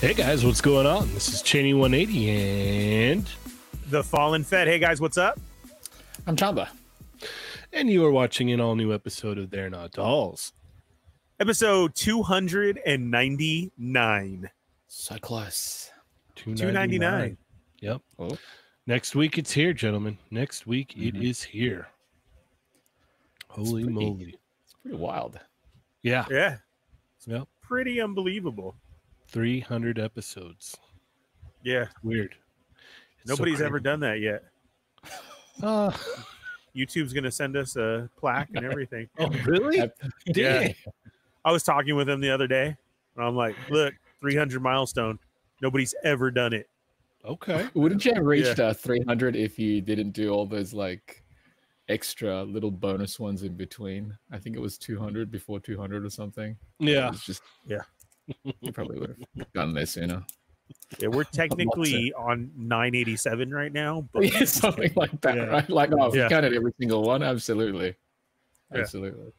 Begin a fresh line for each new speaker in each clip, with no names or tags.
Hey guys, what's going on? This is Cheney 180 and
The Fallen Fed. Hey guys, what's up?
I'm Chamba.
and you are watching an all new episode of They're Not Dolls.
Episode 299.
So close.
299.
Yep.
Oh.
Next week it's here, gentlemen. Next week it
Mhm.
is here. Holy
pretty-
moly.
It's pretty wild.
Yeah.
Yeah.
Yep.
Pretty unbelievable.
300 episodes.
Yeah.
Weird. It's so
Nobody's ever
crazy.
done that yet.
Uh,
YouTube's going to send us a plaque and everything.
oh, really? Dang.
I was talking with him the other day and I'm like, look, 300 milestone. Nobody's ever done it.
Okay.
Wouldn't you have reached uh, 300 if you didn't do all those like extra little bonus ones in between? I think it was 200 before 200 or something.
Yeah.
It's just
Yeah.
You probably would have gotten there sooner.
Yeah, we're technically on 987 right now, but
Yeah, something like that,
Yeah.
right? Like, oh, if you
Yeah.
counted every single one, absolutely,
Yeah.
absolutely.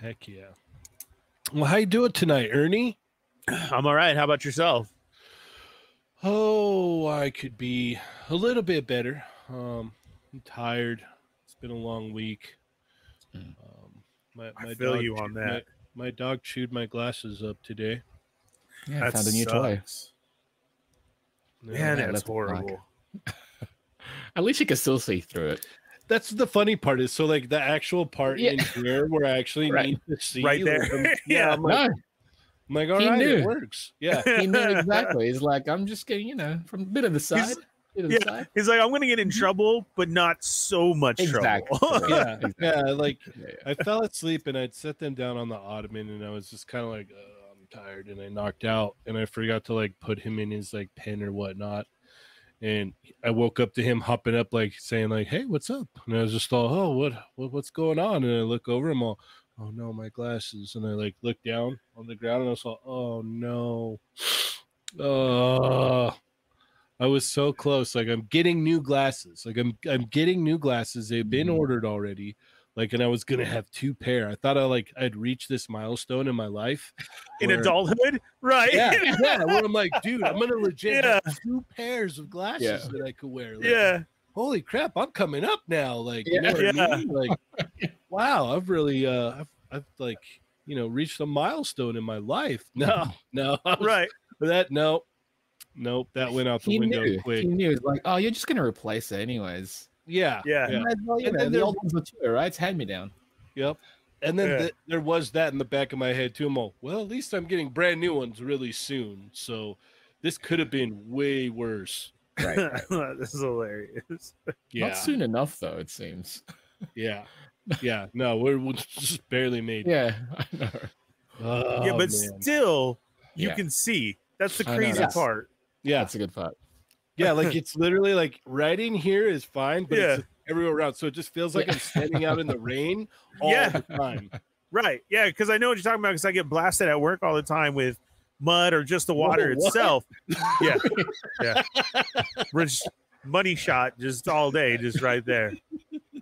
Heck yeah. Well, how you doing tonight, Ernie?
I'm all right. How about yourself?
Oh, I could be a little bit better. Um, I'm tired. It's been a long week.
Mm.
Um, my,
I feel you on
chewed-
that.
My, my dog chewed my glasses up today.
Yeah,
That
found a new toy.
sucks. Man,
Yeah,
that's
that's a plaque.
horrible.
At least you can still see through it.
That's the funny part is so like the actual part
Yeah.
in here where I actually
Right.
need to see
Right
like,
there.
I'm-
Yeah.
I'm like, I'm like all
He
right, it
knew.
works. Yeah,
No, he knew exactly. He's like, I'm just getting, you know, from a bit of the side, bit of the
yeah,
side.
He's like, I'm gonna get in trouble, but not so much
Exactly.
trouble.
yeah, yeah. Like
Yeah, yeah.
I fell asleep and I'd set them down on the ottoman and I was just kind of like, oh, I'm tired and I knocked out and I forgot to like put him in his like pen or whatnot. And I woke up to him hopping up, like saying like, hey, what's up? And I was just all, oh, what, what what's going on? And I look over him all, oh no, my glasses. And I like look down on the ground and I was all, oh no. Uh, I was so close. Like I'm getting new glasses. Like I'm I'm getting new glasses. They've been
Mhm.
ordered already. Like and I was gonna have two pair. I thought I like I'd reached this milestone in my life.
in
where-
adulthood, right?
Yeah, yeah. Where I'm like, dude, I'm gonna legit
Yeah.
have two pairs of glasses
Yeah.
that I could wear. Like,
Yeah.
Holy crap, I'm coming up now. Like, you know
Yeah.
what
Yeah.
I mean? Like, wow, I've really uh, I've I've like you know reached a milestone in my life. No, no, I was-
right.
that no, nope, that went out the
He
window
knew.
quick.
He knew. He's like, oh, you're just gonna replace it anyways.
Yeah.
Yeah.
Yeah.
Might as well, you
And
know,
then
the
there's-
old ones are too, right? It's hand me down.
Yep. And then
Yeah.
th- there was that in the back of my head too. I'm all, well, at least I'm getting brand new ones really soon. So this could have been way worse.
Right.
this is hilarious.
Yeah.
Not soon enough, though. It seems.
Yeah. Yeah. No, we're, we just barely made it.
Yeah, I know.
Oh,
yeah,
man.
but still, you
Yeah.
can see. That's the
I know,
crazy
that's-
part.
yeah.
That's a good part.
Yeah. Like it's literally like right in here is fine, but
Yeah.
it's everywhere around. So it just feels like
Yeah.
I'm standing out in the rain all
Yeah.
the time.
Right. Yeah, because I know what you're talking about. Because I get blasted at work all the time with mud or just the
Whoa,
water
what?
itself. Yeah. yeah. We're just money shot just all day, just right there.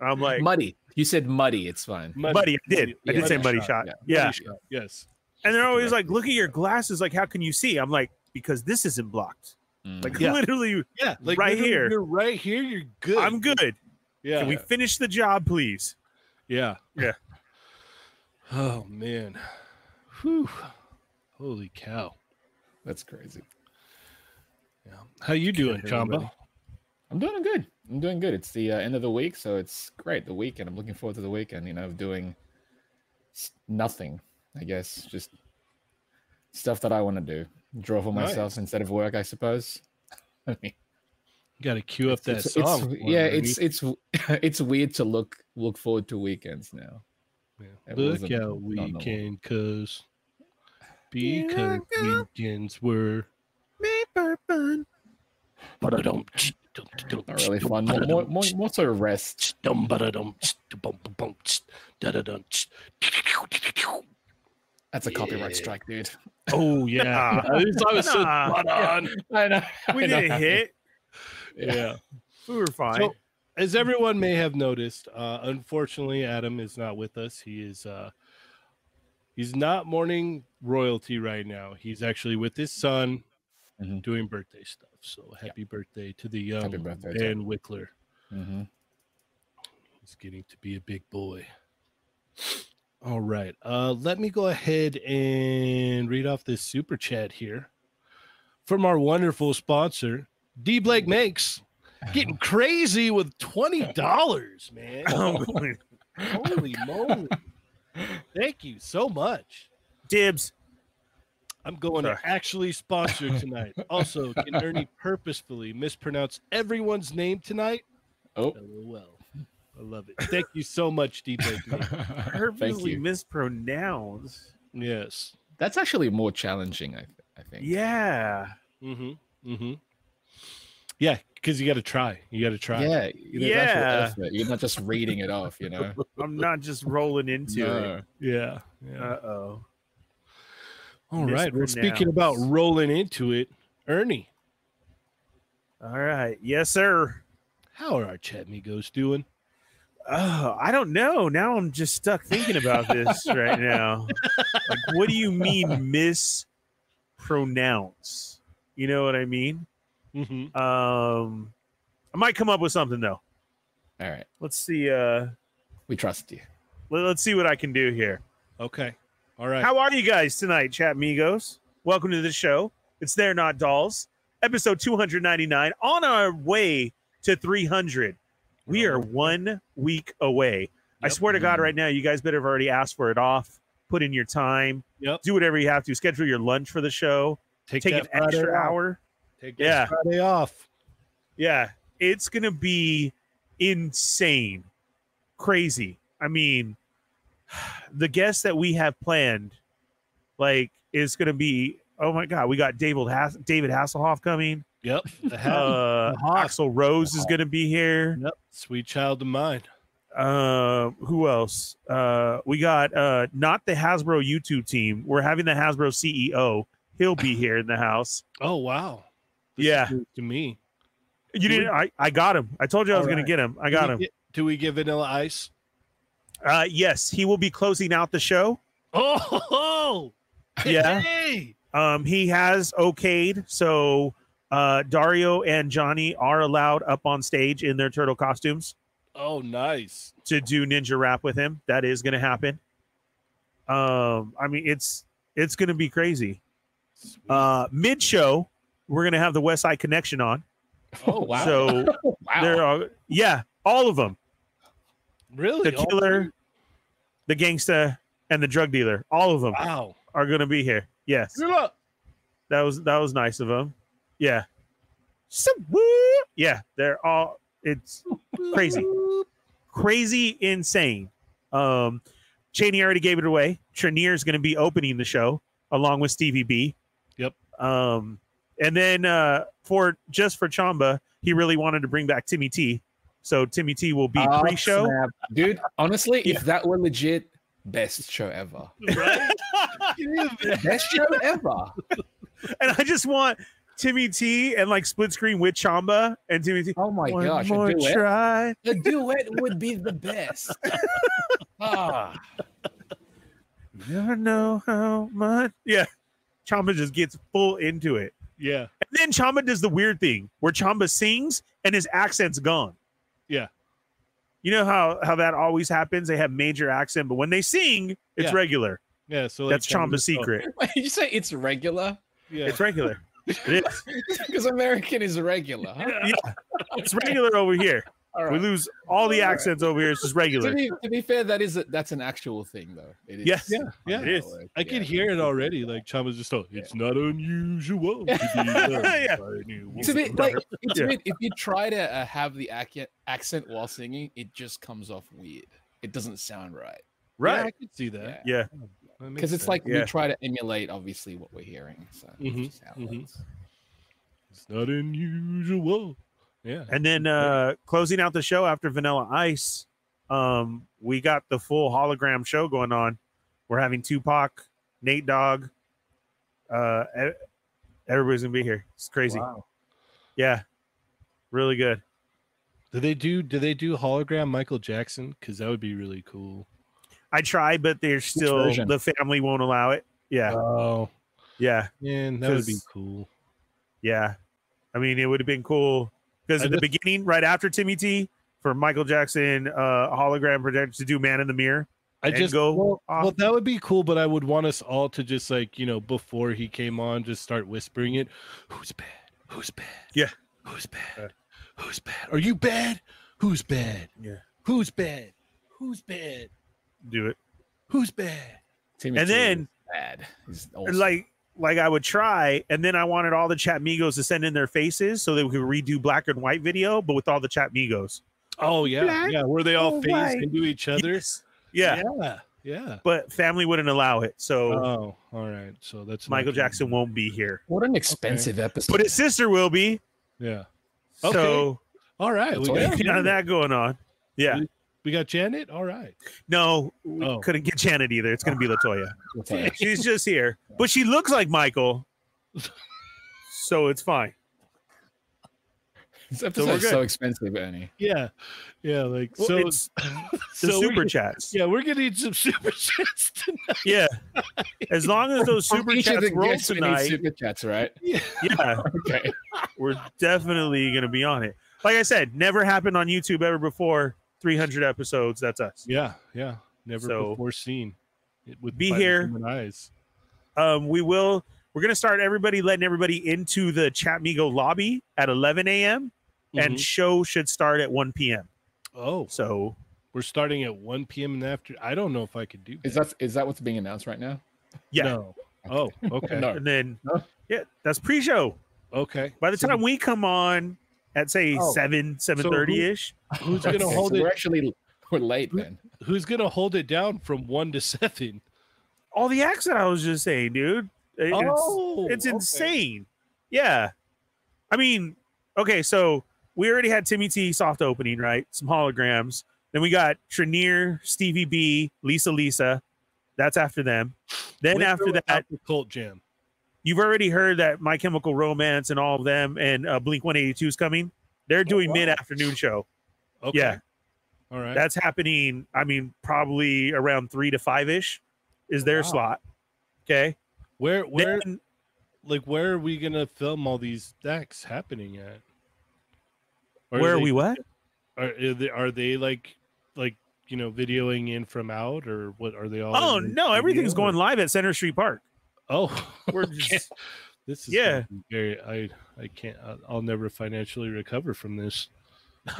I'm like,
muddy. You said muddy. It's fine.
Muddy.
buddy, I did. I
Yeah,
did say
muddy
buddy
shot,
shot.
Muddy
yeah.
shot, Yes.
And they're
Just
always
the
like, look at your glasses. Like, how can you see? I'm like, because this isn't blocked.
Mm.
Like,
Yeah.
literally,
Yeah. Like
Right
literally,
here.
You're right here. You're good.
I'm good.
Yeah.
Can we finish the job, please?
Yeah.
Yeah.
Oh man. Whew. Holy cow.
that's crazy.
Yeah. How you doing,
everybody.
Chamba?
I'm doing good. I'm doing good. It's the uh, end of the week, so it's great. The weekend. I'm looking forward to the weekend. You know, of doing s- nothing. I guess just stuff that I want to do. Draw for
Nice.
myself instead of work, I suppose. I mean,
You gotta queue up that
it's, it's-
song. for
yeah,
me.
it's it's it's weird to look look forward to weekends now.
Yeah.
it
look
wasn't-
out
not normal.
weekend cause
Here I
because
go.
weekends were
Not really fun. More more, more, more sort of rest. That's a copyright
Yeah.
strike, dude.
Oh yeah.
Nah.
This song was so
Nah.
spot on.
I know.
We
I know.
didn't hit.
Yeah.
Yeah.
We were fine.
So, as everyone may have noticed, uh, unfortunately, Adam is not with us. He is uh, he's not mourning royalty right now. He's actually with his son
Mhm.
doing birthday stuff. So happy birthday to the young
Happy birthday, Ted.
Dan Wickler.
Mhm.
He's getting to be a big boy. All right. Uh, let me go ahead and read off this super chat here from our wonderful sponsor, D Blake Makes. Getting crazy with $20, man.
Oh, Um,
Holy moly. Thank you so much.
Dibs.
I'm going to actually sponsor tonight. Also, can Ernie purposefully mispronounce everyone's name tonight?
Oh,
LOL. I love it. Thank you so much, D Blake Makes.
thank
Perfectly
you.
mispronounced.
Yes.
That's actually more challenging. I, th- I think.
Yeah.
Mm-hmm. Mm-hmm. Yeah, because you got to try. You got to try.
Yeah. there's actual
Yeah.
effort. You're not just reading it off. You know.
I'm not just rolling into it.
No.
Yeah.
Uh oh.
All right. Well, speaking about
mispronounced.
rolling into it, Ernie,
All right. Yes, sir.
how are our chat amigos doing?
Oh, I don't know. Now I'm just stuck thinking about this right now. Like, what do you mean mispronounce? You know what I mean?
Mm-hmm.
Um, I might come up with something though.
All right.
Let's see. Uh,
We trust you.
let, us see what I can do here.
Okay. All right.
How are you guys tonight, chat amigos? Welcome to the show. It's They're Not Dolls, episode 299, on our way to 300. We are one week away. I
Yep.
swear to God, right now, you guys better have already asked for it off. Put in your time.
Yep.
Do whatever you have to. Schedule your lunch for the show.
Take,
Take
that
an
Friday
extra
off.
hour.
Take
Yeah.
that Friday off.
Yeah, it's going to be insane. Crazy. I mean, the guests that we have planned like is going to be oh my god, we got David Has- David Hasselhoff coming.
Yep. The hat.
Uh
Hasselhoff.
Axel Rose is going to be here.
yep. Sweet child of mine.
Uh who else? Uh we got uh not the Hasbro YouTube team. We're having the Hasbro CEO. He'll be here in the house.
Oh wow. is
Yeah.
news To me.
You didn't I I got him. I told you I was
All
going
right.
to get him. I
Do
got
we
him.
get- do we get vanilla ice?
Uh yes, he will be closing out the show.
Oh. ho, ho!
Yeah.
Hey!
Um, he has okayed, so uh, Dario and Johnny are allowed up on stage in their turtle costumes
Oh, nice.
to do ninja rap with him. That is going to happen. Um, I mean, it's it's going to be crazy.
Sweet.
Uh, Mid show, we're going to have the West Side Connection on.
Oh wow.
So
wow.
there are yeah, all of them:
really? Oh,
the
All
killer, the gangsta, and the drug dealer. All of them
three? Wow.
are going to be here. Yes. That was that was nice of him. Yeah. So, woo- yeah, they're all it's Crazy. crazy insane. Um Cheney already gave it away. Trenier's gonna be opening the show along with Stevie B.
Yep.
Um and then uh for just for Chamba, he really wanted to bring back Timmy T. So Timmy T will be
Ah,
pre-show.
snap. dude. Honestly,
Yeah.
if that were legit, best show ever.
Yeah.
Best show ever.
and I just want Timmy T and like split screen with Chamba and Timmy T.
Oh my
One
gosh, a
more
duet.
try.
A duet would be the best. ah,
Never know how much. Yeah. Chamba just gets full into it.
yeah.
And then Chamba does the weird thing where Chamba sings and his accent's gone.
Yeah.
You know how how that always happens? They have major accent, but when they sing, it's
Yeah.
regular.
Yeah. So like,
That's Chamba's
oh,
secret.
Wait, you say it's regular
yeah.
It's regular. it is.
because American is regular. Huh?
It's regular over here.
All
We
right.
lose all the
All right.
accents over here. It's just
To
regular.
be, to be fair, that is a, that's an actual thing though. It is.
Yes.
Yeah, yeah.
It is.
I can hear it already. Like Chama's just oh, it's not unusual. To be loved
Yeah.
by anyone."
To be like, it's
Yeah.
weird. if you try to uh, have the ac- accent while singing, it just comes off weird. It doesn't sound right.
Yeah,
Right.
I could see that.
Yeah.
That makes
because it's
sense.
like
Yeah.
we try to emulate obviously what we're hearing. So that's
Mhm,
just how it
mhm.
is.
it's not unusual. Yeah.
And then uh closing out the show after Vanilla Ice, um, we got the full hologram show going on. We're having Tupac, Nate Dogg, uh e- everybody's gonna be here. It's crazy. Yeah. Really good.
Do they do do they do hologram Michael Jackson? Because that would be really cool.
I tried, but there's still
version?
the family won't allow it. Yeah,
Oh
yeah.
man, that would be
'Cause-
cool.
Yeah. I mean, it would have been cool because
I
at the
just-
beginning, right after Timmy T, for Michael Jackson uh, hologram projector to do Man in the Mirror.
I
and
just
go
well,
off.
well, that would be cool, but I would want us all to just like you know before he came on, just start whispering it. Who's bad? Who's bad?
Yeah.
Who's
Yeah.
bad? Who's bad? Are you bad? Who's bad?
Yeah.
Who's bad? Who's bad?
Do it.
Who's bad?
Timmy
And
T is
then-
bad. He's
And
awesome.
Like, like I would try, and then I wanted all the Chat Migos to send in their faces so that we could redo black and white video, but with all the Chat Migos.
Oh yeah,
Black
yeah. Were they all
or
phased
white?
into each other?
Yes. Yeah,
yeah, yeah.
but family wouldn't allow it, so
Oh, all right. So that's not
Michael
good.
Jackson won't be here.
what an expensive episode.
But his sister will be.
Yeah. Okay.
So
All right. We
That's all
got,
none of
Janet.
that going on. Yeah.
we got Janet. All right.
No, we
Oh.
couldn't get Janet either. It's gonna be Latoya.
It's like,
She's just here, but she looks like Michael, so it's fine.
this
we're
episode is so
good.
expensive, Ernie.
Yeah. Yeah. Like
Well,
so.
it's the
so
super
we,
chats.
Yeah, we're gonna eat some super chats tonight.
Yeah, as long as those super
Each of
chats
the
roll
guests, we need
tonight,
Super chats, right?
yeah,
Okay.
we're definitely gonna be on it. Like I said, never happened on YouTube ever before. 300 episodes. That's us.
Yeah, yeah. Never
So-
before seen. It would
Be here.
Eyes.
Um, we will. We're gonna start everybody letting everybody into the Chatmigo lobby at 11 a.m. and
Mhm.
show should start at 1 p.m.
oh,
So
we're starting at 1 p.m. in the after. I don't know if I could do.
Is that is that what's being announced right now?
yeah,
No. Oh, okay.
No.
and then
No.
yeah, that's pre-show.
Okay.
By the
So
time we come on at say
Oh.
seven seven thirty ish,
who's gonna
Okay,
hold
so
it?
We're actually we're late
Who-
then.
Who's gonna hold it down from one to seven?
all the acts that I was just saying, dude, it- it's,
oh,
it's
okay.
insane. Yeah, I mean, okay, so we already had Timmy T soft opening, right? Some holograms. Then we got Trenier, Stevie B, Lisa Lisa. That's after them. Then
With or
after
without
that,
the cult jam.
you've already heard that My Chemical Romance and all of them and uh, Blink 182 is coming.
Oh,
They're doing
wow.
mid afternoon show.
Okay.
Yeah.
All right.
That's happening. I mean, probably around three to five ish is their
Wow.
slot. Okay.
where where
Then
like where are we gonna film all these decks happening at? Or
where are
they-
we? What?
Are, are they are they like like you know videoing in from out or what are they all?
Oh
in the
no, everything's
studio, or-
going live at Center Street Park.
Oh,
We're
okay.
just,
this is
yeah.
yeah. Very, I I can't. I- I'll never financially recover from this.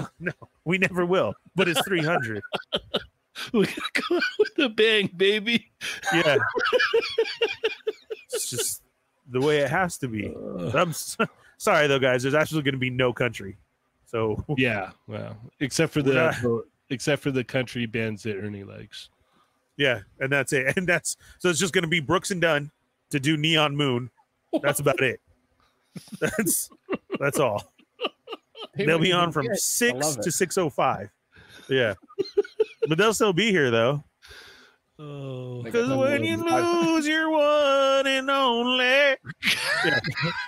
we never will, but it's 300.
We're gonna go out with a bang, baby.
yeah. It's just the way it has to be.
Ugh.
I'm s- sorry though, guys. There's actually going to be no country. So
yeah. Well, except for the,
We're not-
the- except for the country bands that Ernie likes.
Yeah, and that's it. And that's so it's just going to be Brooks and Dunn to do Neon Moon. That's about it. That's that's all.
They
They'll
wouldn't
be
even
on from
get it. I
six
love
to
it.
six oh five. Yeah, but they'll still be here though.
Oh,
Like-
Because when you lose your one and only,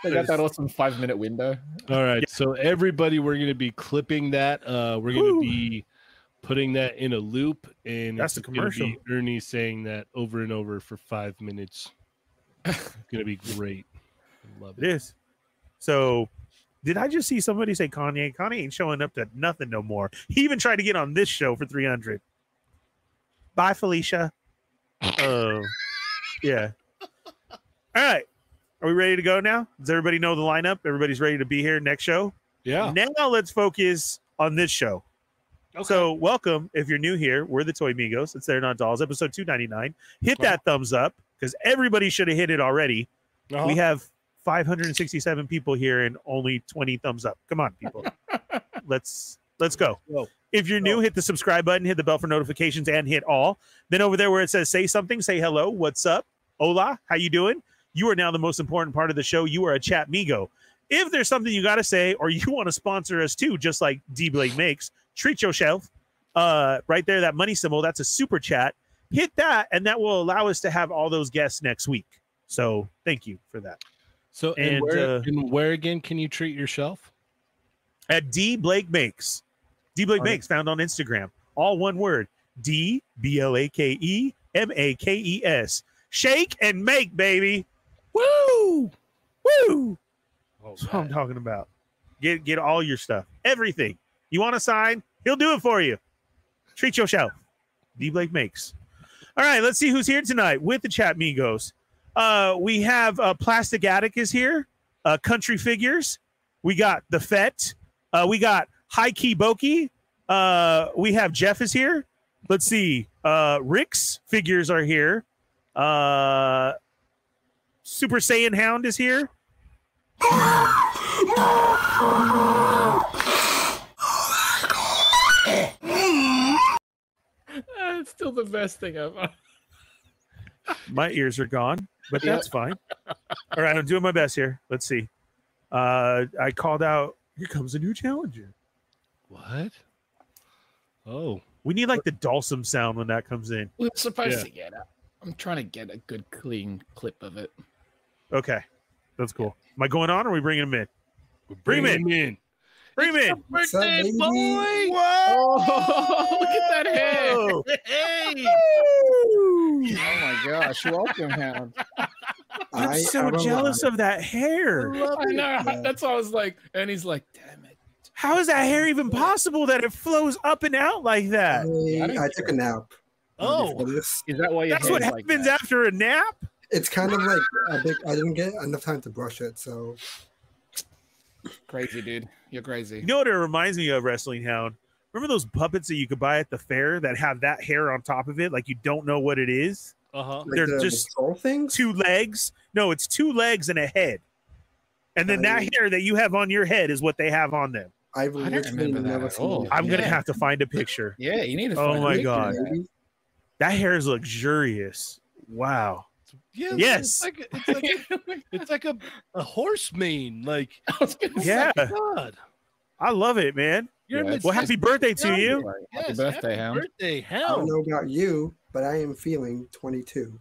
They got that awesome five minute window.
all right. So everybody, we're gonna be clipping that. Uh, we're gonna
Woo.
be putting that in a loop, and
That's
it's
the
gonna
commercial.
be Ernie saying that over and over for five minutes. It's gonna be great. I love
it is. So, did I just see somebody say Kanye? Kanye ain't showing up to nothing no more. He even tried to get on this show for three hundred. Bye, Felicia. Oh, yeah. All right. Are we ready to go now? Does everybody know the lineup? Everybody's ready to be here next show.
Yeah.
Now let's focus on this show. So, welcome if you're new here. We're the Toy Migos. It's They're Not Dolls, episode 299. Hit
Wow.
that thumbs up because everybody should have hit it already.
Uh-huh.
We have 567 people here and only 20 thumbs up. Come on, people. let's let's go.
Go.
If you're new,
Go.
hit the subscribe button, hit the bell for notifications, and hit all. Then over there where it says say something, say hello, what's up, hola, how you doing? You are now the most important part of the show. You are a chat migo. If there's something you gotta say or you want to sponsor us too, just like D Blake makes, treat yourself. Uh, right there, that money symbol, that's a super chat. Hit that, and that will allow us to have all those guests next week. So thank you for that.
So and,
And,
where
uh,
and where again can you treat your shelf?
at D Blake Makes. D Blake
All right.
Makes found on Instagram. All one word. D B L A K E M A K E S. Shake and make, baby. Woo! Woo!
Oh,
That's what I'm talking about. Get get all your stuff, everything. You want to sign? He'll do it for you. Treat yourself. D Blake makes. All right, let's see who's here tonight with the chat migos. Uh, we have uh, Plastic Attic is here. Uh, Country Figures. We got the Fett. Uh, we got High Key Boki. Uh, we have Jeff is here. Let's see. Uh, Rick's figures are here. Uh, Super Saiyan Hound is here.
It's still the best thing ever.
My ears are gone, but
Yeah.
that's fine. All right, I'm doing my best here. Let's see. Uh, I called out. Here comes a new challenger.
What? Oh,
We need like the Dalsum sound when that comes in.
We're supposed
Yeah.
to get it. I'm trying to get a good clean clip of it.
Okay, that's cool. Am I going on? Or are we bringing him in? Bring him in.
him in.
Bring him in.
What's up,
Birthday
baby?
boy.
Oh, look at that hair! Oh
Whoa.
Hey.
my gosh, welcome, Hound.
I'm
I
so
am
jealous
alive.
of that hair.
Oh, I know.
Yeah.
That's why I was like, and he's like, damn it.
How is that hair even possible that it flows up and out like that?
I
I,
didn't
I took a nap.
Oh,
This-
Is that why your
That's what
hair's like
happens
that?
after a nap.
It's kind of like a big, I didn't get enough time to brush it, so
Crazy, dude. You're crazy.
You know what it reminds me of, Wrestling Hound? Remember those puppets that you could buy at the fair that have that hair on top of it? Like you don't know what it is?
uh huh.
like
They're
the,
just-
the troll things.
Two legs? No, it's two legs and a head. And then that
I-
hair that you have on your head is what they have on them.
I've
I don't
literally
remember that
never
at
seen
all.
it.
I'm going to
Yeah.
have to find a picture.
Yeah, you need to.
Oh
find a
my
picture of
God.
that.
Maybe.
That hair is luxurious. Wow.
Yeah, it's
Yes.
like- It's like, a, it's like a, a horse mane. Like,
I was gonna say,
Yeah.
God.
I love it, man.
You're
Yeah,
a
it's-
Well, happy birthday to you.
Happy birthday, Hound.
birthday,
I don't
Hound.
know about you, but I am feeling 22.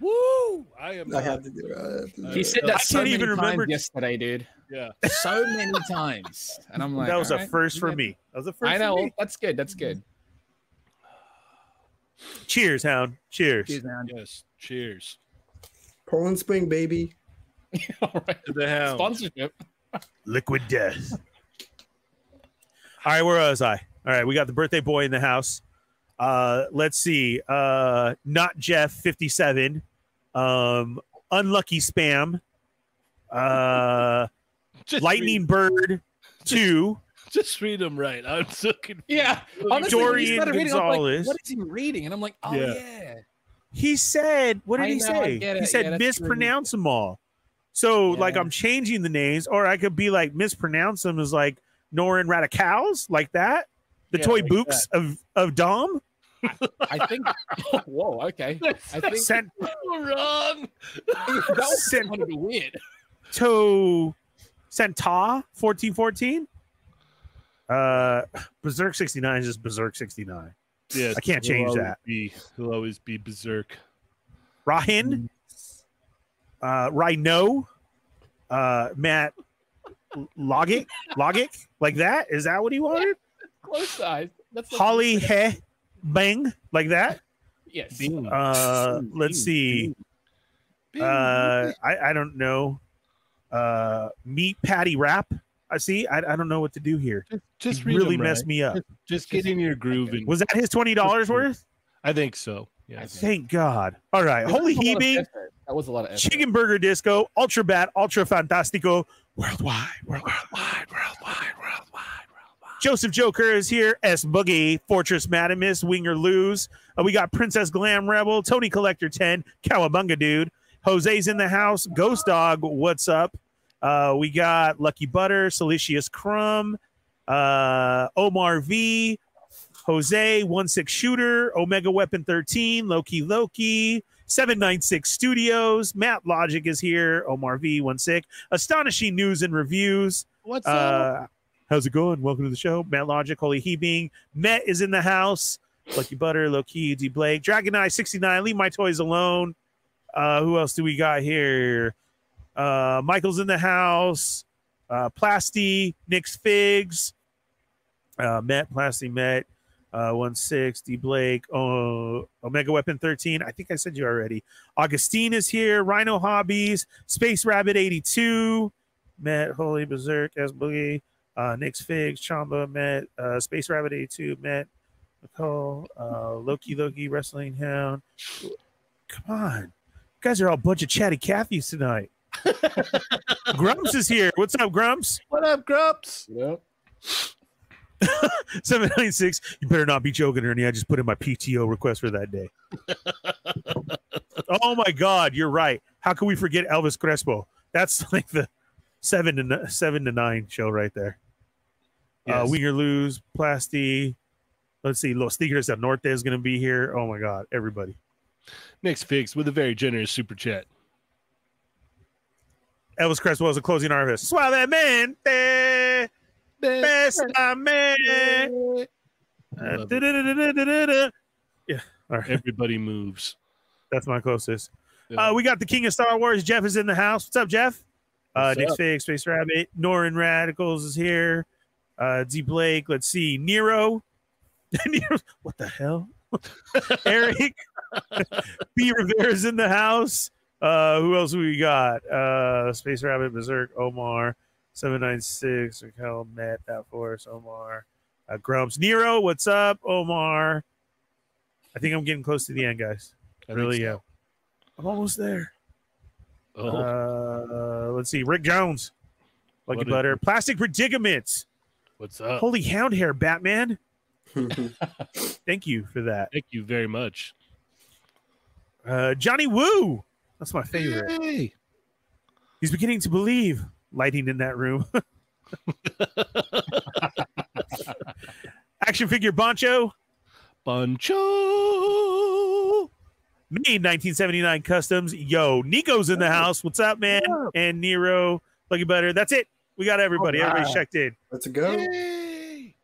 Woo! I am.
I
not-
have to do uh,
Uh-huh. He said that
I
so
can't
many
even
times
remember-
yesterday, dude.
Yeah.
So many times, and I'm like,
that was a
"Alright,
first
you
for
did-
me. That was a first
I
for
know.
me.
That's good. That's good.
Cheers, Hound. Cheers.
Cheers, man.
Yes. Cheers
Poland Spring, baby.
All right.
to the Hound.
Sponsorship.
Liquid death. All right, where was I? All right, we got the birthday boy in the house. Uh, let's see. Uh, not Jeff, fifty-seven. Um, unlucky spam. Uh,
Just
lightning bird two.
Read, just read them right. I'm so confused.
Yeah. Honestly, when you
Dorian
started reading, I was
Gonzalez.
Like, what is he reading? And I'm like, oh
Yeah.
yeah.
He said, "What did
I
he
know, I
say?"
get
He
it.
said,
Yeah, that's
"Mispronounce them all." So, like,
Yeah.
I'm changing the names, or I could be like, mispronounce them as like Norin Radicals, like that. The
Yeah,
toy
like
books of of Dom.
I think. Whoa. Okay. I think
Sent
You're wrong.
that was
Sent-
kind of weird.
To Senta 1414. Uh, Berserk 69 is just Berserk 69.
Yes,
I can't
he'll
change
always
that.
Be, he'll always be berserk.
Rahin,
Mm.
uh, Rhino, uh, Matt L- Logic, Logic, like that. Is that what he wanted?
Close eyes. That's like-
Holly He Bang, like that.
Yes.
Uh, let's see. Uh, I, I don't know. Uh, Meat Patty Wrap. I see. I, I don't know what to do here.
just
he
read
really
them
messed
right.
me up.
Just get in your groove, and
Was that his twenty dollars worth?
I think so. Yeah.
I-
Thank God. All right. Holy
That was a lot of
Hebe,
effort. That was a lot of effort.
Chicken Burger Disco, Ultra Bat, Ultra Fantastico, Worldwide, Worldwide, Worldwide, Worldwide, Worldwide. Joseph Joker is here. S Boogie, Fortress Madamus, Winger Lose. Uh, we got Princess Glam Rebel, Tony Collector 10, Cowabunga Dude. Jose's in the house. Ghost Dog, what's up? Uh, we got Lucky Butter, Silicious Crumb, uh, Omar V, Jose, One Six Shooter, Omega Weapon 13, Loki Loki, 796 Studios, Matt Logic is here, Omar V, One Six, Astonishing News and Reviews.
What's up?
Uh, how's it going? Welcome to the show. Matt Logic, Holy He Being. Met is in the house. Lucky Butter, Low Key, D Blake, Dragon Eye 69, Leave My Toys Alone. Uh, who else do we got here? Uh, Michael's in the house. Uh, Plasty, Nick's Figs, uh, Met, Plasty, Met, uh, 1-6, D Blake, oh, Omega Weapon 13. I think I said you already. Augustine is here. Rhino Hobbies, Space Rabbit 82, met Holy Berserk as Boogie, uh, Nick's Figs, Chamba met uh, Space Rabbit 82, met Nicole, uh, Loki Loki Wrestling Hound. Come on. You guys are all a bunch of chatty Cathy's tonight. Grumps is here. What's up, Grumps?
What up, Grumps?
You know?
796. You better not be joking, Ernie. I just put in my PTO request for that day. oh my God, you're right. How can we forget Elvis Crespo? That's like the seven to n- seven to nine show right there. Uh,
Yes.
Win or lose, Plasti. Let's see. Los Tigres del Norte is going to be here. Oh my God, everybody.
Next Figs with a very generous super chat.
Elvis Crespo is a closing artist. Suavemente, besame. Uh,
Love it.
da-da-da-da-da-da-da. Yeah, all right.
Everybody moves.
That's my closest.
Yeah.
Uh, we got the King of Star Wars. Jeff is in the house. What's up, Jeff? Uh,
What's
Nick
up?
Fig, Space Rabbit, Norin Radicals is here. Uh, D Blake. Let's see. Nero. Nero's- what the hell? Eric. B Rivera's in the house. Uh, who else we got? Uh, Space Rabbit, Berserk, Omar, seven nine six. Raquel, Matt, that force, Omar, uh, Grumps, Nero. What's up, Omar? I think I'm getting close to the end, guys.
I think
really,
so.
yeah. I'm almost there.
Oh,
Uh, let's see. Rick Jones, Lucky
What Uh. a-
Butter, Plastic Predicaments.
what's up?
Holy hound hair, Batman. Thank you for that.
Thank you very much.
Uh, Johnny Woo. That's my favorite.
Hey.
He's beginning to believe. Lighting in that room. Action figure Boncho,
Buncho.
May 1979 Customs. Yo, Nico's in the house. What's up, Oh, man? And Nero, Lucky Butter. That's it. We got everybody.
All right.
Everybody's checked in.
Let's go.
Yay.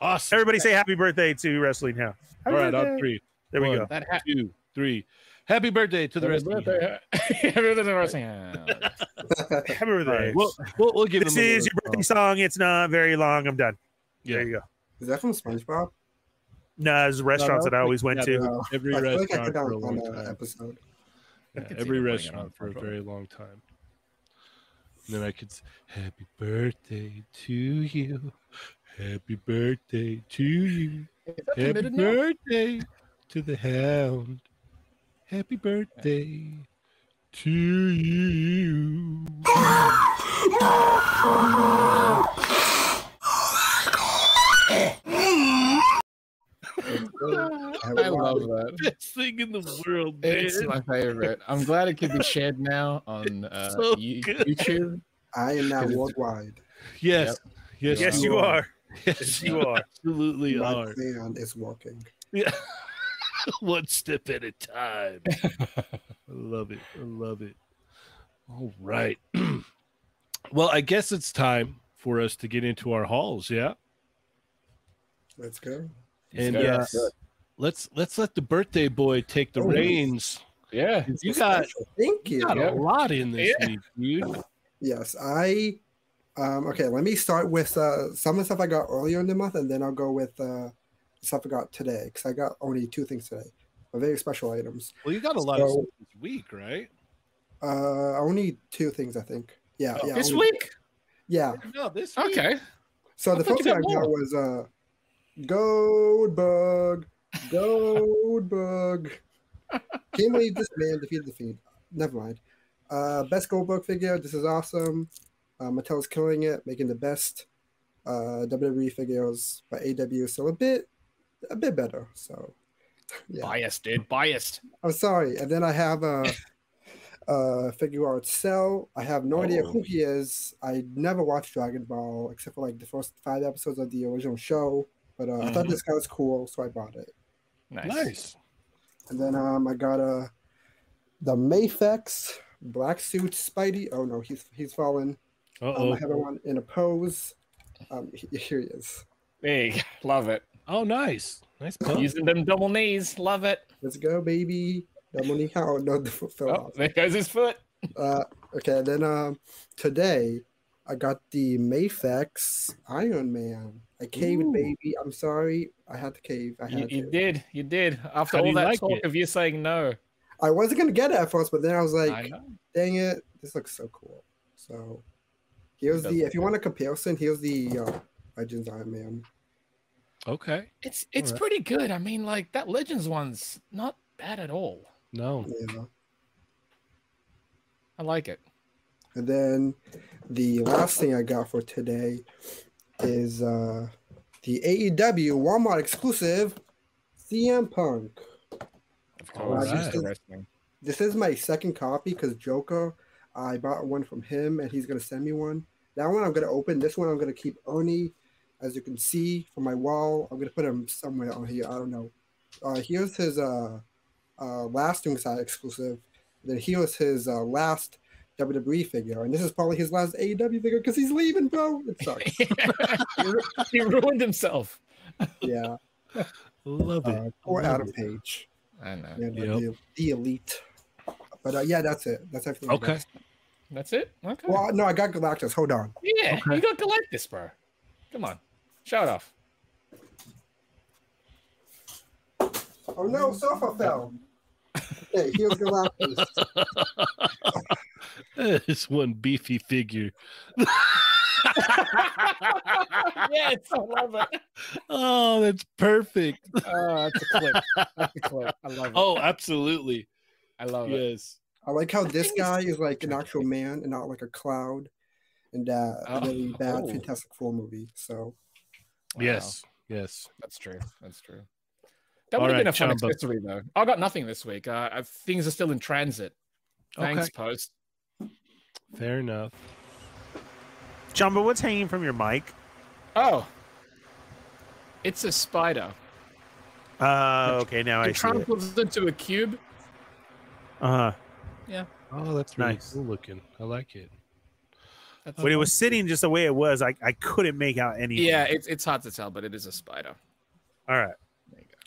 Awesome.
Everybody say happy birthday to Wrestling Now.
All right, on three,
There we
One.
go.
That hat.
two, three. Happy birthday to the rest of you.
Everything's interesting.
Happy birthday.
All right, we'll, we'll, we'll give
This
him a
is your
little-
birthday song. It's not very long. I'm done.
Yeah.
There you go.
Is that from SpongeBob?
No, it's restaurants
No,
that I always went
yeah,
to.
No.
Every
I feel like I
restaurant
did that
for a
on
long
that
time.
episode.
Yeah,
could see
every
them putting it on
restaurant for a
Pornhub.
very long time. And then I could, s- happy birthday to you, happy birthday to you,
Is that
happy
permitted now?
birthday to the hound, happy birthday to you.
I
I love that.
Best thing in the world, man.
It's my favorite. I'm glad it could be shared now on uh,
so
you-
good.
YouTube.
I am now
Because it's-
worldwide.
Yes, yes,
Yes, you are.
Yes,
You are.
absolutely
My
are.
fan is walking.
Yeah. One step at a time. I love it. I love it. All right. well, I guess it's time for us to get into our halls, yeah?
Let's go.
And
Yeah.
uh, let's let's let the birthday boy take the
Oh, yes.
reins.
Yeah.
'Cause You
It's
got
special. Thank
you
you.
got
Yeah.
a lot in this week, dude.
Yes, I. Um, okay, let me start with uh, some of the stuff I got earlier in the month, and then I'll go with uh, stuff I got today because I got only two things today, but very special items.
Well, you got a lot of
So-
stuff this week, right?
Uh, only two things, I think. Yeah,
Oh,
yeah.
This
only-
week?
Yeah.
No, this week.
Okay.
So the
thought
first
you
thing I
got
got
more.
was uh, Goldberg, Goldberg. Can't believe this man defeated the Fiend. Never mind. Uh, best Goldberg figure. This is awesome. Uh, Mattel's killing it, making the best uh, WWE figures, but AW is still a bit, a bit better. So, yeah.
Biased, dude. Biased.
I'm sorry. And then I have a, a figure art cell. I have no idea who he is. I never watched Dragon Ball except for like the first five episodes of the original show. But uh, I thought
Mhm.
this guy was cool, so I bought it.
Nice.
Nice.
And then um, I got a the Mayfex black suit Spidey. Oh no, he's he's fallen.
Uh
Um,
oh.
I have one in a pose. Um, he- here he is.
There you go. Love it.
Oh, nice. Nice. pump.
Using them double knees. Love it.
Let's go, baby. Dominica. Oh no, the foot fell off.
Oh, there goes his foot.
Uh, okay, then um, today I got the Mayfex Iron Man. I caved,
Ooh.
baby. I'm sorry. I had to cave. I
You,
had
you
to.
did. You did. After
How do
all
you
that
like
talk
it?
of you saying no.
I wasn't gonna get it at first, but then I was like,
I know.
"Dang it, this looks so cool." So Here's
Doesn't
the if you
matter.
want a comparison, here's the uh, Legends Iron Man.
Okay.
It's it's
Alright.
pretty good. I mean, like that Legends one's not bad at all.
No.
Yeah.
I like it.
And then the last thing I got for today is uh, the AEW Walmart exclusive CM Punk.
Of
course.
It's just
Alright.
wrestling.
This is my second copy because Joker, I bought one from him and he's going to send me one. That one I'm going to open. This one I'm going to keep Oni, as you can see from my wall. I'm going to put him somewhere on here. I don't know. Uh, here's his uh, uh, last Ringside exclusive. Then here's his uh, last WWE figure. And this is probably his last AEW figure because he's leaving, bro. It sucks.
he ruined himself.
yeah.
Love it.
Uh, or
Love
Adam
it.
Page.
I know.
Yeah,
Yep.
the, the elite. But uh, yeah, that's it. That's everything. I got.
Okay.
That's it. Okay.
Well, no, I got Galactus. Hold on.
yeah, you got Galactus, bro. Come on, shout off.
Oh no, sofa fell. Okay, here's Galactus.
This one beefy figure.
yes, I love it.
Oh, that's perfect.
Oh, that's a clip. That's a clip. I love it.
Oh, absolutely.
I love it.
Yes.
I like how this
think
guy
it's-
is like an actual man and not like a cloud. And uh,
Oh.
a really bad
Oh.
Fantastic Four movie. So
Wow,
Yes. Yes.
Oh, that's true. That's true. That
All
would have been
right,
a fun
Chamba.
accessory, though. I got nothing this week. Uh, I- things are still in transit. Thanks,
Okay.
post.
Fair enough.
Chumba, what's hanging from your mic?
Oh, it's a spider.
Uh, okay, now I
it
see it.
transforms into a cube.
Uh-huh.
Oh, that's really
Nice.
cool looking. I like it.
That's
When it was sitting just the way it was, I, I couldn't make out anything.
yeah, it's it's hard to tell, but it is a spider.
All right.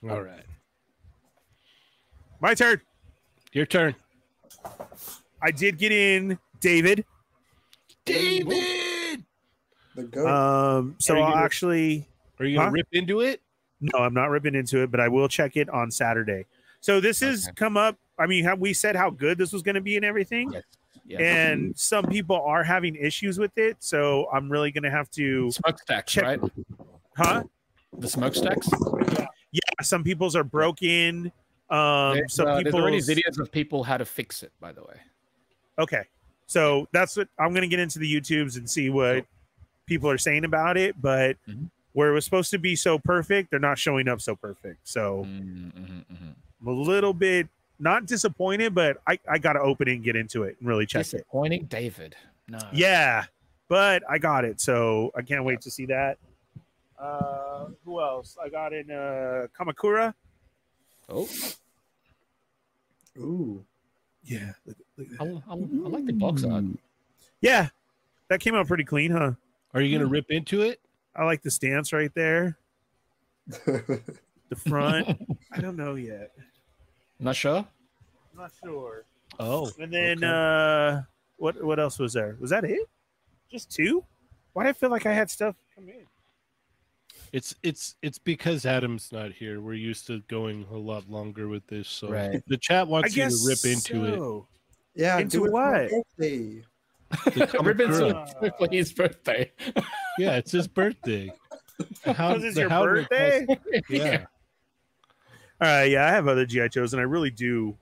All right.
My turn.
Your turn.
I did get in David.
David.
the
Oh.
goat.
Um, so
Are you
I'll
gonna-
actually
Are you gonna
Huh?
rip into it?
no, I'm not ripping into it, but I will check it on Saturday. So this has
Okay.
come up. I mean, how- we said how good this was going to be and everything,
Yes. Yeah.
and some people are having issues with it. So I'm really going to have to,
smokestacks,
Check-
right?
huh?
The smokestacks.
Yeah, some people's are broken. Um,
There-
some
uh, there's
people
already videos of people how to fix it. By the way,
Okay. So that's what I'm going to get into the YouTubes and see what people are saying about it. But
Mhm.
where it was supposed to be so perfect, they're not showing up so perfect. So
Mm, mhm, mhm.
I'm a little bit not disappointed, but I, I got to open it and get into it and really check it.
disappointing, David. No.
Yeah. But I got it. So I can't wait to see that. Uh, who else? I got in uh, Kamakura.
Oh,
Ooh.
Yeah.
I, I, I like the box art.
Mm. Yeah. That came out pretty clean, huh?
Are you gonna rip into it?
I like the stance right there, the front. I don't know yet.
Not sure.
I'm not sure.
Oh.
And then
okay.
uh what what else was there? Was that it? Just two? Why do I feel like I had stuff come in?
it's it's it's because Adam's not here. We're used to going a lot longer with this, so
Right.
the chat
I
wants you
guess
to rip into
so.
Yeah.
Into
do it for my
what?
birthday.
it. The
Ribbon
Kamakura.
Kamakura.
for his birthday.
yeah, it's his birthday. The
Oh,
hound-
this is
the
your
hound request-
birthday?
Yeah.
All right, Uh, yeah, I have other GI Joes and I really do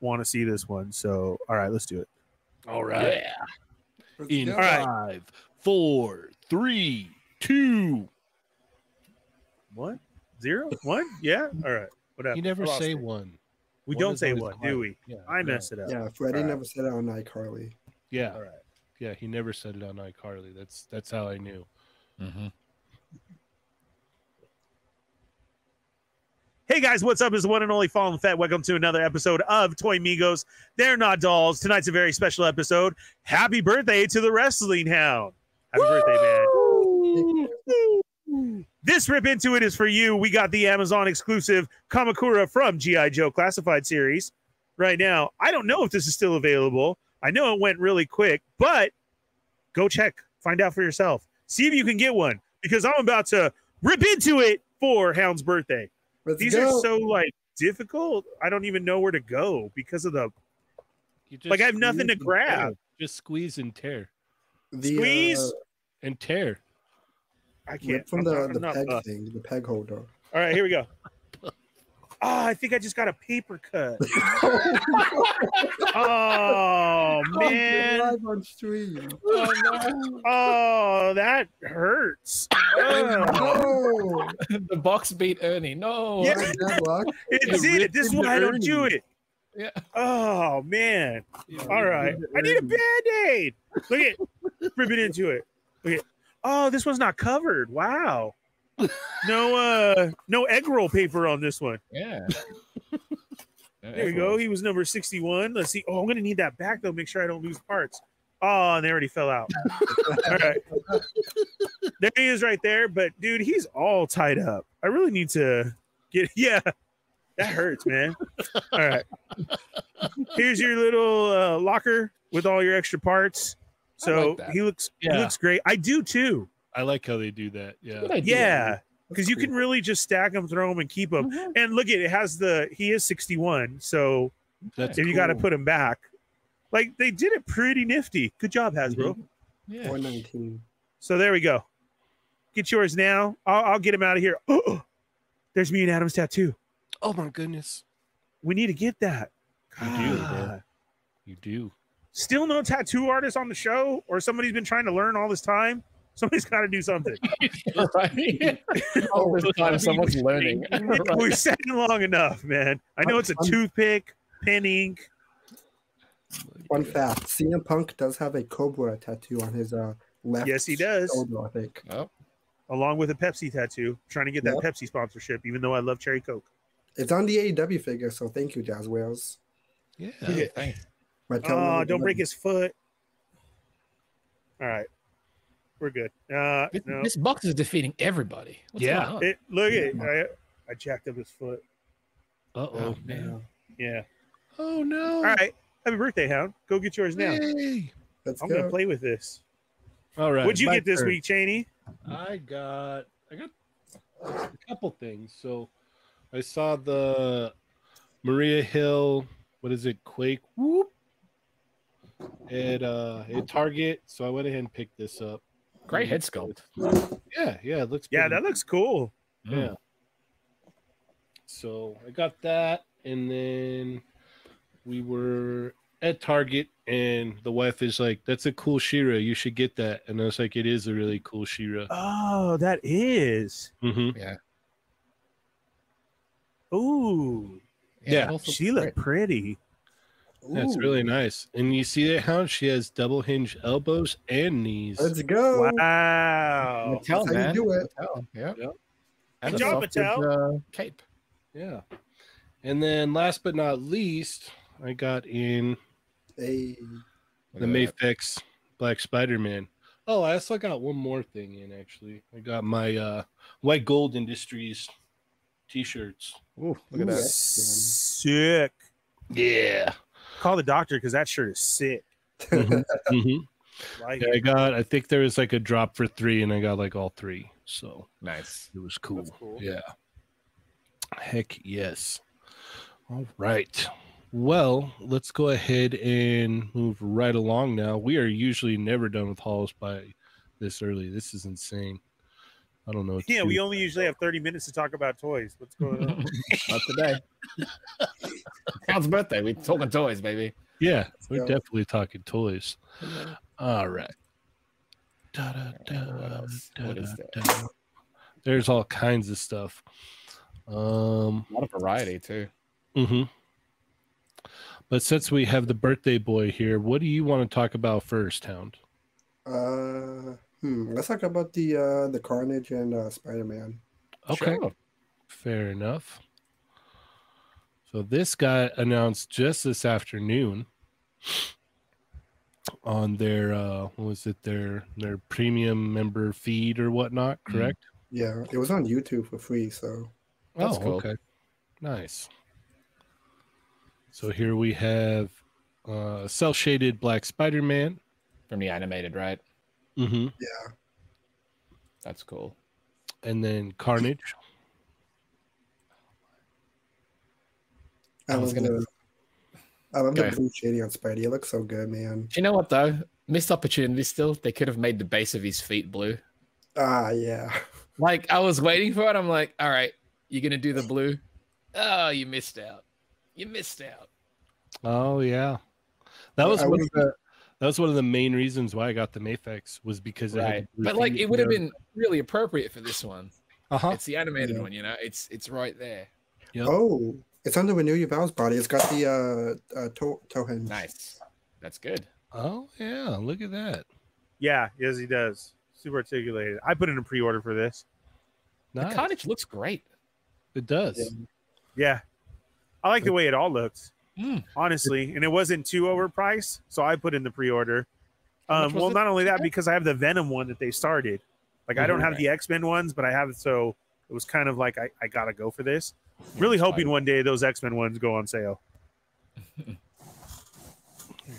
want to see this one. So all right, let's do it.
All right.
Yeah.
Let's
In
go.
All right.
five, four, three, two.
One? Zero? One? Yeah? All right. Whatever.
You never
I lost
say
it.
one.
We
One
don't
is
say
always
one,
hard.
do we?
Yeah.
I
yeah,
mess it up.
Yeah, Freddie
All right.
never said it on iCarly.
Yeah.
All right.
Yeah. He never said it on iCarly. That's that's how I knew.
Mm-hmm.
Hey guys, what's up? It's the one and only Fallen Fett. Welcome to another episode of Toy Migos. They're not dolls. Tonight's a very special episode. Happy birthday to the Wrestling Hound. Happy birthday, man. This rip into it is for you. We got the Amazon exclusive Kamakura from G.I. Joe Classified series right now. I don't know if this is still available. I know it went really quick, but go check, find out for yourself. See if you can get one because I'm about to rip into it for Hound's birthday
Let's
these
go.
are so like difficult. I don't even know where to go because of the
You just
like. I have nothing to
squeeze and tear.
grab.
Just squeeze and tear.
The,
Squeeze?
uh,
and tear.
I
rip
can't.
from
I'm
the,
not- I'm
the
not,
peg
uh,
thing, the peg holder.
all right, here we go. Oh, I think I just got a paper cut. Oh man.
live on stream.
Oh, that hurts. Ugh.
Oh,
the box beat Ernie. No.
Yeah.
good luck.
It's
It
it.
ripped
This is
into
why I don't do
Ernie.
it.
Yeah.
Oh man. All right. I need a band-aid. Look at rip it into it. Look at oh, this one's not covered. Wow. No uh no egg roll paper on this one.
Yeah.
There we go. He was number 61. Let's see. Oh, I'm gonna need that back though. Make sure I don't lose parts. Oh, and they already fell out. all right. There he is right there, but dude, he's all tied up. I really need to get yeah. That hurts, man. All right. Here's your little uh, locker with all your extra parts.
I
So
like that.
he looks he
Yeah.
looks great. I do too.
I like how they do that. Yeah.
Good idea.
Yeah. Because you
cool.
can really just stack them, throw them, and keep them.
Mhm.
And look at it has the he is 61. So
That's
if you got to
cool.
put him back. Like they did it pretty nifty. Good job, Hasbro.
Mm-hmm.
Yeah.
419.
So there we go. Get yours now. I'll, I'll get him out of here. Oh, there's me and Adam's tattoo.
Oh my goodness.
We need to get that.
You do, bro.
God.
You do.
Still no tattoo artist on the show, or somebody's been trying to learn all this time. Somebody's got to do something.
right. All this time, someone's learning.
We've said it long enough, man. I know it's a
I'm-
toothpick, pen ink.
Fun fact CM Punk does have a Cobra tattoo on his uh, left
Yes, he does.
shoulder, I think.
Oh,
Along with a Pepsi tattoo, trying to get that Pepsi sponsorship, even though I love Cherry Coke.
It's on the AEW figure, so thank you, Jazz Wales.
Yeah.
yeah, thanks.
My tell
Oh,
me-
don't break his foot. All right. We're good. Uh,
This,
no.
this box is defeating everybody. What's
Yeah.
Going on?
It, look at
Yeah.
it. I, I jacked up his foot.
Uh
oh
oh.
man.
Yeah,
Yeah.
Oh no.
All right. Happy birthday, Hound. Go get yours now.
Yay.
let's
I'm
go.
going to play with this.
All right.
What'd you
my
get this
turn.
week, Cheney?
I got I got a couple things. So I saw the Maria Hill, what is it, Quake Whoop at uh at Target. So I went ahead and picked this up.
Great head sculpt.
Yeah, yeah, it looks
Yeah,
pretty.
that looks cool.
Mm.
Yeah. So I got that, and then we were at Target, and the wife is like, "That's a cool Shira. You should get that." And I was like, "It is a really cool Shira."
Oh, that is.
Mm-hmm.
Ooh,
Yeah.
it also-
she looked pretty.
That's
Ooh,
really nice. And you see that how she has double hinge elbows and knees.
Let's go.
Wow.
Mattel,
That's how you
man.
do it.
Mattel, yeah.
Yep.
And
Good
a
job,
softed, uh, cape.
yeah. And then last but not least, I got in
Hey,
the
Look at
Mayfix Black Spider Man. Oh, I also got one more thing in actually. I got my uh White Gold Industries t shirts.
that. Ooh, look at
Ooh.
that.
Sick.
Yeah.
Call the doctor because that shirt is sick.
hmm
Like,
I got, I think there was like a drop for three and I got like all three. So
Nice.
it was cool.
cool.
Yeah. Heck yes. All right. Well, let's go ahead and move right along now. We are usually never done with hauls by this early. This is insane. I don't know. what to
yeah,
do.
we only usually have 30 minutes to talk about toys. What's going on?
Not today. Hans' birthday. We're talking toys, baby.
Yeah, we're
go.
definitely talking toys. All right. Da, da, da,
What else?
da,
What
da,
is there?
da. There's all kinds of stuff. Um,
A lot of variety too.
hmm but since we have the birthday boy here, what do you want to talk about first, Hound?
Uh, hmm. Let's talk about the uh, the Carnage and uh, Spider Man.
Okay,
Sure.
fair enough. So this got announced just this afternoon on their uh, what was it their their premium member feed or whatnot, correct?
Yeah, it was on YouTube for free, so
That's
oh,
cool.
okay. Nice. So here we have uh, cell shaded Black Spider Man.
From the animated, right?
Mm-hmm.
That's cool.
And then Carnage.
I
I was
was
gonna-
gonna. Um, I'm
Okay.
gonna blue shady on Spidey. It looks so good, man.
You know what though? Missed opportunity still. They could have made the base of his feet blue.
Ah, yeah.
Like I was waiting for it. I'm like, all right, you're gonna do the blue. Oh, you missed out. You missed out.
Oh yeah, that was
I
one of
would've-
the that was one of the main reasons why I got the Mafex was because it had
Right.
blue
But like
fingers,
it would have
you know?
been really appropriate for this one.
uh-huh.
It's the animated
Yeah.
one, you know. It's it's right there.
Yep.
Oh, it's on the Renew Your Vows body. It's got the uh, uh toe, toe hinge.
Nice. That's good.
Oh yeah, look at that.
Yeah, yes, he does. Super articulated. I put in a pre-order for this.
Nice.
The carnage looks great.
It does.
Yeah, I like the way it all looks,
Mm.
honestly, and it wasn't too overpriced, so I put in the pre-order.
How much
Um,
was
well,
it?
not only that, because I have the Venom one that they started. Like I don't
Mhm.
have the X Men ones, but I have it, so it was kind of like I, I gotta go for this. Really hoping one day those X Men ones go on sale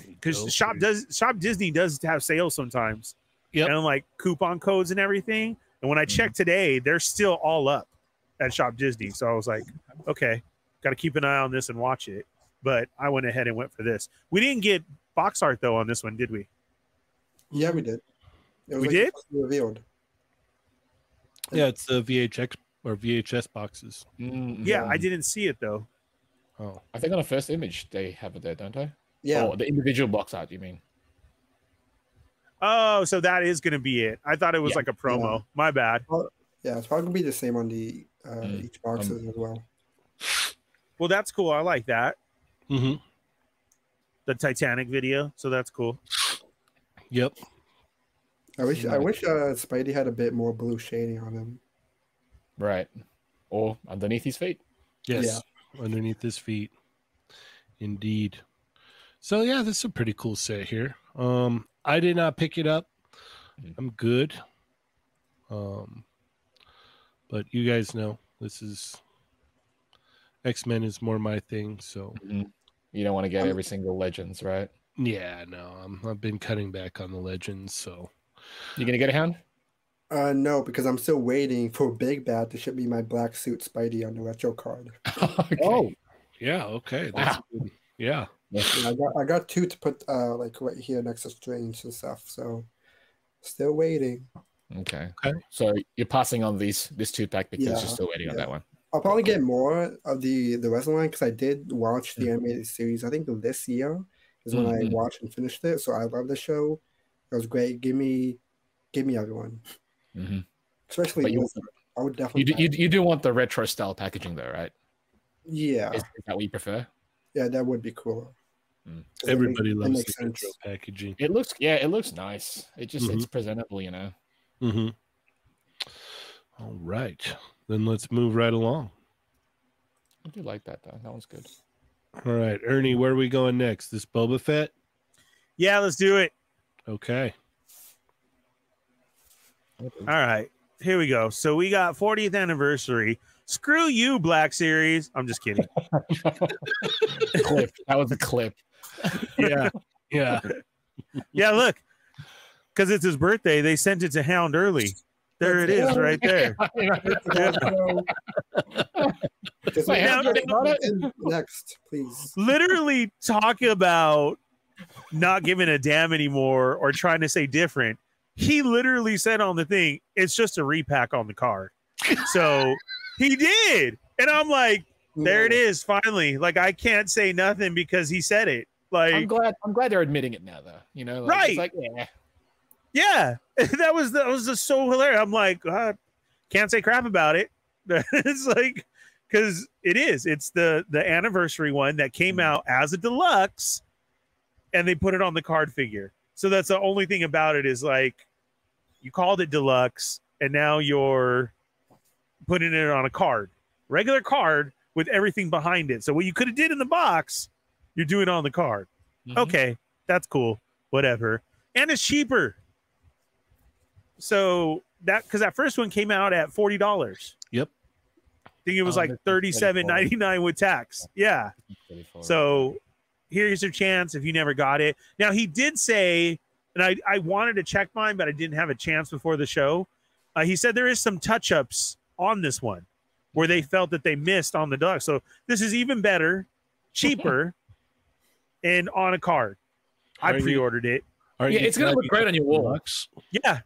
because
Go
shop
for it.
does shop Disney does have sales sometimes.
Yep.
and like coupon codes and everything. And when I checked
Mm-hmm.
today, they're still all up at Shop Disney. So I was like, okay, got to keep an eye on this and watch it. But I went ahead and went for this. We didn't get box art though on this one, did we?
Yeah, we did. It
We
like
did?
supposed to be Revealed.
Yeah, it's the VHX or VHS boxes.
Mm,
Yeah, I didn't see it though.
Oh,
I think on the first image they have it there, don't they?
Yeah.
Oh, the individual box art. You mean?
Oh, so that is going to be it. I thought it was
Yeah.
like a promo. My bad.
Yeah, it's probably gonna be the same on the uh,
Mm.
each boxes as well.
Well, that's cool. I like that.
hmm
Mm-hmm.
The Titanic video. So that's cool.
yep.
I wish I
Nice.
wish uh, Spidey had a bit more blue shading on him.
Right. Or underneath his feet.
Yes, underneath his feet. Indeed. So yeah, this is a pretty cool set here. Um, I did not pick it up.
Mm.
Mhm.
I'm good. Um, but you guys know this is X Men is more my thing. So
You don't want to get
Um,
every single legends, right?
yeah, no, I'm, I've been cutting back on the legends. So
You gonna get a hound?
Uh, no, because I'm still waiting for Big Bad to ship me my black suit Spidey on the retro card.
okay.
Oh. yeah, okay, that's good. yeah.
And I got I got two to put uh like right here next to Strange and stuff. So still waiting.
Okay.
Okay.
So you're passing on these this two pack because
Yeah,
you're still waiting on
yeah.
that one.
I'll probably get more of the the rest of the line because I did watch the animated series. I think this year is when I
Mhm.
watched and finished it. So I love the show. It was great. Give me, give me everyone,
Mhm.
especially.
But you,
Lizard. I would definitely.
you, do, you, you do want the retro style packaging though, right?
Ah.
yeah,
Is, is that what you prefer?
yeah, that would be cool.
Mm.
'Cause that
Everybody
makes- that
loves
makes
the
sense.
retro packaging.
It looks yeah, it looks nice. It just it's presentable, you know.
Mm-hmm. All right, then let's move right along.
I do like that though. That one's good.
All right, Ernie, where are we going next? This Boba Fett?
Yeah, let's do it.
Okay.
All right. Here we go. So we got 40th anniversary. Screw you, Black Series. I'm just kidding.
clip. That was a clip.
Yeah. yeah.
Yeah, look, because it's his birthday, they sent it to Hound early. There it is, right there.
Just
My
make
hand
sure
already
it's
got it.
in next, please.
Literally talk about not giving a damn anymore or trying to say different. He literally said on the thing, "It's just a repack on the card." So he did, and I'm like, "There it is, finally!" Like I can't say nothing because he said it.
I'm
Like,
glad I'm glad they're admitting it now though. You know, like,
Right.
it's like yeah.
yeah, that was that was just so hilarious. I'm like, I can't say crap about it. it's like because it is. It's the the anniversary one that came out as a deluxe, and they put it on the card figure. So that's the only thing about it is like you called it deluxe, and now you're putting it on a card, regular card with everything behind it. So what you could have did in the box, you're doing on the card
Mhm.
okay, that's cool, whatever. And it's cheaper. So that because that first one came out at forty dollars.
Yep.
I think it was
Oh,
like
that's
thirty seven ninety nine with tax. Yeah.
Pretty forward.
So here's your chance if you never got it. Now he did say, and I, I wanted to check mine, but I didn't have a chance before the show. Uh, he said there is some touch ups on this one where they felt that they missed on the duck. So this is even better, cheaper, and on a card.
Are
I
you-
pre-ordered it.
Aren't
Yeah,
you
it's gonna
glad
look
you
great
got
on your
the
Mm-hmm.
wall.
Deluxe?
Yeah.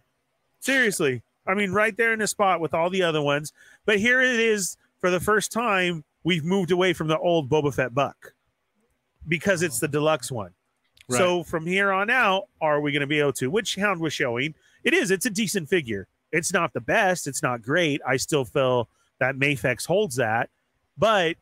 Seriously. I mean, right there in the spot with all the other ones. But here it is for the first time. We've moved away from the old Boba Fett buck because it's the deluxe one.
Right.
So from here on out, are we going to be able to? Which hound was showing? It is. It's a decent figure. It's not the best. It's not great. I still feel that Mayfex holds that, but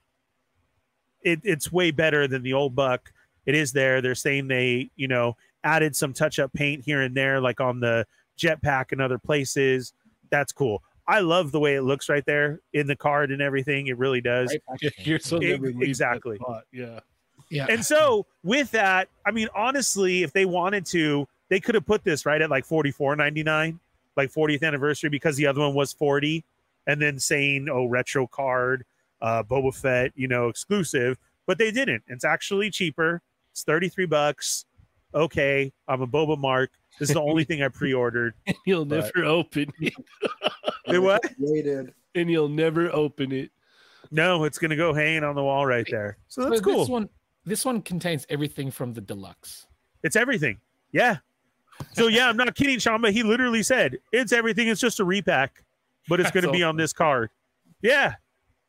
it, it's way better than the old buck. It is there. They're saying they, you know, added some touch-up paint here and there, like on the jetpack and other places. That's cool. I love the way it looks right there in the card and everything. It really does.
Great
Yeah,
packaging.
you're so
E-
never leave that
exactly.
spot, Yeah.
Yeah.
And so with that, I mean, honestly, if they wanted to, they could have put this right at like forty four ninety nine, like 40th anniversary, because the other one was 40, and then saying, oh, retro card, uh, Boba Fett, you know, exclusive. But they didn't. It's actually cheaper. It's 33 bucks. Okay, I'm a Boba Mark. This is the only thing I pre-ordered.
You'll
But-
never open it.
It what?
Waited.
And you'll never open it.
No, it's gonna go hanging on the wall right there. So that's
So
cool.
This one, this one contains everything from the deluxe.
It's everything. Yeah. So yeah, I'm not kidding, Shamba. He literally said it's everything. It's just a repack, but it's going to
That's
be on
awesome.
this card. Yeah.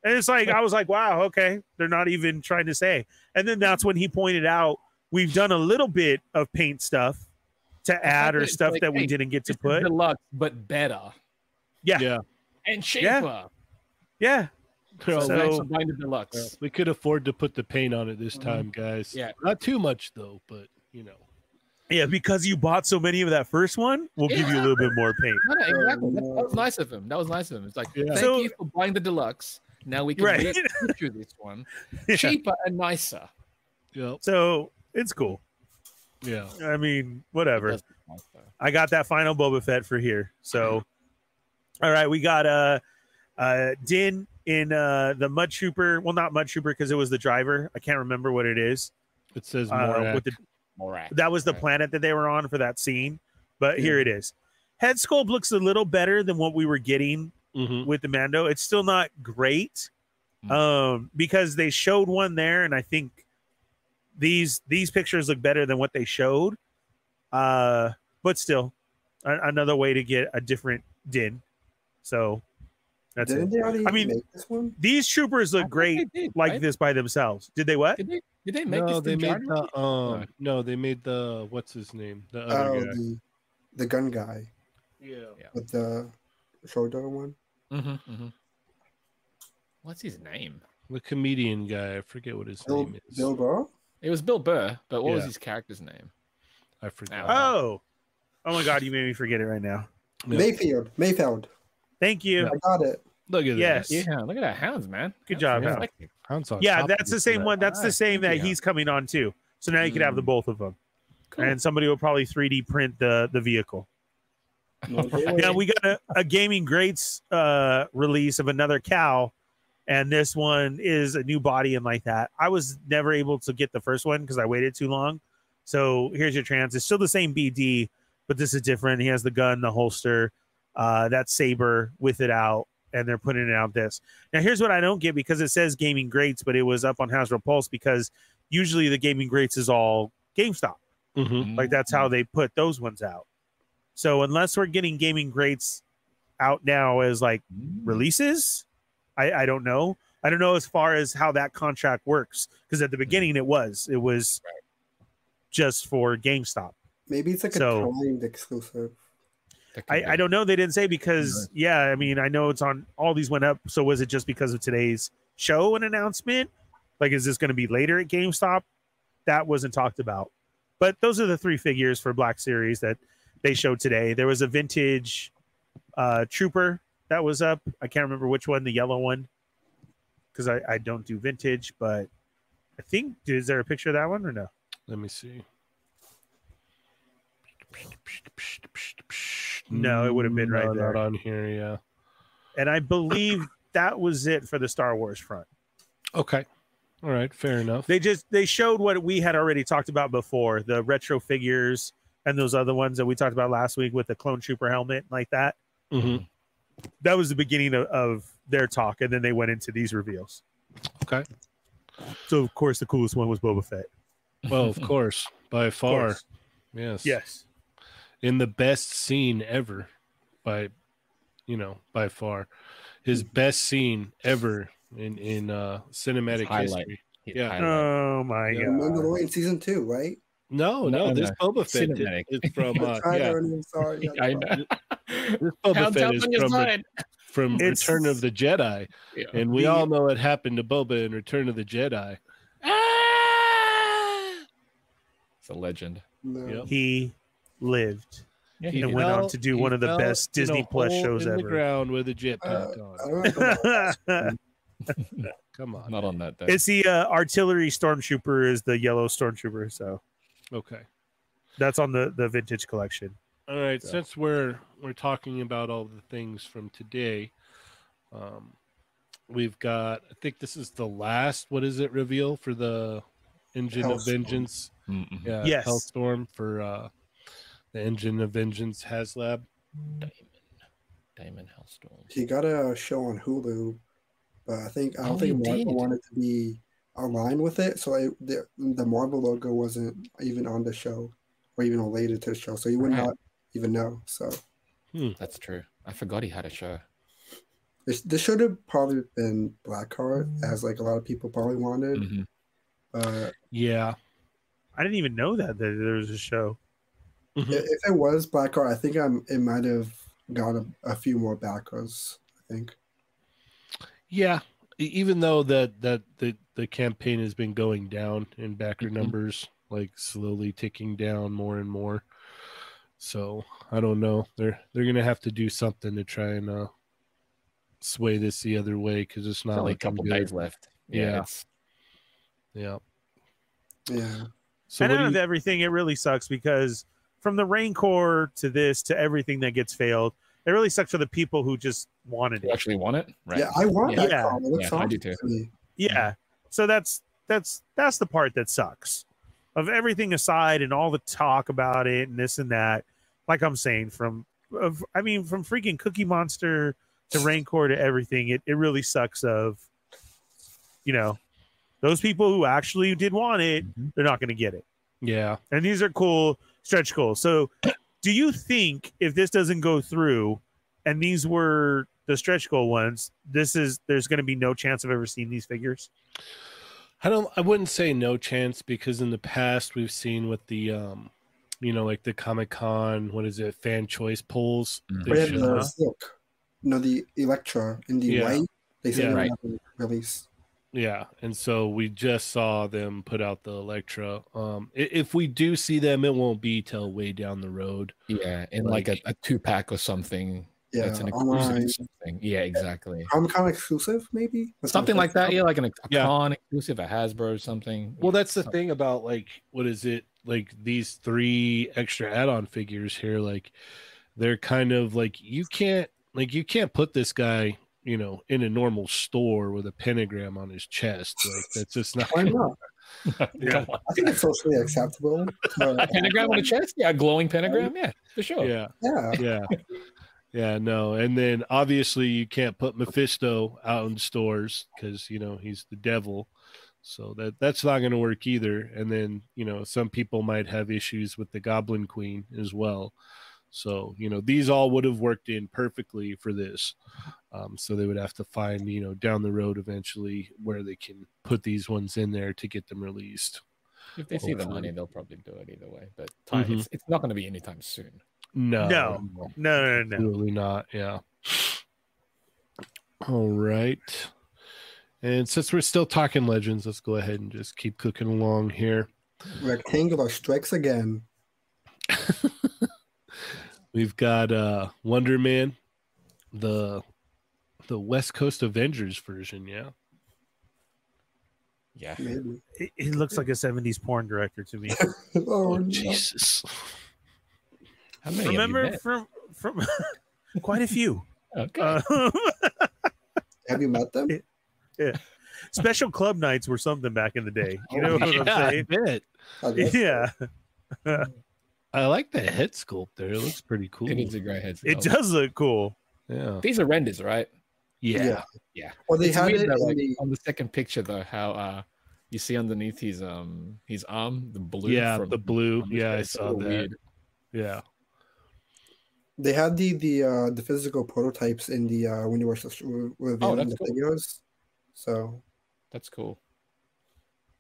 And it's like I was like, wow, okay, they're not even trying to say. And then that's when he pointed out we've done a little bit of paint stuff to add or
it's
stuff
like,
that we
hey,
didn't get to
It's
put.
deluxe, but better
Yeah.
Yeah.
and cheaper.
Yeah. Yeah.
They're all
So-
like,
Thanks for buying the deluxe.
we could afford to put the paint on it this time, guys.
Yeah.
Not too much though, but you know.
Yeah, because you bought so many of that first one, we'll give you a little bit more paint.
No, no, exactly. That,
no.
that was nice of him. That was nice of him. It's like,
Um, Yeah.
thank
So-
you for buying the deluxe. Now we can
Right.
re- issue this one
Yeah.
cheaper and nicer.
Yep.
So it's cool.
Yeah.
I mean, whatever.
Doesn't look nice, though.
I got that final Boba Fett for here. So, all right, we got uh, uh, Din in uh, the Mud Trooper. Well, not Mud Trooper because it was the driver. I can't remember what it is.
It says
Uh,
more.
with the,
Morak.
that was the
Right.
planet that they were on for that scene. But here it is. Head sculpt looks a little better than what we were getting
mm-hmm.
with the Mando. It's still not great
Mm.
um, because they showed one there, and I think these these pictures look better than what they showed. Uh, but still, a- another way to get a different din. So that's
Did
it.
they already
I mean-
make this one?
These troopers
I
look
think
great
they did,
like
right?
this by themselves. Did they what?
Did they, did they make
No,
this?
they
in
made
January?
the um
Sorry.
no, they made the what's his name? The
Oh,
other guy.
the, the gun guy
Yeah.
with the shoulder one.
Mhm, mhm. What's his name?
The comedian guy. I forget what his
Bill,
name is.
Bill Burr?
It was Bill Burr, but what was
Yeah.
his character's name?
I forgot.
Uh,
Oh, oh my God! You made me forget it right now.
No.
Mayfield. Mayfeld.
Thank you.
I got it.
Look at
Yes.
this.
Yeah, look at that hounds, man.
Good
Hounds
job,
are eclectic.
Hound's on top
Yeah,
of
that's the
this
same
tonight.
one. That's
Ah,
the same that
yeah.
he's coming on too. So now you could have the
Hmm.
Mm.
both of them,
Cool.
and somebody will probably 3D print the the vehicle.
No, they
Now
were-
we got a, a gaming greats uh, release of another cow, and this one is a new body and like that. I was never able to get the first one because I waited too long. So here's your chance. It's still the same BD, but this is different. He has the gun, the holster, uh, that saber with it out, and they're putting it out this. Now here's what I don't get because it says gaming greats, but it was up on Hasbro Pulse because usually the gaming greats is all GameStop.
Mhm.
Like that's how they put those ones out. So unless we're getting gaming greats out now as like
Mm-hmm.
releases, I, I don't know. I don't know as far as how that contract works because at the beginning it was it was just for GameStop.
Maybe it's like a
So-
timed exclusive.
That could
I,
be.
I don't know. They didn't say because yeah. I mean I know it's on all these went up. So was it just because of today's show and announcement? Like is this going to be later at GameStop? That wasn't talked about. But those are the three figures for Black Series that they showed today. There was a vintage uh, trooper that was up. I can't remember which one, the yellow one, because I, I don't do vintage. But I think is there a picture of that one or no?
Let me see.
No, it would've been right
No,
there.
Not on here, yeah.
And I believe that was it for the Star Wars front.
Okay. All right, fair enough.
they just they showed what we had already talked about before the retro figures and those other ones that we talked about last week with the clone trooper helmet and like that
Mhm.
that was the beginning of, of their talk and then they went into these reveals
Okay.
so of course the coolest one was boba fett
Well, of course, by far.
course.
Yes.
Yes.
In the best scene ever, by you know, by far.
Hmm.
His best scene ever in in uh cinematic
highlight.
history.
His
Yeah.
highlight.
Oh my
Yeah.
god.
Mandalorian season two, right?
No,
No,
no, this Boba Fett
Cinematic.
is from
I
uh,
tried
yeah,
earning, sorry.
Uh,
That's
I
fine.
know.
this Boba
Pound
Fett
up
is
on your
from, Re-
side.
from
It's-
Return of the Jedi,
Yeah.
and Uh, we
The-
all know what happened to Boba in Return of the Jedi.
It's a legend.
No.
Yep.
He lived.
Yeah,
He
And went on
fell-
to do
he
one of the
fell
best
in a
Disney Plus
hole
shows
in The
ever.
ground with a jetpack
I
on.
don't know.
Come on.
Not on that day.
it's the uh, artillery stormtrooper is the yellow stormtrooper, so
Okay.
that's on the the vintage collection.
All right.
So-
Since we're we're talking about all the things from today, um, we've got. I think this is the last. What is it? Reveal for the engine of
Hellstorm.
vengeance.
Mm-mm.
Yeah.
Yes.
Hellstorm for uh, the engine of vengeance HasLab.
Diamond. Diamond Hellstorm.
He got a show on Hulu, but I think I don't
Oh,
think
he
Marvel
did.
wanted to be aligned with it, so it, the the Marvel logo wasn't even on the show or even related to the show, so you would
Right.
not even know. So
That's true. I forgot he had a show.
this, this should have probably been Blackheart,
Mm-hmm.
as like a lot of people probably wanted.
Mhm.
But
Mm-hmm.
Yeah.
I didn't even know that there, there was a show.
i-
Mm-hmm.
if it was Blackheart, I think I'm it might have gotten a, a few more backers. I think.
Yeah. E- Even though that that the the campaign has been going down in backer
Mhm.
numbers, like slowly ticking down more and more. So I don't know. They're they're gonna have to do something to try and uh, sway this the other way because it's
There's
not
only a
like
couple days left.
Yeah.
Yeah. it's-
Yeah.
Yeah.
So
and
what
out
do
of
you-
everything, it really sucks because from the rain core to this to everything that gets failed, it really sucks for the people who just wanted
you
it.
actually want it? Right.
Yeah, I want that
Yeah.
card. It looks
Yeah, I do
awesome
too.
to me.
Yeah. So that's that's that's the part that sucks. Of everything aside and all the talk about it and this and that, like I'm saying, from of, I mean, from freaking Cookie Monster to Rancor to everything, it, it really sucks. Of you know, those people who actually did want it,
Mhm.
they're not going to get it.
yeah.
And these are cool stretch goals. So, do you think if this doesn't go through, and these were the stretch goal ones, this is there's going to be no chance of ever seeing these figures?
I don't I wouldn't say no chance because in the past we've seen with the um you know like the Comic Con what is it fan choice polls
Mhm.
they
We had
show
the
Huh?
silk, no, the Electra in the
Yeah.
white. They said
Yeah.
they're
Right.
not gonna release.
Yeah, and so we just saw them put out the Electra. Um, i- if we do see them, it won't be till way down the road.
Yeah. In like,
Like-
a, a two pack or something.
Yeah,
That's an exclusive
online.
or something. Yeah, exactly.
Comic Con exclusive, maybe That's
Something
my
like that.
first
Yeah, like an, a
Yeah.
con exclusive, a Hasbro or something.
Well, that's the thing about like what is it like these three extra add-on figures here? Like they're kind of like you can't like you can't put this guy you know in a normal store with a pentagram on his chest. Like that's just not.
Why not?
Yeah,
I think it's socially acceptable.
a
But
pentagram on a chest? Yeah, a glowing pentagram. Yeah, for sure.
yeah.
yeah,
yeah yeah no and then obviously you can't put mephisto out in stores because you know he's the devil so that that's not going to work either and then you know some people might have issues with the goblin queen as well so you know these all would have worked in perfectly for this um, so they would have to find you know down the road eventually where they can put these ones in there to get them released
If they see the
Hopefully.
money, they'll probably do it either way. But time,
Mhm.
it's, it's not going to be anytime soon.
no
No.
Mm-hmm.
No, no, no.
Absolutely not. Yeah. All right. And since we're still talking legends, let's go ahead and just keep cooking along here.
rectangular strikes again.
We've got uh Wonder Man, the the West Coast Avengers version, yeah.
Yeah.
Maybe.
It, it looks like a 70s porn director to me.
Oh, no.
Jesus.
How many have you
Remember
met? Oh,
from from quite a few.
Okay.
Uh,
Have you met them?
special club nights were something back in the day. You know what
Oh, yeah,
I'm
I
saying?
bet.
I guess.
Yeah,
I like the head sculpt there. It looks pretty cool.
it is a great head.
it does look cool.
Yeah.
Oh, These are renders, right?
Yeah.
Well, they
It's
had
weird
it
that,
in
like,
the
on the second picture though, how uh You see underneath his um his arm the blue.
yeah,
from-
the blue.
from his
Yeah, I
face.
saw that.
So weird.
Yeah.
They had the the uh, the physical prototypes in the uh, when you were sus- re- reviewing
Oh, that's
the
cool.
videos. So
That's cool.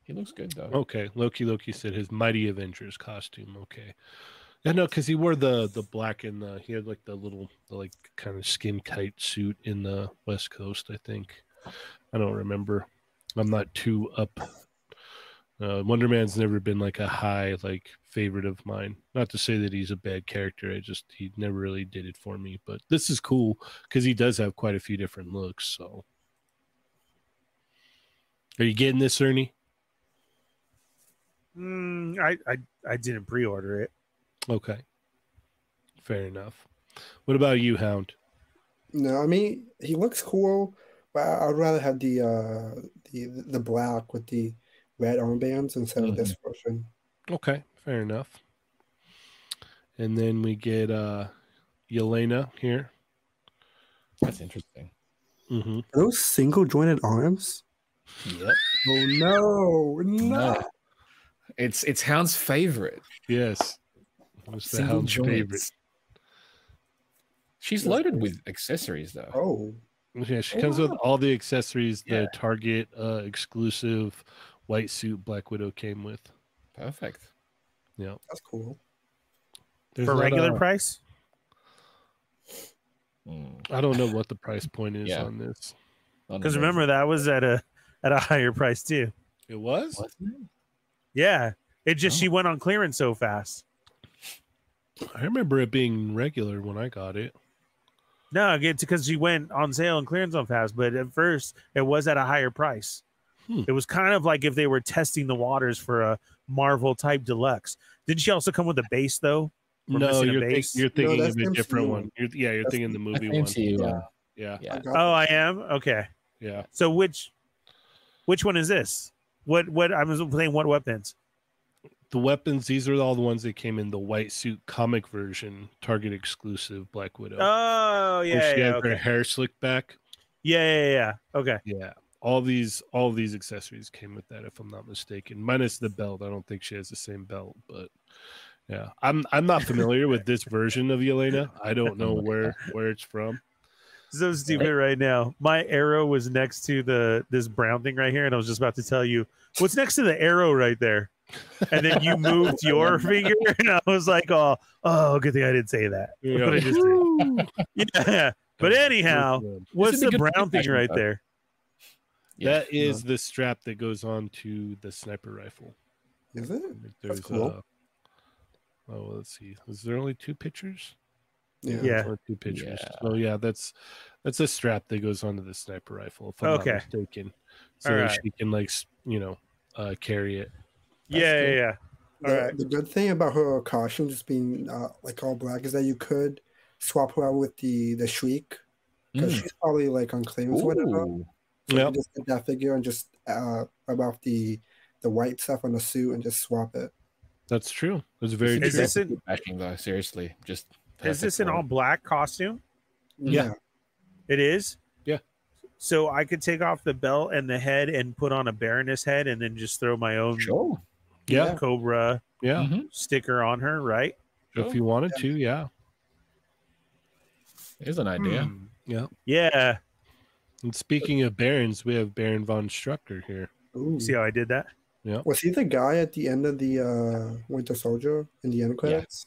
He looks good though.
Okay. Loki. Loki said his Mighty Avengers costume. Okay. Yeah, no, because he wore the the black and the he had like the little the, like kind of skin tight suit in the West Coast. I think. I don't remember. I'm not too up. Uh, Wonder Man's never been like a high like favorite of mine. Not to say that he's a bad character. I just he never really did it for me. But this is cool because he does have quite a few different looks. So, are you getting this, Ernie?
Mm, I, I I didn't pre-order it.
Okay. Fair enough. What about you, Hound?
no, I mean he looks cool, but I- I'd rather have the uh, the the black with the red armbands instead of
Mm-hmm.
this version.
Okay, fair enough. And then we get uh Yelena here.
That's interesting.
Mm-hmm.
Are those single jointed arms?
Yep.
Oh no, no.
No. It's it's Hound's favorite.
Yes. That's the
Single
Hound's favorite.
joints. She's loaded with accessories though.
Oh,
Yeah, she
Oh,
comes with
wow.
all the accessories
Yeah.
the Target uh, exclusive white suit Black Widow came with.
Perfect.
Yeah.
that's cool.
There's
For
not
regular
a-
price?
Mm.
I don't know what the price point is
Yeah.
on this.
Because remember that was at a at a higher price too.
It was?
Wasn't
Yeah. It just
Oh.
she went on clearance so fast.
I remember it being regular when I got it.
No, it's because she went on sale and clearance on fast, but at first it was at a higher price.
Hmm.
It was kind of like if they were testing the waters for a Marvel type deluxe. Didn't she also come with a base though? We're
no,
missing a
you're, think-
base?
you're thinking
that's
of a different
MCU.
one. You're, yeah, you're
That's
thinking the
it?
movie
That's
one.
MCU,
Yeah.
uh,
Yeah,
yeah.
I got
Oh, I am? Okay.
yeah.
So which which one is this? What what I'm playing what weapons?
The weapons, these are all the ones that came in the white suit comic version, Target exclusive Black Widow.
Oh
where
yeah.
she
Yeah,
had her
okay.
hair slicked back.
yeah, yeah, yeah. Okay.
Yeah. All these all these accessories came with that, if I'm not mistaken. Minus the belt. I don't think she has the same belt, but yeah. I'm I'm not familiar with this version of Yelena. I don't know where where it's from.
So stupid right now. My arrow was next to the this brown thing right here, and I was just about to tell you what's next to the arrow right there. And then you moved your finger, and I was like, "Oh, oh, good thing I didn't say that."
You
What I just did. Yeah. But anyhow, What's
Isn't it
the
good to
brown
be
thing right
passionate,
there?
Yeah.
that is the strap that goes on to the sniper rifle.
Is it?
Like,
That's
There's
cool.
uh, oh, let's see. Is there only two pictures?
Yeah.
There's only two pictures. So yeah, that's that's a strap that goes onto the sniper rifle. If I'm
Okay.
not mistaken, so
All
that
right.
she can like s- you know uh, carry it.
That's
yeah,
cool.
yeah, yeah.
The,
Alright.
the good thing about her costume just being uh, like all black is that you could swap her out with the the shriek because
Mm.
she's probably like on clearance or whatever.
Ooh.
So you
Yep.
just get that figure and just uh, rub off the the white stuff on the suit and just swap it.
That's true. That's very
Is
true.
this in
Bashing though, seriously, just.
is this
perfect
an
for
all
it.
black costume?
Yeah.
It is.
Yeah.
So I could take off the belt and the head and put on a Baroness head, and then just throw my own
Sure.
Yeah,
Cobra
yeah.
Mm-hmm.
Mhm.
sticker on her, right?
If you wanted to, yeah,
Here's an idea.
Hmm. yeah.
Yeah.
And speaking of barons, we have Baron von Strucker here.
Ooh.
See how I did that?
Was he the guy at the end of the uh, Winter Soldier in the end credits?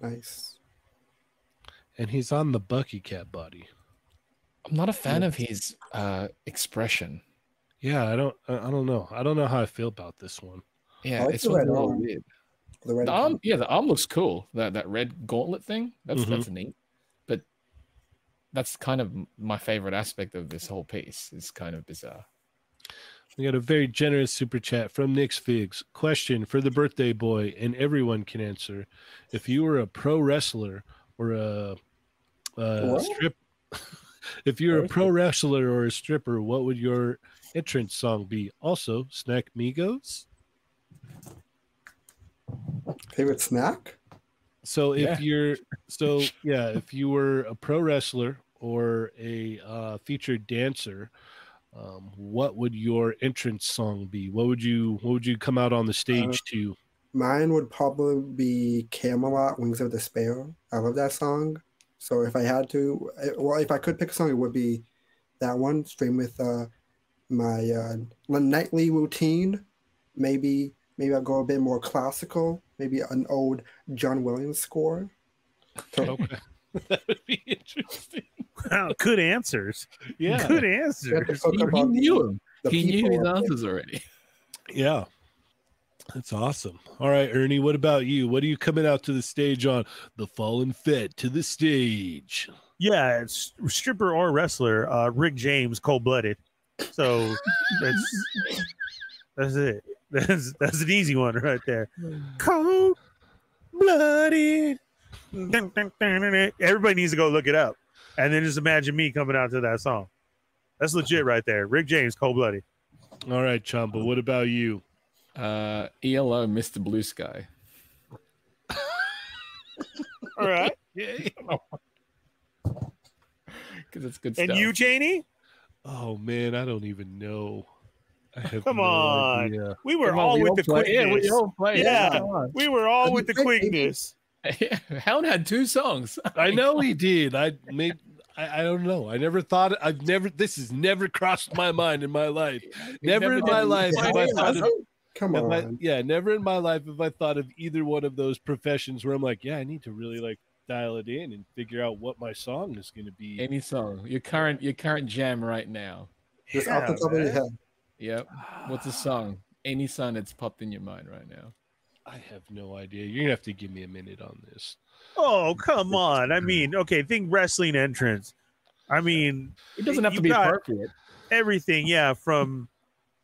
Nice.
And he's on the Bucky Cat body.
I'm not a fan of his uh, expression.
Yeah, I don't, I I don't know. I don't know how I feel about this one.
Yeah,
like
it's
the
sort of
red
all
arm.
weird.
The red
The arm, yeah, the arm looks cool. That that red gauntlet thing. That's
Mhm.
Mm-hmm.
that's neat. But that's kind of m- my favorite aspect of this whole piece. It's kind of bizarre.
We got a very generous super chat from Nick's Figs. Question for the birthday boy, and everyone can answer. If you were a pro wrestler or a, a
What?
strip, if you were a pro wrestler or a stripper, what would your entrance song be? Also, snack migos.
favorite snack?
So if
Yeah.
you're so yeah, if you were a pro wrestler or a uh, featured dancer, um, what would your entrance song be? What would you what would you come out on the stage to?
Mine would probably be Camelot, Wings of Despair. I love that song. So if I had to, eh, well, if I could pick a song, it would be that one. Stream with uh, my uh, nightly routine. Maybe maybe I'll go a bit more classical. Maybe an old John Williams score.
Okay. that would be interesting.
Wow, good answers.
Yeah,
Good
You have to
answers.
cook
He,
up
he
on
knew him.
the
He knew
people
his
and
answers already.
yeah. That's awesome. All right, Ernie, what about you? What are you coming out to the stage on? The Fallen Fed to the stage.
Yeah, it's stripper or wrestler. Uh, Rick James, cold blooded. So that's that's it. That's that's an easy one right there. Cold blooded. Everybody needs to go look it up, and then just imagine me coming out to that song. That's legit right there. Rick James, cold blooded.
All right, Chamba, what about you?
Uh, ELO, Mr. Blue Sky.
All right,
Because it's good
and
stuff.
you, Janie,
Oh man, I don't even know. I have
Come
no
on.
idea.
we were
Come on,
all
we
with the
play- Yeah,
quickness.
we all play.
Yeah.
come on.
we were all with the quickness.
Yeah, Hound had two songs.
I know he did. I made. I, I don't know. I never thought. I've never. This has never crossed my mind in my life. Never in my life
Yeah,
have I
yeah,
thought of.
Come
have I-
on.
yeah, never in my life have I thought of either one of those professions where I'm like, yeah, I need to really like dial it in and figure out what my song is going to be.
Any song. Your current your current jam right now.
Just off the
Yeah,
top of your
man.
head.
Yep. What's a song? Any song that's popped in your mind right now.
I have no idea. You're gonna have to give me a minute on this.
Oh, come on. I mean, okay, think wrestling entrance. I mean,
It doesn't have
You
to be
got-
appropriate.
everything, yeah, from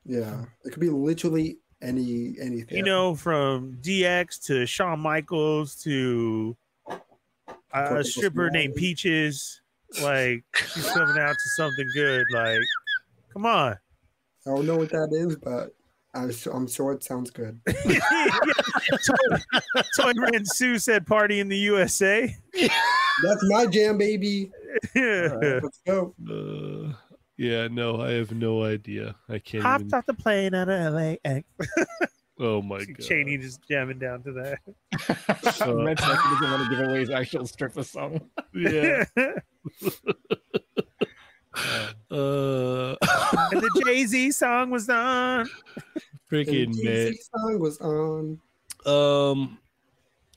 Yeah, it could be literally any anything.
you know, from DX to Shawn Michaels to a
Corpus
stripper named
Christi.
Peaches. Like she's coming out to something good. Like, come on.
I don't know what that is, but I'm sure, I'm sure it sounds good.
Toy, Toy Ren Sue said party in the USA.
That's my jam, baby.
Hopped
Let's go.
Uh, yeah, no, I have no idea. I can't. Even,
off the plane out of LAX.
oh my god.
Cheney just jamming down to that.
So-
Matt Sasser doesn't want to give away his actual stripper song.
Yeah. Uh,
and the Jay Z song was on.
freaking
And
man.
TC song was on.
Um,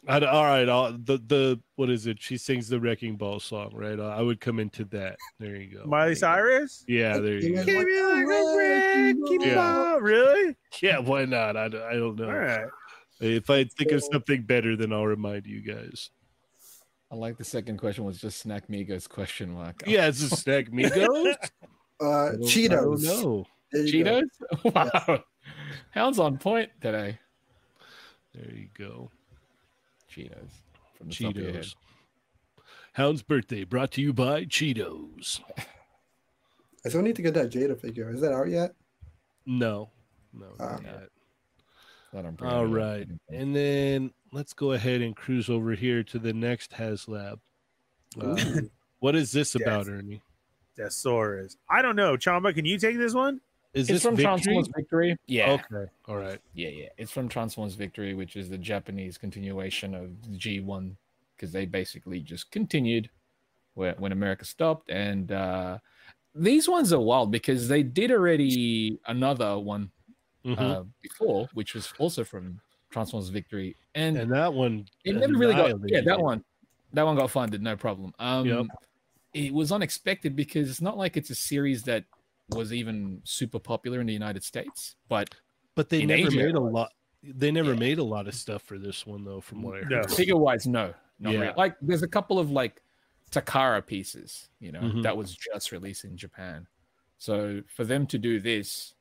I'd, all right. I'll, the the what is it? She sings the wrecking ball song, right? I would come into that. There you go.
Miley Cyrus?
Yeah, there you go.
Keep it like a wrecking
Yeah.
ball. Really?
Yeah, why not? I, don't- I don't know.
All right.
If I think of something better, then I'll remind you guys.
I like the second question was just Snack Migos question mark.
Yeah, it's a snack Migos.
Uh, Cheetos.
No,
There you go.
Cheetos? Wow. Hound's on point today.
there you go.
Cheetos. From the top of your head.
Cheetos. Hound's birthday brought to you by Cheetos.
I still need to get that Jada figure. Is that out yet?
No, no,
Ah.
not yet.
Not on brand,
All
but-
right. And then let's go ahead and cruise over here to the next HasLab. Uh,
Ooh.
what is this
Yes.
about, Ernie?
Thesaurus. I don't know. Chamba, can you take this one?
Is
It's
this
from
victory?
Transformers Victory. Yeah.
Okay. All right.
Yeah, yeah. It's from Transformers Victory, which is the Japanese continuation of G1, because they basically just continued where, when America stopped. And uh, these ones are wild because they did already another one
Mhm.
uh, before, which was also from Transformers Victory. And,
and that one.
it never really got. Yeah,
annihilated
that
it.
one. That one got funded, no problem. Um,
Yep.
It was unexpected because it's not like it's a series that was even super popular in the United States, but
But they
in
never
Asia
made a
it was.
lot. They never
Yeah.
made a lot of stuff for this one, though, from what I heard.
No.
figure wise, no, not
Yeah.
really. Like there's a couple of like Takara pieces, you know,
Mhm.
that was just released in Japan. So for them to do this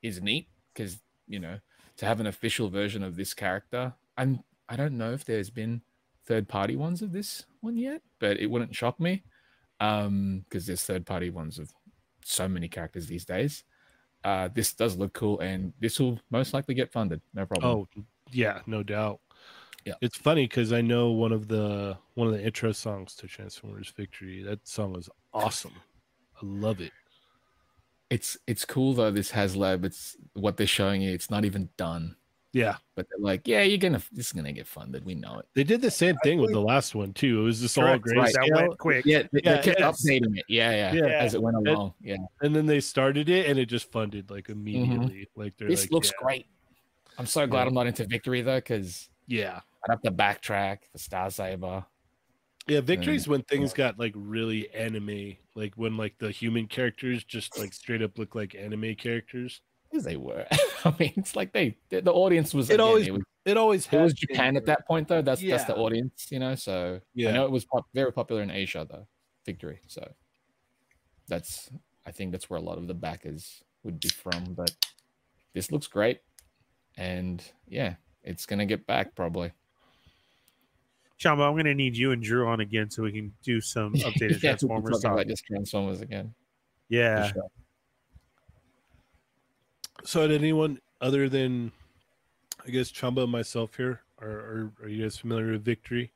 is neat because you know to have an official version of this character. I'm I don't know if there's been third party ones of this one yet, but it wouldn't shock me um because there's third party ones of so many characters these days. Uh, this does look cool, and this will most likely get funded. No problem.
Oh, yeah, no doubt.
Yeah.
It's funny because I know one of the one of the intro songs to Transformers Victory. That song is awesome. I love it.
It's it's cool though. This HasLab. It's what they're showing you. It's not even done,
Yeah,
but they're like, yeah, you're gonna. This is gonna get funded. We know it.
they did the same thing with the last one too. It was just all
Correct.
great.
Right.
That went quick.
Yeah, they,
Yeah,
they kept
yes.
updating it. Yeah, yeah,
Yeah.
As it went along. Yeah,
and then they started it, and it just funded like immediately. Like they're
Mm-hmm. this
like,
looks
yeah,
great. I'm so glad I'm not into Victory though, because
Yeah,
I'd have to backtrack for Star Saber.
yeah. Victory's when things got like really anime, like when like the human characters just like straight up look like anime characters.
Yes, they were. I mean, it's like they the, the audience was
It
again,
always
it was,
It always
it was
has been,
Japan at
like-
that point though. That's that's the
Yeah.
audience, you know. So
Yeah.
I know it was pop- very popular in Asia though, Victory. So that's I think that's where a lot of the backers would be from. But this looks great, and yeah, it's gonna get back probably.
Shamba, I'm going to need you and Drew on again so we can do some
Yeah,
updated
we'll be
Transformers
talking
talk.
about just Transformers again. uh, for
Yeah.
sure.
So, did anyone other than, I guess, Chumba and myself here, are, are, are you guys familiar with Victory?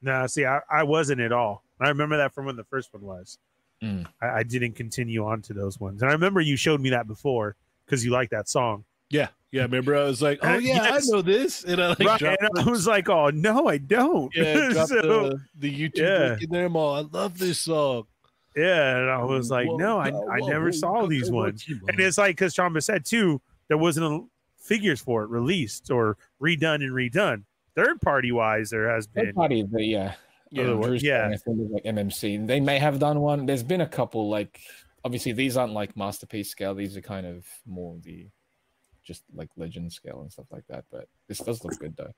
No, see, I, I wasn't at all. I remember that from when the first one was.
Mm.
I, I didn't continue on to those ones. And I remember you showed me that before because you like that song.
Yeah. Yeah. Remember, I was like,
Uh,
oh, yeah,
yes.
I know this. And I like,
Right,
dropped,
and I was like, oh, no, I don't.
yeah, dropped
So,
the, the YouTube
yeah.
link in there. I'm all, I love this song.
yeah. And I was like,
Whoa,
no, I,
whoa,
I
whoa,
never
whoa,
saw
whoa,
these
whoa,
ones.
Chumba.
And it's like, because Chamba said too, there wasn't a, figures for it released or redone and redone. Third party wise, there has been.
Third party, the yeah,
Yeah,
other
the
Drew's
yeah.
thing, I think is like MMC. They may have done one. There's been a couple. Like obviously, these aren't like masterpiece scale. These are kind of more the just like legend scale and stuff like that. But this does look good though.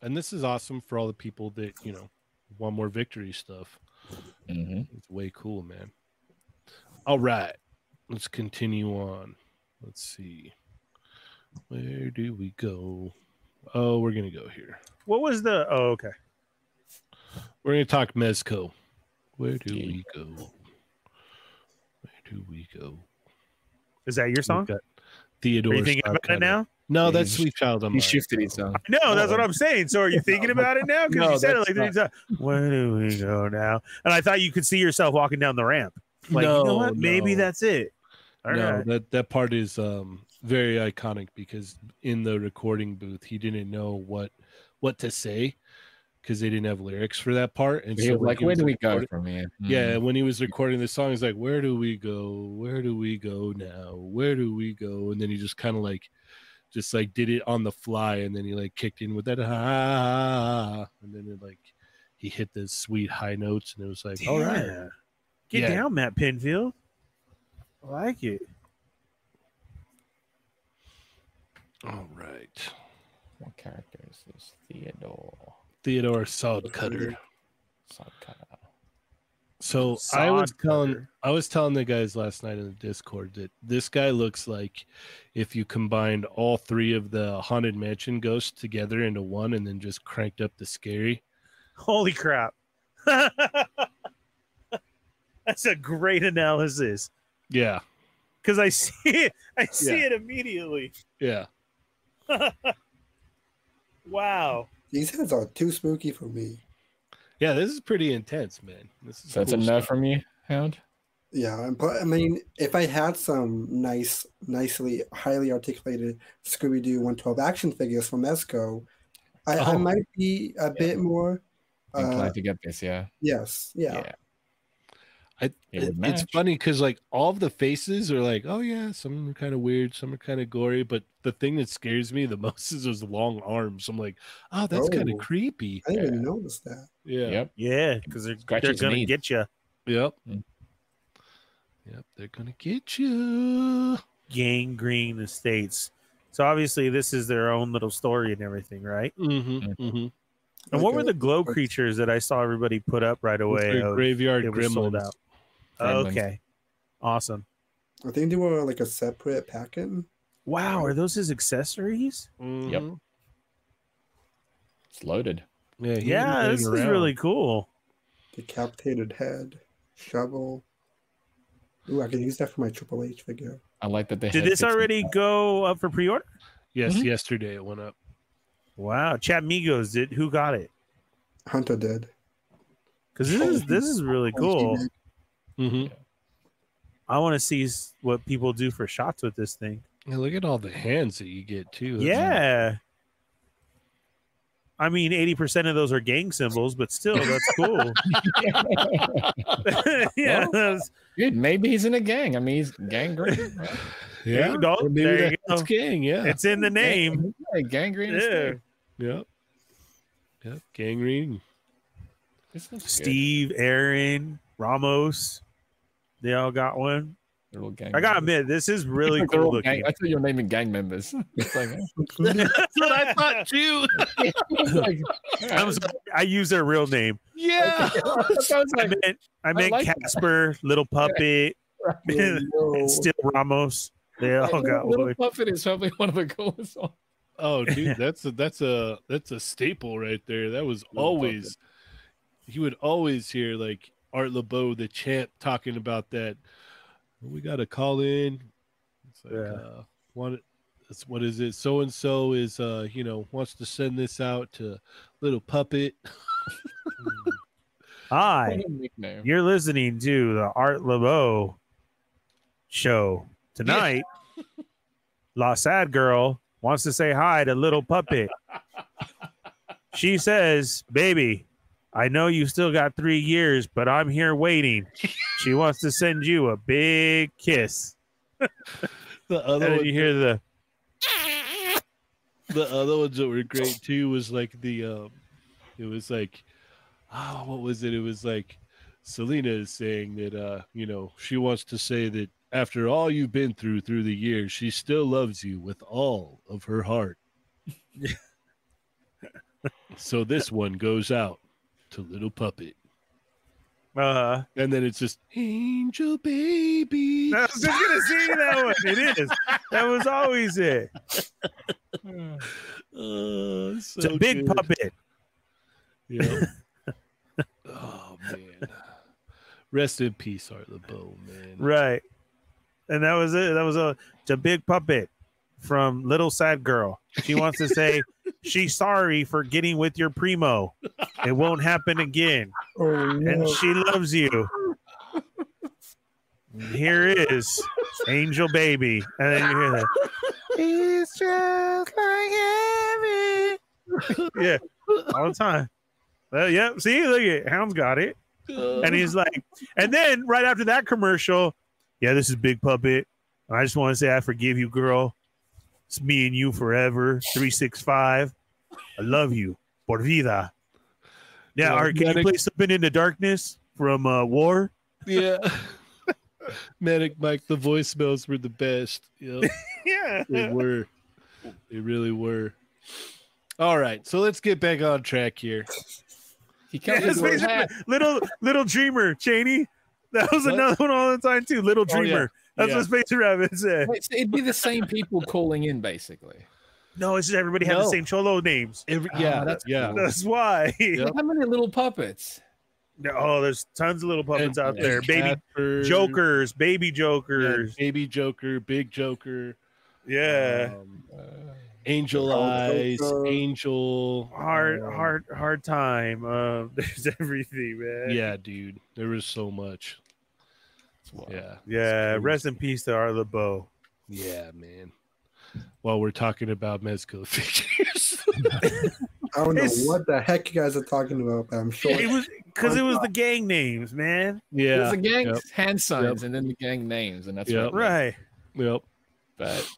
and this is awesome for all the people that, you know, want more Victory stuff.
Mm-hmm.
It's way cool, man. All right. Let's continue on. Let's see. Where do we go? Oh, we're going to go here.
What was the? Oh, okay.
We're going to talk Mezco. Where do
Yeah.
we go? Where do we go?
Is that your
We've
song?
got Theodore.
Are you thinking about
Starkadder.
it now?
No,
Yeah,
that's
he's-
Sweet Child on
He
Mine.
shifted his uh, song.
No, that's
No.
what I'm saying. So are you thinking about it now? Because
No,
you said it
that's
like three times. Where do we go now? And I thought you could see yourself walking down the ramp. Like, you know
No,
what? Maybe
no.
that's it. All right.
no, that that part is um very iconic because in the recording booth he didn't know what what to say because they didn't have lyrics for that part. And
He
so
was
when
like,
he
"Where
was
do we go
recording-
from here?"
Yeah,
Mm.
when he was recording the song, he's like, "Where do we go? Where do we go now? Where do we go?" And then he just kind of like, just like did it on the fly, and then he like kicked in with that ah, and then it like he hit those sweet high notes, and it was like,
Damn.
"All right,
Get
Yeah.
down, Matt Penfield. I like it.
all right."
What character is this? Theodore.
Theodore Sodcutter.
Sodka.
So I was
Sod
telling
cutter.
I was telling the guys last night in the Discord that this guy looks like if you combined all three of the haunted mansion ghosts together into one, and then just cranked up the scary.
Holy crap. that's a great analysis.
Yeah,
Because I see it. I see
Yeah.
it immediately.
yeah.
Wow.
These heads are too spooky for me.
Yeah, this is pretty intense, man. This is
So that's a
cool
no
stuff.
from you, Hound.
Yeah, and pl- I mean, if I had some nice, nicely, highly articulated Scooby Doo 112 action figures from Esco, I, I
Oh.
might be a bit more.
I'm
Uh,
glad to get this. Yeah.
yes, yeah.
Yeah.
I-
It would
It- it's
match.
funny because like all of the faces are like, oh yeah, some are kind of weird, some are kind of gory, but the thing that scares me the most is those long arms. I'm like, oh, that's kind
Oh.
of creepy.
I didn't even
Yeah.
notice that.
Yeah. Yep.
Yep.
Yeah, because they're,
Scratch
they're
his
gonna
knee.
get you.
Yep.
Mm.
Yep. They're gonna get you.
gangrene estates. So obviously, this is their own little story and everything, right?
Mm-hmm.
Mm.
Mm-hmm.
And
Like
what were
a-
the glow creatures that I saw everybody put up right away? of-
graveyard
it was sold
gremlins.
out.
Gremlins.
okay, awesome.
I think they were like a separate packet.
Wow, are those his accessories?
Mhm.
It's loaded.
Yeah. he
Yeah,
was
this
moving
is
around.
really cool.
Decapitated head, shovel. Ooh, I could use that for my Triple H figure.
I like that they
Did
had
this
bits and
already go up for pre-order?
Yes.
Mm-hmm.
Mhm.
Yesterday it went up.
Wow, Chat Migos did. Who got it?
Hunter did.
Because this is this is really cool.
Mm-hmm.
I want to see s- what people do for shots with this thing.
Yeah, look at all the hands that you get too. That's-
Yeah. I mean, 80% of those are gang symbols, but still, that's cool. yeah.
Well,
that's-
Dude, maybe he's in a gang. I mean, he's gang green. right?
yeah.
no,
Or maybe
there you
that's
go.
gang. Yeah,
It's in the name.
Yeah, gang green. is
Yeah.
there.
yep, yep. Gang ring.
This looks good.
Steve, Aaron, Ramos. They all got one.
They're all gang
I gotta
members.
admit, this is really
They're
cool
all gang-
looking.
I thought you were naming gang members. It's like,
That's what I thought too.
it's like-
I'm sorry, I use their real name.
Yeah.
Sounds
I
like-
meant, I meant
like it.
Casper, Little Puppet, and
Oh, no.
still Ramos. They all got
Little
one.
Puppet is probably one of the coolest ones.
Oh, dude, that's a that's a that's a staple right there. That was
Little
always. You would always hear like Art LeBeau, the champ, talking about that. We got to call in. It's like,
Yeah.
uh, what, it's, what is it? So and so is, uh, you know, wants to send this out to little puppet.
Hi.
What a nickname.
You're listening to the Art LeBeau show tonight. La Sad Girl wants to say hi to Little Puppet. she says, Baby, I know you still got three years, but I'm here waiting. She wants to send you a big kiss.
The
And
other
then
one,
you hear the
the other ones that were great too was like the um it was like oh what was it it was like selena is saying that uh you know she wants to say that after all you've been through through the years she still loves you with all of her heart so this one goes out to little puppet
uh
and then it's just angel baby
I was just gonna sing that one. It is. That was always it.
Uh,
It's
so
a
good.
big puppet.
Yeah. oh man. Rest in peace, Art LeBeau, man.
Right. And that was it. That was a, it's a big puppet from Little Sad Girl. She wants to say she's sorry for getting with your primo. It won't happen again.
Oh,
And
no.
she loves you. And Here is Angel Baby. And then you hear that. It's just like heaven. Yeah. All the time. Uh, yep. See, look at Hound's got it
Uh,
and he's like, and then right after that commercial, yeah, this is Big Puppet. I just want to say I forgive you, girl. It's me and you forever. Three six five. I love you, por vida. Yeah,
Yeah,
or can you
medic-
play something in the darkness from uh, War?
yeah. Manic Mike, the voicemails were the best. Yep,
Yeah,
they were. They really were. All right, so let's get back on track here.
He can't
that's
wear a
basically-
hat.
little little dreamer, Cheney. That was
What?
another one all the time too. Little
Oh, yeah.
dreamer. That's
Yeah.
what Space Rabbit said.
Wait, so It'd be the same people calling in, basically.
No, it's just everybody had the
No.
same cholo names.
Every,
Ah,
yeah,
that's
yeah.
cool.
That's why.
Yep.
How many little puppets?
Oh, there's tons of little puppets out
And-
there.
and
Baby
Catbird,
jokers, baby
yeah,
jokers.
baby Joker, Big Joker,
Yeah.
um,
Uh,
Angel
Oh,
Eyes,
Joker.
Angel,
hard,
um,
hard, hard time. Uh, there's everything, man.
Yeah, dude, there was so much.
wow.
Yeah.
Yeah.
It's
Rest in peace to Art LeBeau.
Yeah, man. While we're talking about Mezco figures.
I don't know
It's-
what the heck you guys are talking about, but I'm sure.
It was because it was the gang names, man.
yeah.
There's a gang
Yep.
hand signs and then the gang names, and that's
Yep.
what it
Right.
Yep.
is. But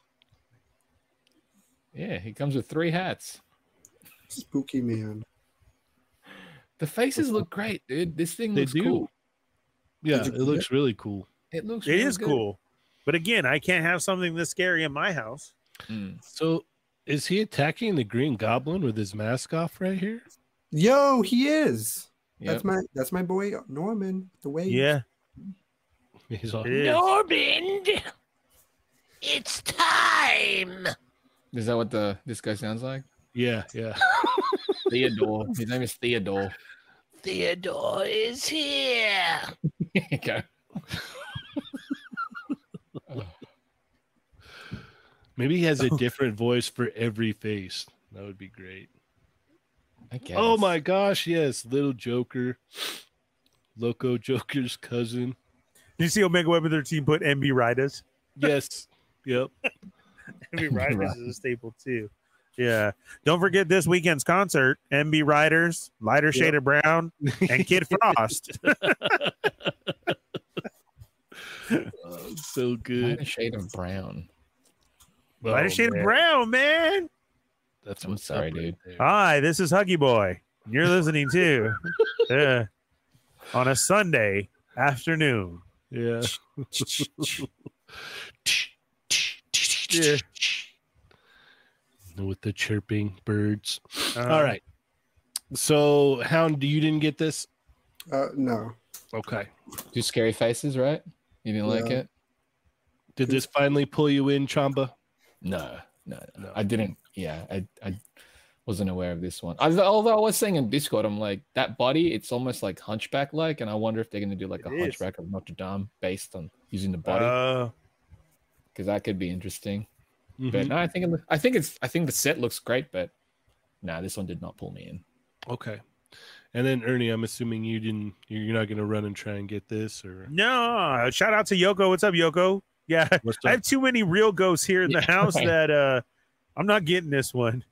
yeah, he comes with three hats.
Spooky man.
The faces look great, dude. This thing
They
looks
do.
cool.
Yeah,
Did
it
you-
looks really cool.
It looks.
It
really
is
good.
cool. But again, I can't have something this scary in my house.
Mm.
So, is he attacking the Green Goblin with his mask off right here?
Yo, he is.
Yep.
That's my that's my boy Norman. The way
Yeah.
He's all,
It is.
Norbind, it's time.
Is that what the this guy sounds like?
yeah, yeah.
Theodore. His name is Theodore.
Theodore is here.
Go.
Maybe he has a different voice for every face. That would be great.
I guess.
Oh my gosh, yes, little Joker, Loco Joker's cousin.
you see Omega Web 13 put MB Riders?
Yes. Yep.
MB Riders is a staple too. Yeah. Don't forget this weekend's concert MB Riders, Lighter
Yep.
Shade of Brown, and Kid Frost.
Oh, so
Light
good.
a shade of brown.
Lighter
Oh,
Shade
man.
of Brown, man.
That's
I'm
what's
sorry,
up right
dude.
there.
Hi, this is Huggy Boy. and You're listening to uh, on a Sunday afternoon.
Yeah.
Yeah.
With the chirping birds.
Uh,
All right. So, Hound, you didn't get this?
Uh, no.
Okay.
Two scary faces, right? You didn't like
Yeah.
it?
Did this finally pull you in, Chamba?
No, no, no.
No.
I didn't. Yeah, I, I wasn't aware of this one. I, although I was saying in Discord, I'm like that body. It's almost like hunchback like, and I wonder if they're gonna do like
It
a
is.
hunchback of Notre Dame based on using the body
Uh,
because that could be interesting. But
Mhm.
no, I think it, loo- I think it's I think the set looks great, but nah, this one did not pull me in.
Okay. And then Ernie, I'm assuming you didn't. You're not going to run and try and get this, or
no, uh, shout out to Yoko. What's up, Yoko? Yeah,
what's
I have too many real ghosts here in the
Yeah,
house
right.
that uh, I'm not getting this one.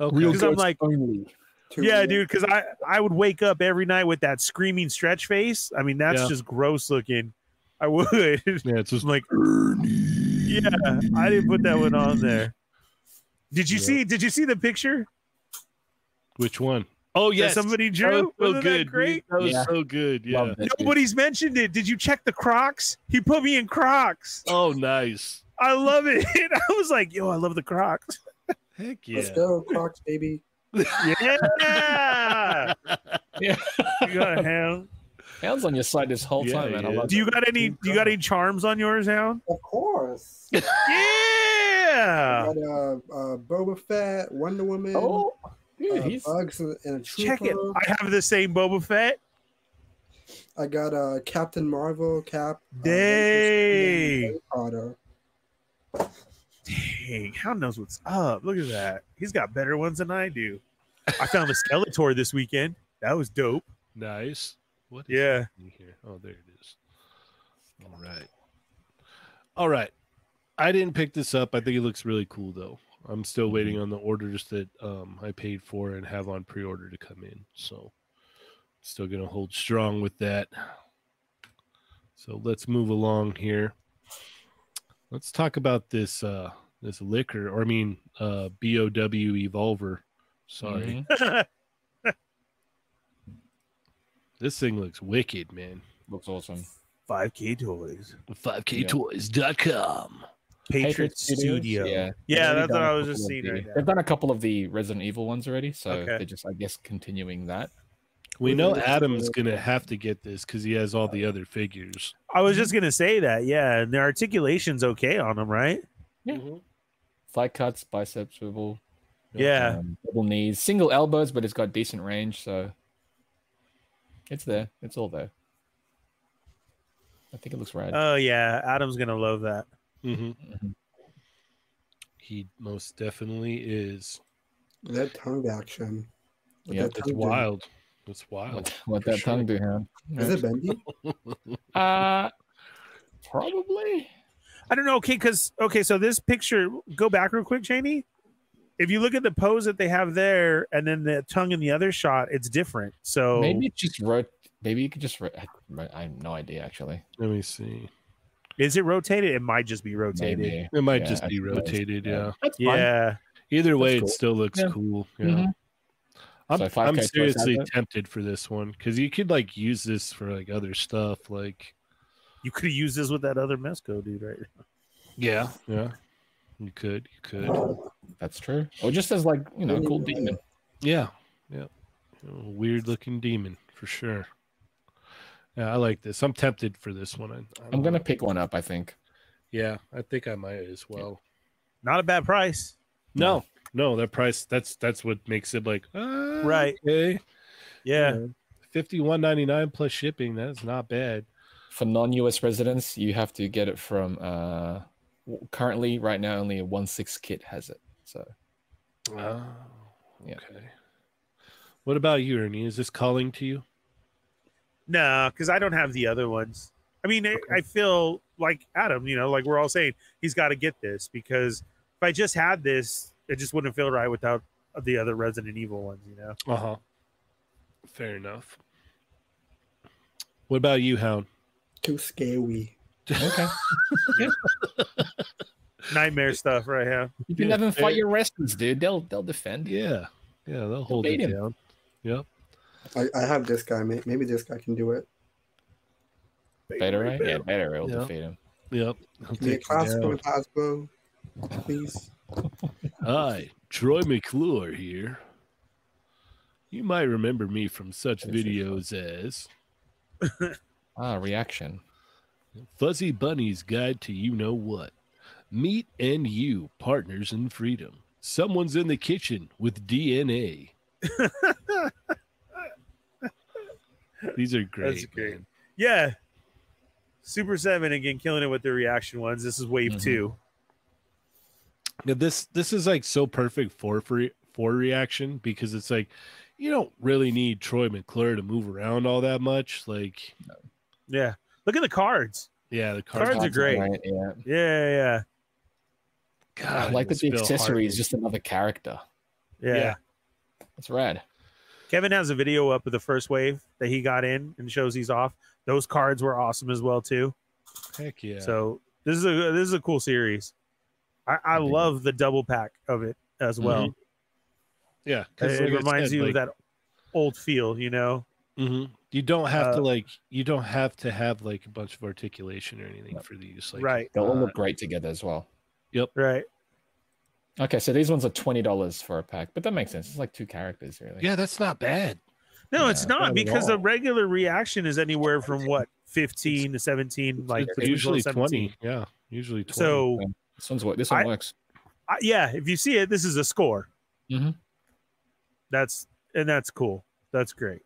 Okay.
Real- 'Cause I'm like-
only.
Two
yeah,
weeks.
dude, because I I would wake up every night with that screaming stretch face. I mean, that's
Yeah.
just gross looking. I would. I'm
Yeah, it's just
like, yeah, I didn't put that one on there. Did you
Yeah.
see? Did you see the picture
which one? Oh
Yeah, that somebody drew?
That was so
Wasn't
good.
that great?
dude. That was
Yeah.
so good. Yeah.
Loved it, dude.
Nobody's mentioned it. Did you check the Crocs? He put me in Crocs.
Oh, nice.
I love it. I was like, yo, I love the Crocs.
Heck
Let's
yeah.
go, Crocs, baby.
Yeah.
Yeah.
You got a hound.
Hounds on your side this whole
Yeah,
time, man. I
yeah.
love
Do you got any? Do you got any charms on yours, hound?
Of course.
Yeah.
Got, uh, uh, Boba Fett, Wonder Woman,
it. Oh, dude,
uh,
he's
Bugs, and, and a
Check it.
Trooper.
I have the same Boba Fett.
I got uh, Captain Marvel, Cap. uh,
Dang.
Black Potter.
Dang, hound knows what's up. Look at that. He's got better ones than I do. I found a Skeletor this weekend. That was dope.
Nice. What is
Yeah.
happening here? Oh, there it is. All right. All right. I didn't pick this up. I think it looks really cool though. I'm still waiting on the orders that um, I paid for and have on pre-order to come in. So still gonna hold strong with that. So let's move along here. Let's talk about this uh this liquor or I mean uh BOW Evolver. Sorry.
uh,
Mhm.
This thing looks wicked, man.
looks awesome.
5K toys.
5ktoys.com.
Patriot Studio.
Yeah,
Yeah,
They've
that's
already
what
done a
I was
couple
just
of
seeing
the-
right now.
They've done a couple of the Resident Evil ones already, so
Okay.
they're just, I guess, continuing that.
We
Who's
know
gonna get
Adam's
it?
gonna have to get this because he has all the other figures.
I was just gonna say that, yeah. And their articulation's okay on them, right?
Yeah. Fly cuts, biceps swivel,
Yeah.
um, double knees, single elbows, but it's got decent range, so it's there. It's all there. I think it looks right.
Oh yeah, Adam's gonna love that.
Mm-hmm.
Mhm.
He most definitely is.
That tongue action.
Yeah,
that
it's
It's
tongue
wild. It's wild.
what, what
for
that
sure.
tongue do, hound?
doing. Is it bendy?
Uh, probably.
I don't know. Okay, because okay, so this picture, go back real quick, Janie. If you look at the pose that they have there, and then the tongue in the other shot, it's different. So
Maybe it just wrote. Maybe you could just. Ro- I- ro- I have no idea actually.
Let me see.
is it rotated? It might just be rotated.
Maybe.
It might
Yeah,
just
I
be
think that's-
rotated. Yeah.
That's fine.
Yeah,
Either way,
That's cool.
it still looks
Yeah.
cool. Yeah.
Mhm.
I'm,
So
I'm
5K toys out
seriously
there?
tempted for this one because you could like use this for like other stuff. Like,
you could use this with that other Mesco dude, right?
yeah, yeah, you could, you could,
That's true. Or just as like you know, cool demon.
yeah, yeah. Weird looking demon for sure. Yeah, I like this. I'm tempted for this one. I, I
I'm
don't
gonna
know.
pick one up. I think.
Yeah, I think I might as well.
Not a bad price.
No, no, that price that's that's what makes it like uh,
Right.
Okay.
Yeah,
Fifty one ninety nine plus shipping, that's not bad.
For non-US residents, you have to get it from. uh w- Currently, right now, only a one six kit has it. So
Oh,
Yeah.
okay. What about you, Ernie? Is this calling to you?
no, because I don't have the other ones. I mean, I, I feel like Adam, you know, like we're all saying he's got to get this because if I just had this, it just wouldn't feel right without the other Resident Evil ones, you know.
Uh huh. Fair enough. What about you, Hound?
Too scary.
Okay.
Nightmare stuff, right? Yeah.
You can
Yeah,
have them fight
fair.
your residents, dude. They'll they'll defend. you.
Yeah. Yeah, they'll hold it
beat him.
down. Yep.
I, I have this guy. May- Maybe this guy can do it.
Better, right? Yeah, better. It'll
Yeah.
defeat him.
Yep. I'll
Give me a
take you
classical
down.
with Hasbro, please.
Hi, Troy McClure here. You might remember me from such
That is so
videos as
Ah, reaction.
Fuzzy Bunny's Guide to You Know What, Meat and You, Partners in Freedom, Someone's in the Kitchen with DNA. These are great.
great.
man.
Yeah. Super Seven again, killing it with the reaction ones. This is Wave
Mm-hmm.
Mhm.
Two.
Yeah, this this is like so perfect for free for reaction because it's like you don't really need Troy McClure to move around all that much. Like,
Yeah. Look at the cards.
yeah, the cards,
Cards are great.
Right, yeah.
Yeah, yeah,
God,
I like that the
Bill
accessory is
Hartley.
just another character.
yeah. yeah.
Yeah.
That's rad.
Kevin has a video up of the first wave that he got in and shows he's off. Those cards were awesome as well too.
heck yeah.
So this is a this is a cool series. I, I
I dig it.
love the double pack of it as well.
yeah,
It,
'cause
it
Mm-hmm. like I
reminds
said,
you
like,
of that old feel, you know.
mhm, You don't have
uh,
to like you don't have to have like a bunch of articulation or anything for these. Like,
right,
They'll all
Uh,
look great together as well.
right.
Okay, so these ones are twenty dollars for a pack, but that makes sense. It's like two characters, really.
Yeah, that's not bad.
No,
Yeah,
it's
not
not
at
because the
all.
regular reaction is anywhere from what fifteen to seventeen, like
It's
typical
usually
17.
twenty. Yeah, usually twenty.
So
This one's what this one
I-
works.
I, yeah, if you see it, this is a score.
Mhm.
That's and that's cool. That's great.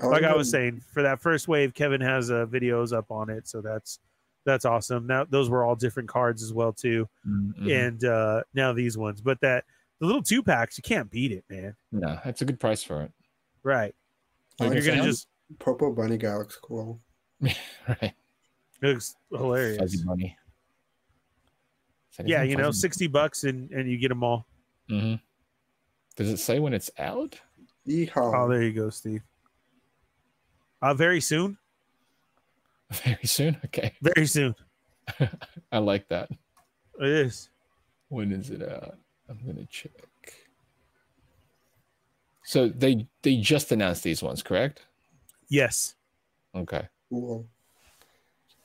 Oh,
like I
no.
was saying, for that first wave, Kevin has uh, videos up on it, so that's that's awesome. Now those were all different cards as well too,
Mhm.
and uh, now these ones. But that the little two packs, you can't beat it, man.
No, that's a good price for it.
Right?
I
Like
You're
like
gonna
the
just
Oh, purple bunny guy looks cool.
right.
it looks hilarious.
Fuzzy bunny. Is that his
Yeah,
name?
you know,
Fuzzy-
sixty bucks and and you get them all.
Mhm. Does it say when it's out?
Yeehaw!
Oh, there you go, Steve. Uh, very soon.
Very soon. Okay,
Very soon.
I like that.
It is.
When is it out? I'm gonna check. So they they just announced these ones, correct?
Yes.
Okay.
cool.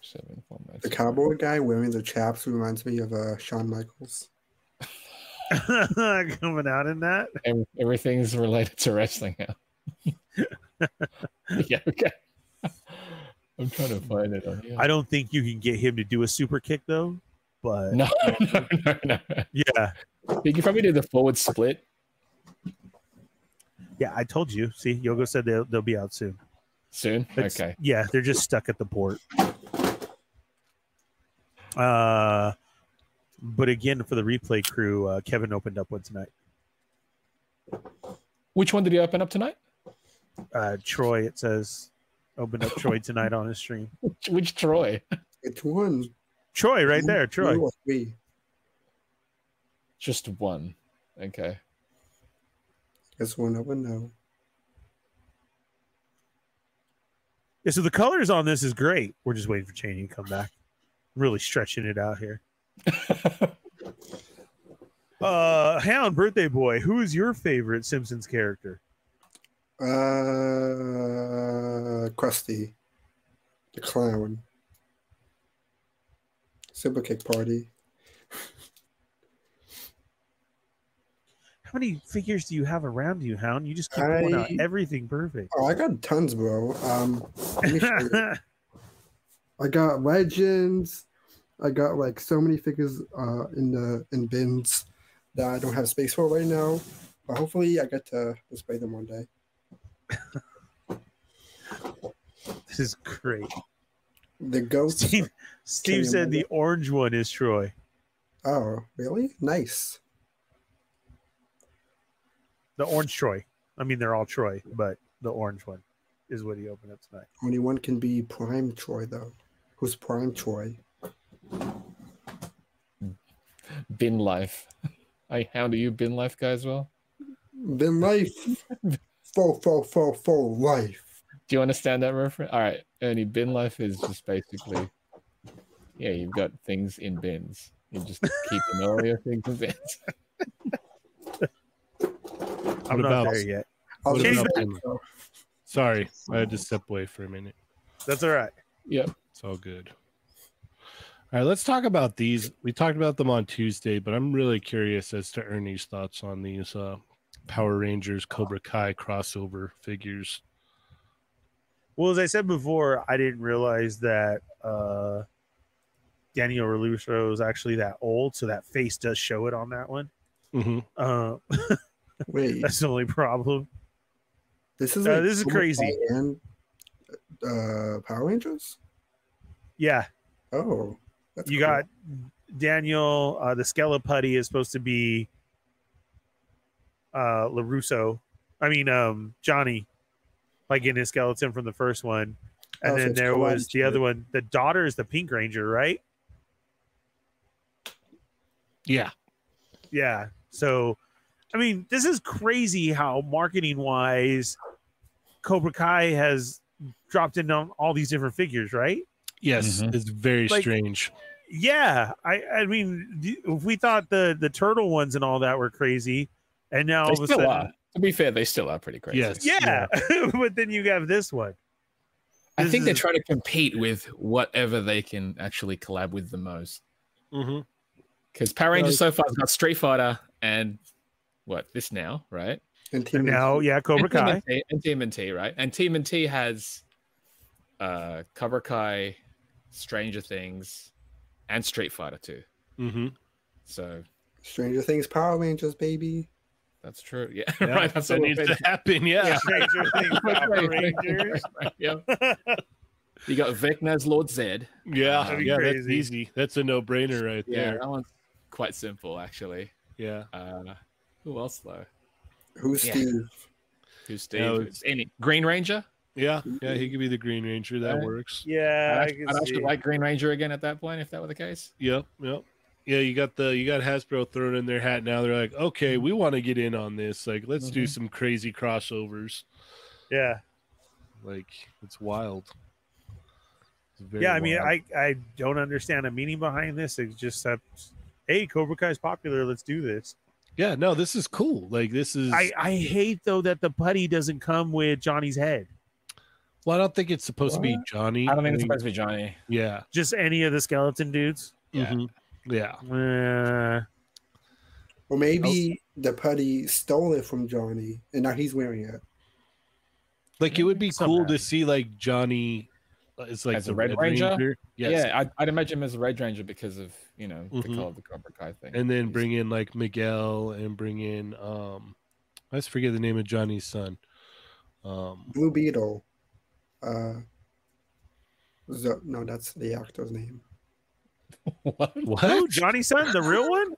Seven
The cowboy guy wearing the chaps reminds me of uh, Shawn Michaels.
Coming out in that.
Ev- Everything's related to wrestling now. yeah. Okay. I'm trying to find it on here.
I don't think you can get him to do a super kick though. But
No, no, no, no.
yeah,
You can probably do the forward split.
yeah, I told you. See, Yogo said they'll, they'll be out soon.
Soon.
It's-
okay.
Yeah, they're just stuck at the port. Uh, but again, for the replay crew, uh, Kevin opened up one tonight.
Which one did he open up tonight?
Uh, Troy, it says, opened up Troy tonight on his stream.
Which, which Troy?
It's one.
Troy, right there, Troy.
Two or three.
Just one. Okay.
It's one up and no.
Yeah, so the colors on this is great. We're just waiting for Cheney to come back. Really stretching it out here. Uh, Hound, birthday boy, who is your favorite Simpsons character?
Uh, Krusty, the clown. Super kick party.
How many figures do you have around you, Hound? You just keep
I-
pulling out everything perfect.
Oh, I got tons, bro. Um, let me show you. I got legends. I got like so many figures uh, in the in bins that I don't have space for right now. But hopefully, I get to display them one day.
this is great.
The ghost.
Steve, Steve
you
said
move
the
it?
orange one is Troy.
Oh, really? Nice.
The orange Troy. I mean, they're all Troy, but the orange one is what he opened up tonight.
Only one can be Prime Troy, though. who's pouring Troy.
Bin life. I how do you bin life guy as well?
Been life, full, full, full, full life.
Do you understand that reference? All right, Ernie. Bin life is just basically, yeah, you've got things in bins. You just keep an Oreo things in bins.
I'm not
about-
there yet.
I'll
What
just-
about Bin- Sorry, I had to step away for a minute.
That's all right.
Yep.
It's all good. All right, let's talk about these. We talked about them on Tuesday, but I'm really curious as to Ernie's thoughts on these uh, Power Rangers Cobra Kai crossover figures.
Well, as I said before, I didn't realize that uh, Daniel Reluso is actually that old, so that face does show it on that one.
hmm
Uh,
wait,
that's the only problem.
this is
Uh,
like
this is
Cobra
crazy.
Kai And uh, Power Rangers.
Yeah,
Oh, that's
you
cool.
got Daniel. Uh, the Skeleputty is supposed to be uh, Larusso. I mean, um, Johnny, like in his skeleton from the first one, and
Oh, so
then
it's
there
collage
was the
to
other
it.
one. The daughter is the Pink Ranger, right?
Yeah,
Yeah. So, I mean, this is crazy how marketing wise Cobra Kai has dropped in on all these different figures, right?
yes,
Mhm.
it's very
Like-
strange.
Yeah. I, I mean, the- if we thought the, the turtle ones and all that were crazy, and now all
They
of a
still
sudden,
are. To be fair, they still are pretty crazy.
Yes.
yeah, but then you have this one.
I
This
think they
is-
try to compete with whatever they can actually collab with the most.
Mm-hmm.
Because Power Rangers so far has got Street Fighter and what this now, right?
and Team
And now, yeah, Cobra
and Team
Kai.
NT and TMNT, right? And TMNT has uh Cobra Kai, Stranger Things, and Street Fighter too.
Mm-hmm.
So
Stranger Things, Power Rangers, baby.
that's true. Yeah,
Yeah,
right. That's
that
all
needs
we're
to happen. Yeah.
Stranger Things, Power
saying.
Rangers.
Yep. You got Vecna's Lord Zed.
Yeah.
That'd
be
Yeah. That's
crazy.
easy. That's a no brainer right
Yeah,
there.
that one's quite simple actually.
Yeah.
Uh who else though?
Who's
Yeah.
Steve?
Who's Steve?
No,
It's any Green Ranger?
Yeah. Yeah. He could be the Green Ranger. That
Right.
works.
Yeah,
I'd,
I
act-
can
I'd
see.
actually like Green Ranger again at that point if that were the case.
Yep. Yep. Yeah, you got the you got Hasbro throwing in their hat now. They're like, okay, we want to get in on this. Like, let's do
Mhm.
some crazy crossovers.
yeah.
Like, it's wild. It's very
yeah i mean
wild.
i i don't understand the meaning behind this it's just that hey cobra kai is popular let's do this
yeah, no, this is cool. Like, this is.
i
I,
i hate though that the putty doesn't come with johnny's head
well, I don't think it's supposed to be
What?
Johnny.
I don't think it's supposed to be Johnny.
Yeah,
just any of the skeleton dudes
Yeah.
mhm, yeah.
uh,
Or maybe the putty stole it from Johnny, and now he's wearing it.
Like, it would be
Somehow.
cool to see like Johnny. It's like
As
the
a Red Ranger?
Yes.
Yeah, I'd, I'd imagine him as a Red Ranger because of you know the
Mm-hmm.
Mhm.
color of the Cobra Kai thing.
and then
He's-
bring in like Miguel and bring in um, I just forget the name of Johnny's son. Um,
Blue Beetle. Uh, Zo- no, that's the actor's name.
what?
what?
who johnny's son the real one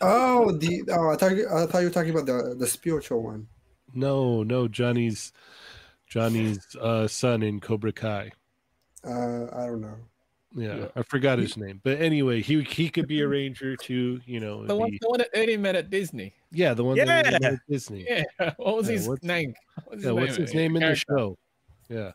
Oh, the oh, I thought you, I thought you were talking about the the spiritual one.
No, no, Johnny's Johnny's uh, son in Cobra Kai.
Uh, I don't know.
Yeah,
Yeah.
I forgot his name. But anyway, he he could be a ranger too. You know, it'd
The one,
be-
the one that Ernie met at Disney.
yeah, the one that we
Yeah.
met at Disney. Yeah,
Yeah. What was
Yeah,
his
what's-
name? What was
what's his name in the show? Yeah,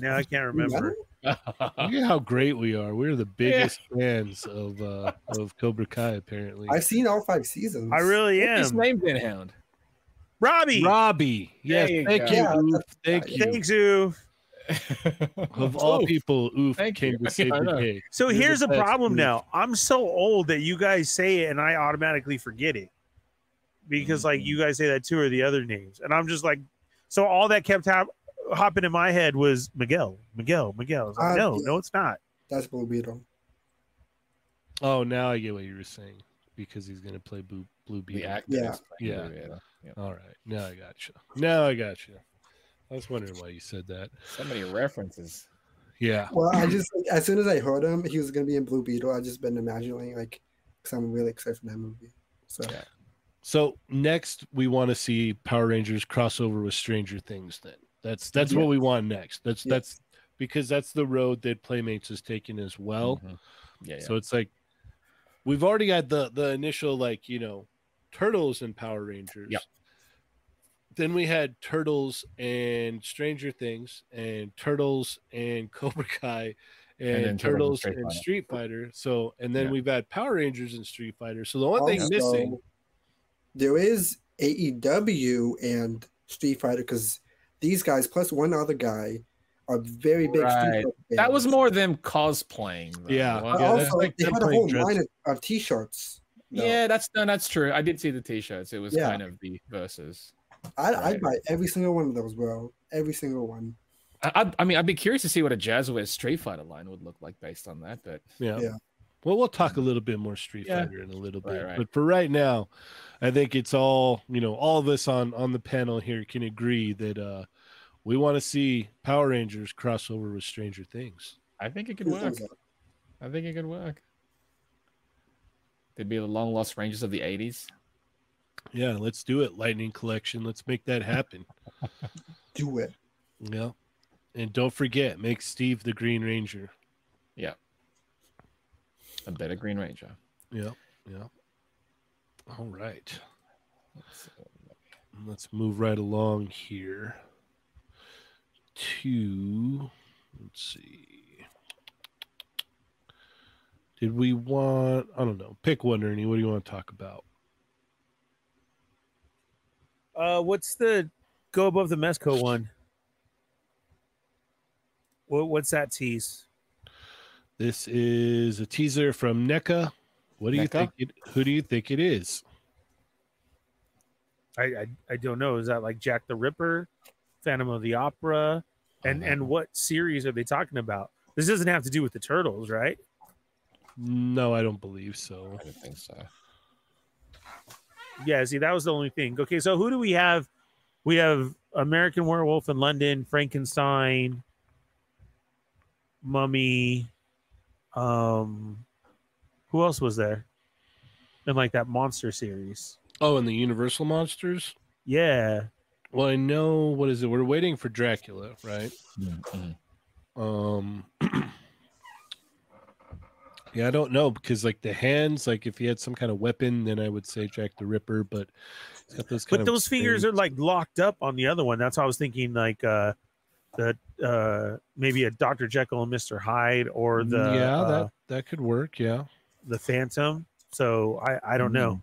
no i can't remember
show?
look at how great we are. We're the biggest fans of uh, of Cobra Kai. Apparently,
I've seen all five seasons.
i really
His
am
name then Hound.
robbie
Robbie. Yes,
There you
thank
go. uh,
you,
Yeah,
Oof. Thank you.
thanks you
Of all
Oof.
people, Oof
Thank
came
you.
to save
I
the
know.
day.
so
You're the
here's a
best,
problem
dude.
now i'm so old that you guys say it and i automatically forget it because like
Mhm.
Mm-hmm.
you guys say that too or the other names and i'm just like so all that kept hap- hopping in my head was miguel miguel miguel I was like,
Uh,
no
yeah.
no it's not
That's Blue Beetle.
Oh, now I get what you were saying because he's gonna play Blue Blue
The
Beetle.
actor.
Yeah.
is playing
Yeah.
Blue Beetle. Yeah.
All right, now I got you. Now I got you. I was wondering why you said that.
So many references.
Yeah,
Well, I just as soon as I heard him, he was gonna be in Blue Beetle. I just been imagining like, because I'm really excited for that movie. So
Yeah.
So next, we want to see Power Rangers crossover with Stranger Things. Then that's that's what we want next. That's
Yeah.
that's because that's the road that Playmates has taken as well.
Mhm. Yeah, yeah.
So it's like we've already got the the initial like you know turtles and Power Rangers.
Yep.
Then we had turtles and Stranger Things and turtles and Cobra Kai and,
then
turtles
Turtles and Street
and Street
Fighter.
Fighter. So and then
Yeah.
we've had Power Rangers and Street Fighter. So the one thing
Also,
missing,
There is AEW and Street Fighter because these guys plus one other guy are very big.
Right.
Street Fighter
that was
fans.
more them cosplaying. though,
Yeah. Oh,
But
wasn't
Yeah,
it?
also,
like
they
them
had a
playing
whole
dress-
line of, of T-shirts. No.
Yeah, that's no, that's true. I did see the t-shirts. It was
Yeah.
kind of the versus.
I, I'd
Right.
buy every single one of those, bro. Every single one.
I, I, I mean, I'd be curious to see what a Jazzwares Street Fighter line would look like based on that. But
yeah.
Yeah.
Well, we'll talk a little bit more Street
Yeah.
Fighter in a little bit,
Right, right.
but for right now, I think it's all you know. All of us on on the panel here can agree that uh we want to see Power Rangers crossover with Stranger Things.
I think it could
Who
work.
knows?
I think it could work. They'd be the long lost Rangers of the '80s.
Yeah, let's do it, Lightning Collection. Let's make that happen.
Do it.
yeah, and don't forget, make Steve the Green Ranger.
A better Green Ranger.
Yeah, yeah. All right,
Let's-
let's move right along here to let's see. Did we want? I don't know. Pick one, Ernie. What do you want to talk about?
Uh, what's the go above the Mesco one? What, what's that tease?
This is a teaser from NECA. What do you
NECA?
think? It, who do you think it is?
I, I I don't know. Is that like Jack the Ripper, Phantom of the Opera, and
Oh, no.
and what series are they talking about? This doesn't have to do with the turtles, right?
No, I don't believe so.
I don't think so.
Yeah. See, that was the only thing. Okay, so who do we have? We have American Werewolf in London, Frankenstein, Mummy. Um, who else was there? In like that monster series.
Oh, and the Universal monsters.
Yeah.
Well, I know what is it? We're waiting for Dracula, right?
Mm-mm.
Um Yeah, I don't know because like the hands, like if he had some kind of weapon, then I would say Jack the Ripper, but he's got those kind
but
of
those fingers are like locked up on the other one. That's how I was thinking, like uh, the uh, maybe a Doctor Jekyll and Mister Hyde or the
Mm, Yeah,
uh,
that that could work, yeah.
the Phantom. So I I don't know.
Mm,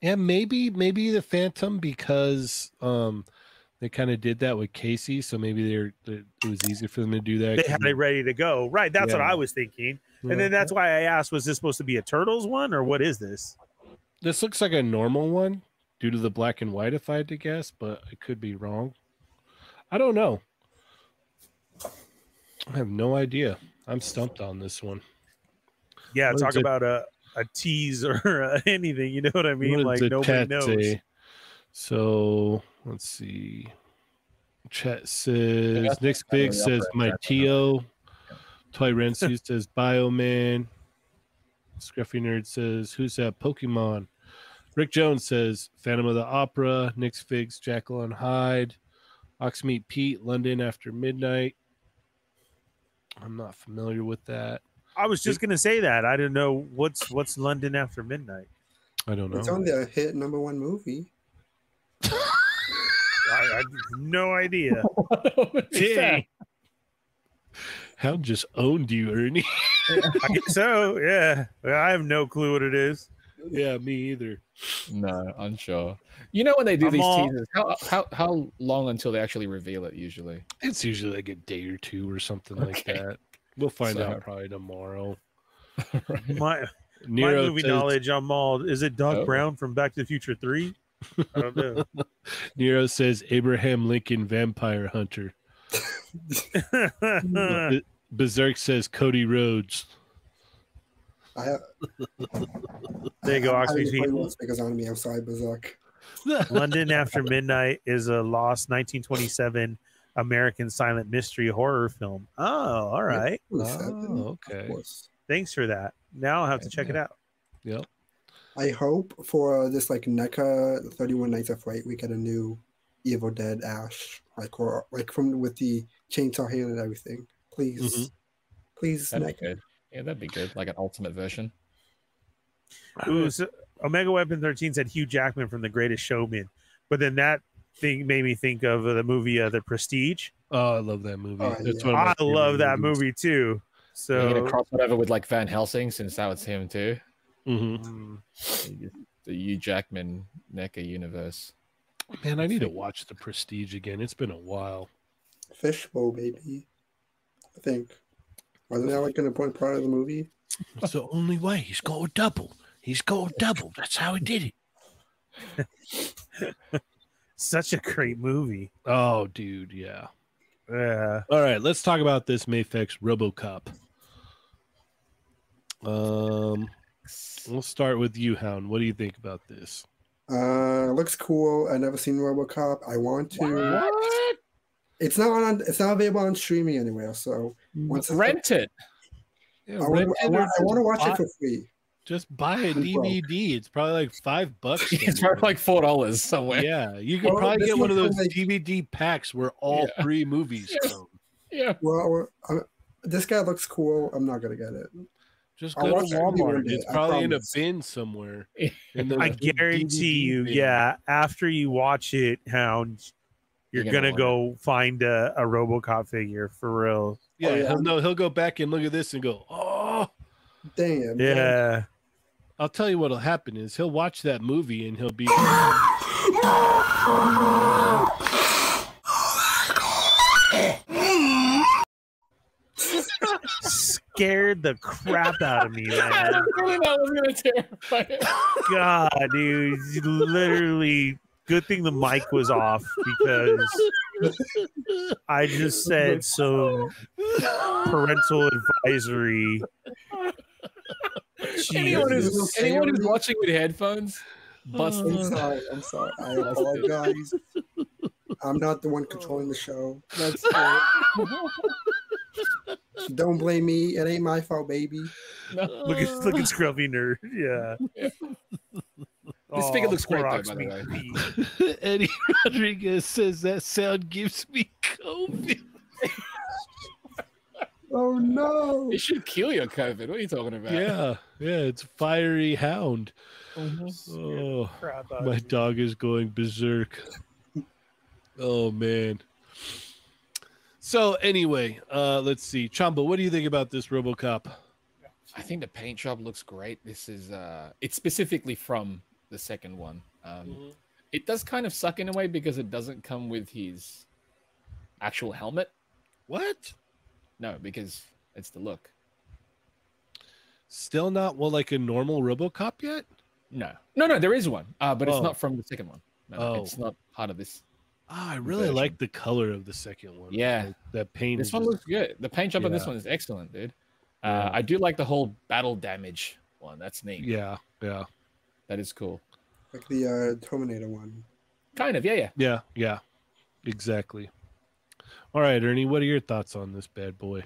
Yeah, maybe maybe the Phantom because um they kind of did that with Casey, so maybe they're, they- it was easier for them to do that.
They had it ready to go, right? That's what
Yeah.
I was thinking, and then that's why I asked, was this supposed to be a Turtles one or what is this?
this looks like a normal one due to the black and white, if I had to guess, but I could be wrong. I don't know. I have no idea. I'm stumped on this one.
Yeah,
What
talk
did-
about a a tease or uh, anything. You know what I mean?
What
Like
did the
nobody
chat
knows.
say? So let's see. Chat
I
says
got
Nick
that on the
Big says
upper
my
end, I
Tio. Toy Rensu says Bioman. Scruffy Nerd says, Who's that Pokemon? Rick Jones says Phantom of the Opera, Nick's Figs, Jackal and Hyde, Oxmeat Pete, London After Midnight. I'm not familiar with that.
I was just gonna say that. I didn't know what's what's London after midnight.
I don't know.
It's on their hit number one movie.
I, I have no idea.
What is
Mm-hmm.
that?
Dang.
How just owned you, Ernie?
I guess so. Yeah, I have no clue what it is.
yeah, me either.
No, unsure. You know when they do
I'm
these
all-
teasers, how, how how long until they actually reveal it? Usually,
It's usually like a day or two or something like
Okay.
that. We'll find
So-
out probably tomorrow.
right?
My
Nero
my movie
says,
knowledge on Maul is it Doc
Oh.
Brown from Back to the Future Three? I don't know.
Nero says Abraham Lincoln Vampire Hunter. B- Berserk says Cody Rhodes.
I have,
There you go,
I'm having
Oxley's
the
Heat.
Playmates figures on me. I'm sorry, Berserk.
London After Midnight is a lost 1927 American silent mystery horror film. Oh, all right.
Ooh, seven.
oh,
Of
okay.
course.
Thanks for that. Now I'll have to check it out.
Yep.
E I hope for this like NECA 31 Nights of Fright we get a new Evil Dead Ash, like or like from with the chainsaw hand and everything. Please,
Mhm.
please, E
That'd
Nick.
be good. Yeah, that'd be good. Like an ultimate version.
Ooh, so Omega Weapon 13 said Hugh Jackman from The Greatest Showman. But then that thing made me think of the movie uh, The Prestige.
Oh, I love that movie.
Oh,
That's
yeah.
one of my
I
favorite
love that
movies.
movie too.
You're gonna
So
cross it over with like Van Helsing since that was him too.
Mhm.
Mm.
You just- The Hugh Jackman NECA universe.
Man, I need to watch The Prestige again. It's been a while.
Fishbowl, baby. I think. Wasn't that like an important part of the movie?
It's the only way. He's got a double. He's got a double. That's how he did it.
such a great movie.
Oh, dude, yeah.
Yeah.
All right, let's talk about this Mayfex RoboCop. Um, we'll start with you, Hound. What do you think about this?
Uh, looks cool. I've never seen RoboCop. I want to. It's not on. It's not available on streaming anywhere. So once it's-
Rent it.
Yeah,
I want,
rent
I
it or
want, I want to watch
buy-
it for free.
Just buy a
I'm broke.
DVD. It's probably like five bucks.
It's
somewhere.
worth like four dollars somewhere. Yeah.
yeah, you could
Well,
probably
this
get one of
one's
those
like-
DVD packs where all
Yeah.
three movies
Yes.
come.
Well, I, this guy looks cool. I'm not gonna get it.
Just
I'll
go
watch
to
that movie one
Walmart.
day,
It's
I
probably in a
promise.
bin somewhere. in
I
the big
guarantee
DVD
you,
bin.
yeah, after you watch it, Hound, you're,
You're
gonna,
gonna
go find a, a Robocop figure for real.
Yeah,
Oh, yeah.
He'll, know, he'll go back and look at this and go, oh.
Dang it. man.
Yeah.
I'll tell you what'll happen is he'll watch that movie and he'll be.
Scared the crap out of me,
I
man.
really know what's gonna terrify it.
God, dude. you Literally good thing the mic was off because I just said some parental advisory.
Anyone who's
Jesus.
anyone who's watching with headphones, bust
I'm
Uh.
sorry. I'm sorry. I apologize. I'm not the one controlling the show. That's it. Don't blame me. It ain't my fault, baby.
Look at look at Scruffy Nerd. Yeah. Oh,
This figure looks great, though, by the way.
way.
Eddie Rodriguez says that sound gives me COVID.
Oh no.
It should kill your COVID. What are you talking about?
Yeah, yeah, it's fiery hound.
Mm-hmm.
Mhm.
Oh, my dog is going berserk. Oh man. So anyway, uh let's see. Chamba, what do you think about this RoboCop?
I think the paint job looks great. This is uh it's specifically from the second one. Um
Mm-hmm.
it does kind of suck in a way because it doesn't come with his actual helmet.
What?
No, because it's the look.
Still not well like a normal RoboCop yet?
No. No, no, there is one. Uh but
Oh.
it's not from the second one. No,
Oh.
it's not part of this.
Ah, I really
Version.
like the color of the second one.
Yeah.
Like, that paint
This
is
one
just-
looks good. The paint job on this
Yeah.
one is excellent, dude. Uh
Yeah.
I do like the whole battle damage one. That's neat.
Yeah, yeah.
That is cool.
Like the uh, Terminator one.
Kind of, yeah, yeah.
Yeah, yeah. Exactly. All right, Ernie, what are your thoughts on this bad boy?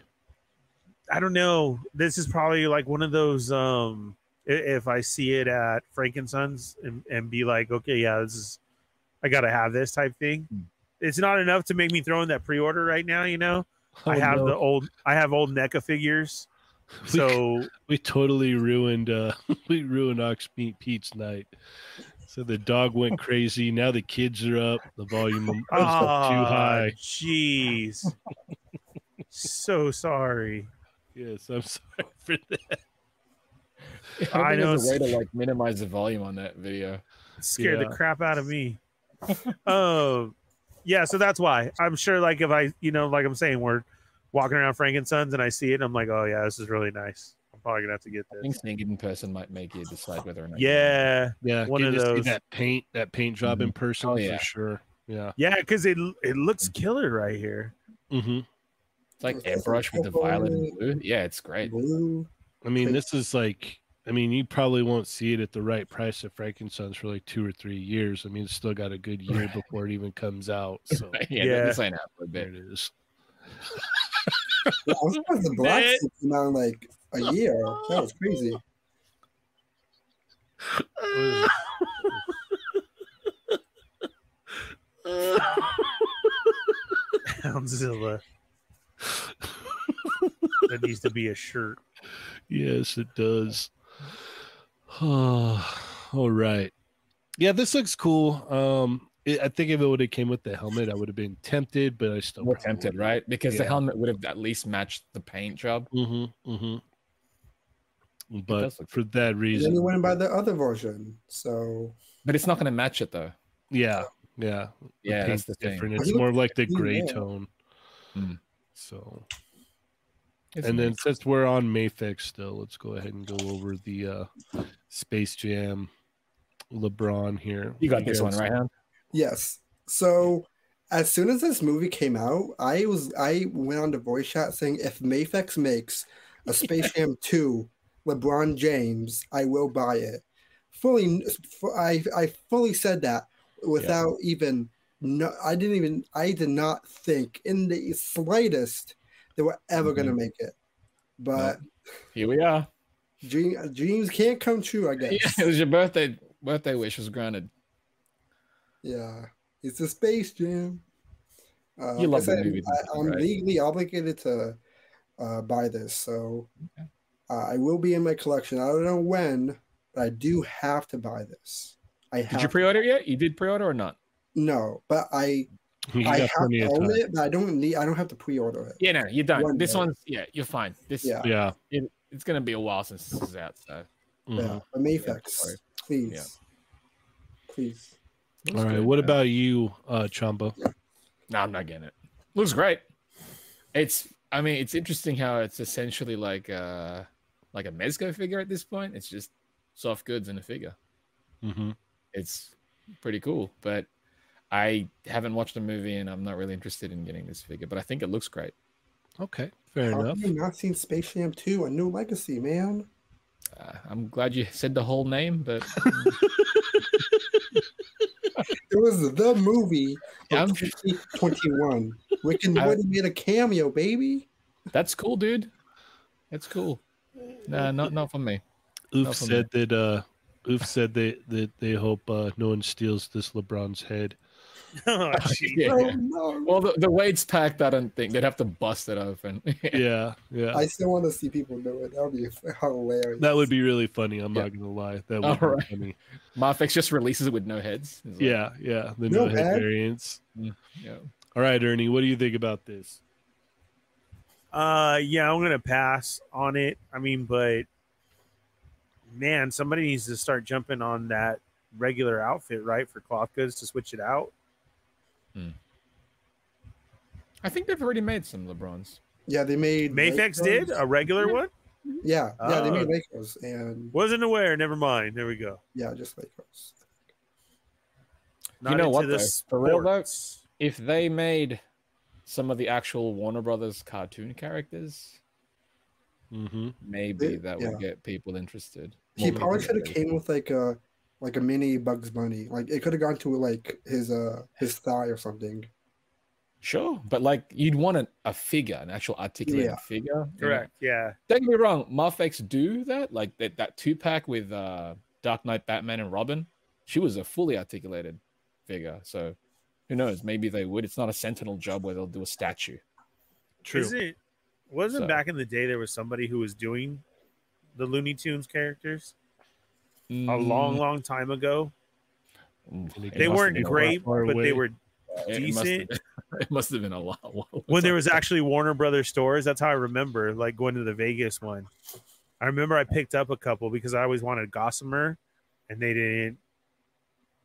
I don't know. This is probably like one of those um i- if I see it at Frankenstein's and, and be like, okay, yeah, this is I gotta have this type thing. It's not enough to make me throw in that pre-order right now, you know. I
Oh,
have
no.
the old I have old NECA figures.
We-
So
we totally ruined uh we ruined ox meat pete's night so the dog went crazy now the kids are up the volume is up too
Ah,
high
Jeez. so sorry.
yes i'm sorry for that
I
I
know
know there's a way
it's-
to like minimize the volume on that video.
Scared
Yeah.
the crap out of me. um yeah, so that's why. I'm sure like if I you know, like I'm saying, we're walking around Frankenstein's and I see it, and I'm like, oh yeah, this is really nice. I'm probably gonna have to get
I
this.
think seeing it in person might make you decide whether or not. you want it.
Yeah.
yeah
One
getting
of
to see
those.
that paint that paint job in person
Oh, yeah.
for sure Mm-hmm. yeah
Yeah, because it it looks killer right here.
hmm
It's like
It's
airbrush with the violet and
purple.
blue. Yeah, it's great.
Blue.
i mean this is like i mean you probably won't see it at the right price at frankenstein's for like two or three years i mean it's still got a good year before it even comes out so
Yeah,
Yeah.
this ain't out for a
there
bit.
it is
Yeah, I was surprised the black
Man.
suit came out in like a year. That was crazy.
Ugh.
Houndzilla. that needs to be a shirt.
Yes, it does. All right. Yeah, this looks cool. Um, it, I think if it would have came with the helmet, I would have been tempted, but I still
More
probably
tempted, right? Because the
Yeah.
helmet would have at least matched the paint job.
Mm-hmm. Mm-hmm. But
does look
for that
And
reason,
then he went by the other version. So
But it's not going to match it though.
yeah, yeah, the
Yeah, that's
paint's
the thing.
different. It's
Look
more of like the
at the
gray
wall.
tone.
Hmm.
So,
It's
and then
amazing.
since we're on Mayfix still, let's go ahead and go over the uh Space Jam LeBron here.
you got this one right, Han?
yes. So as soon as this movie came out, I was I went on to voice chat saying if Mayfex makes a Space Jam 2 LeBron James, I will buy it. Fully fu- I I fully said that without even no I didn't even I did not think in the slightest they were ever going to make it. But
Here we are.
dream, dreams can't come true, I guess.
Yeah, it was your birthday. Birthday wish was granted.
Yeah, it's a space jam. Uh,
You love
like I
the
said,
movie,
I,
don't you,
I'm
right?
legally obligated to uh, buy this, so uh, I will be in my collection. I don't know when, but I do have to buy this. I
Did
have
you pre-order yet? You did pre-order or not?
no, but I
You
I
got
have
plenty
to
of
own
time.
it, but I don't need. I don't have to pre-order it.
Yeah, no, you're done.
One
this
day.
one's yeah, you're fine. This
Yeah.
Yeah.
it, it's gonna be a while since this is out. So
mhm.
Yeah, but Mayfex,
Mm-hmm. sorry.
please,
Yeah.
please.
All right. What about you, uh Chombo?
No, I'm not getting it. Looks great. It's I mean, it's interesting how it's essentially like uh like a Mezco figure at this point. It's just soft goods and a figure.
Mm-hmm.
It's pretty cool, but I haven't watched the movie and I'm not really interested in getting this figure, but I think it looks great.
Okay. Fair
How
enough.
have you not seen Space Jam 2: A New Legacy, man?
Uh, I'm glad you said the whole name, but
It was the movie
Yeah,
of
I'm-
2021. Oh, Rick and
I-
Morty made a cameo, baby.
that's cool, dude. That's cool. Nah, not not for me.
Oof
Nothing.
said that uh Oof said they that they hope uh no one steals this LeBron's head.
oh, jeez.
Yeah,
Oh,
yeah.
no.
Well, the, the way it's packed, I don't think they'd have to bust it open.
Yeah, yeah.
I still want to see people do it. That would be hilarious.
that would be really funny, I'm
Yeah.
not gonna lie. That would
All
be
right.
funny.
Marfex just releases it with no heads. It's like,
Yeah, yeah. The
No
no head
bad.
variants.
yeah.
All right, Ernie, what do you think about this?
Uh, yeah, I'm gonna pass on it. I mean, but man, somebody needs to start jumping on that regular outfit, right, for cloth goods to switch it out.
I think they've already made some LeBrons.
yeah, they made
Mayfex
Lakers.
did a regular one.
Yeah, yeah, they
Oh.
made Lakers and
Wasn't aware. Never mind. There we go.
yeah, just Lakers.
Not
you know
into
what? Though,
this
for real though,
sports.
if they made some of the actual Warner Brothers cartoon characters,
Mm-hmm.
maybe
Yeah.
that would get people interested.
He
More
probably
people
should have
interested.
came with like a like a mini Bugs Bunny. Like it could have gone to like his uh his thigh or something.
Sure, but like you'd want an, a figure, an actual articulated
Yeah.
figure. you know?
Correct. Yeah.
Don't get me wrong, Marfex do that, like that, that two pack with uh, Dark Knight, Batman, and Robin. She was a fully articulated figure, so who knows? Maybe they would. It's not a sentinel job where they'll do a statue.
True.
Isn't wasn't
So-
back in the day there was somebody who was doing the Looney Tunes characters a long, long time ago.
They
Mm, Mm-hmm. it
They
must have
weren't
been a
great,
far
but
away.
they were
lot- it must have
decent.
been- It must have been a lot. Well,
when there
it's
was actually Warner Brothers stores. That's how I remember, like going to the Vegas one. I remember I picked up a couple because I always wanted Gossamer, and they didn't.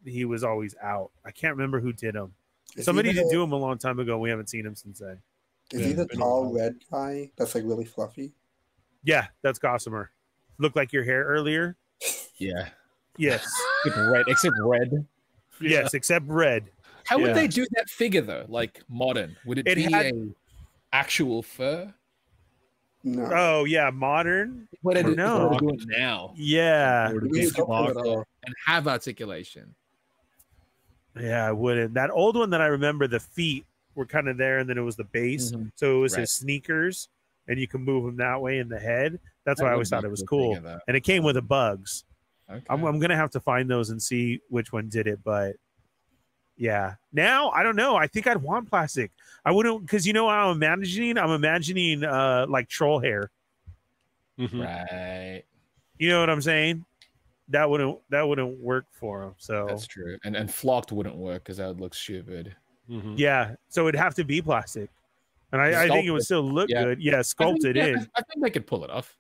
He was always out. I can't remember who did them.
Is
Somebody
he the,
did do him a long time ago. and We haven't seen him since then.
Is he
Yeah,
the
been a
tall
while.
red guy that's like really fluffy?
Yeah, that's Gossamer. Looked like your hair earlier.
like- yeah,
Yes,
except red. Except red.
yes, except red.
How
Yeah.
would they do that figure though? Like modern? Would it,
It
be
had-
a actual fur?
No.
Oh yeah, modern.
What
I
it,
know.
what they do it now
Yeah,
Or
He
the
was
big
sculpted
block.
at all.
and have articulation?
yeah. I wouldn't. That old one that I remember, the feet were kind of there, and then it was the base.
Mhm.
So it was
Right.
his sneakers, and you can move him that way in the head. That's
That
why I
would
always
be
thought it was
a cool
cool.
figure, though.
And it came with the bugs. I'm,
Okay.
I'm gonna have to find those and see which one did it, but Yeah. Now I don't know. I think I'd want plastic. I wouldn't because you know what I'm imagining. I'm imagining uh like troll hair.
Mhm.
Right.
You know what I'm saying? That wouldn't that wouldn't work for him. So
That's true. And and flocked wouldn't work because that would look stupid.
Mhm.
yeah. So it'd have to be plastic, and I, I think it would
Sculpted.
still look
Yeah.
good. Yeah, sculpted
I think, yeah,
in.
I I think they could pull it off.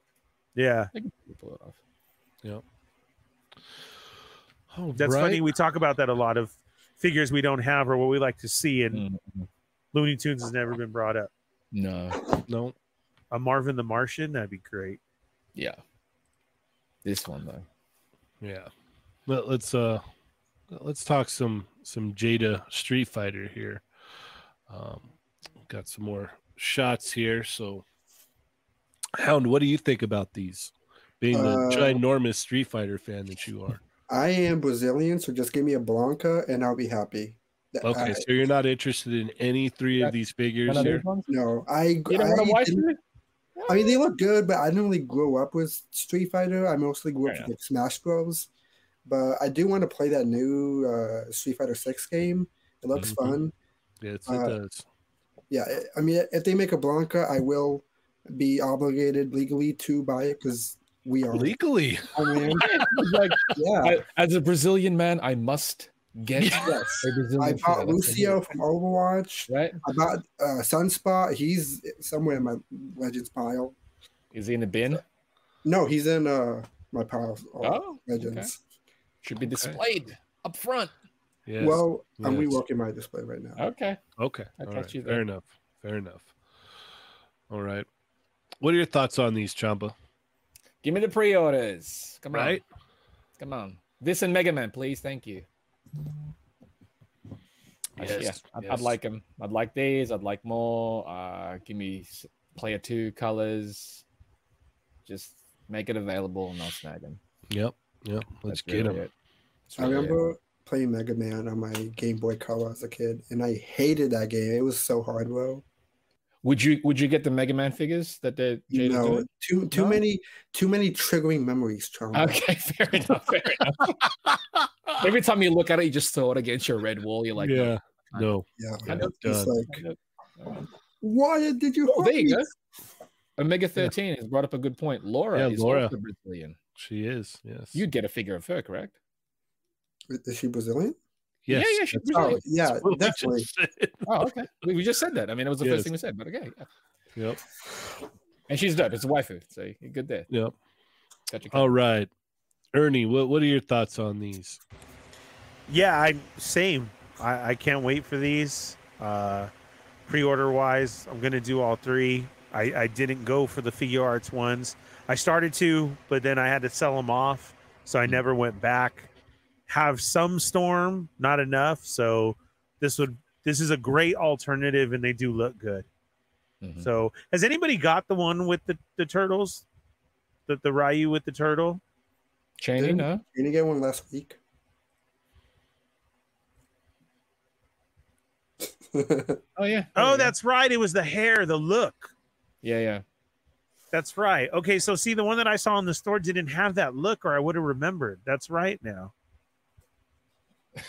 Yeah.
They could pull it off.
All
That's
right.
funny. We talk about that a lot of figures we don't have or what we like to see, and
Mm,
Looney Tunes has never been brought up.
No.
No.
A Marvin the Martian, that'd be great.
Yeah. This one though.
Yeah. Let, let's uh let's talk some some Jada Street Fighter here. Um got some more shots here, so Hound, what do you think about these? Being the
Uh,
ginormous Street Fighter fan that you are.
I am Brazilian, so just give me a Blanca and I'll be happy. Th-
Okay,
I-
so you're not interested in any three of these figures
None of these
here?
ones?
no, I.
You don't
I,
want to watch
didn't-
it?
I mean, they look good, but I didn't really grow up with Street Fighter. I mostly grew up
Fair
with like, Smash Bros. But I do want to play that new uh, Street Fighter Six game. It looks
Mhm.
Mm-hmm.
fun.
Yes, it
Uh,
does.
Yeah, I- I mean, if they make a Blanca, I will be obligated legally to buy it because we are.
Legally.
Oh, man.
Like,
Yeah.
I- as a Brazilian man, I must get
Yes.
a Brazilian.
I
flag.
bought
That's
Lucio
amazing.
from Overwatch.
Right?
I bought uh, Sunspot. He's somewhere in my Legends pile.
Is he in a bin?
No, he's in uh, my pile. of
Oh,
Legends.
Should be
Okay.
displayed up front.
Yes.
Well, I'm
Yes. Oh,
reworking my display right now.
Okay.
Okay.
I
all
caught
right,
you
Fair
there.
enough. Fair enough. All right. What are your thoughts on these, Champa?
Give me the pre-orders. Come on.
Right?
Come on. This and Mega Man, please. Thank you. I- yeah,
Yes,
I'd,
yes.
I'd like them. I'd like these. I'd like more. Uh, give me s- player two colors. Just make it available, and I'll snag them.
Yep. Yep. Let's get them.
I remember playing Mega Man on my Game Boy Color as a kid, and I hated that game. It was so hard, bro.
Would you Would you get the Mega Man figures that they?
You know, too too
No?
many too many triggering memories, Charlie.
Okay, fair enough. Fair enough. Every time you look at it, you just throw it against your red wall. You're like,
yeah. No.
Yeah,
I know-
it's
done.
like,
I know.
why did you?
Oh,
hurt
there you
me?
go. Omega 13 has brought up a good point. Laura
Yeah,
is
Laura.
also Brazilian.
She is. Yes.
You'd get a figure of her, correct?
Is she Brazilian?
Yes.
Yeah, yeah, she's
that's
Oh,
Brazilian.
yeah,
what we just
definitely.
said.
Oh, okay. We, we just said that. I mean, it was the
Yes.
first thing we said, but okay. Yeah.
Yep.
And she's dope. It's a waifu. So you're good there.
Yep.
Got your
All right. Ernie, what, what are your thoughts on these?
Yeah, I same. I, I can't wait for these. Uh, pre-order wise, I'm gonna do all three. I, I didn't go for the figure arts ones. I started to, but then I had to sell them off, so I never went back. Have some storm, not enough. So this would this is a great alternative, and they do look good.
Mhm.
So has anybody got the one with the the turtles? The the Ryu with the turtle?
Cheney,
Didn't-
no?
Didn't you get one last week?
Oh, yeah. There
Oh,
you go.
that's right. It was the hair, the look.
Yeah, yeah.
That's right. Okay, so see, the one that I saw in the store didn't have that look, or I would have remembered. That's right now.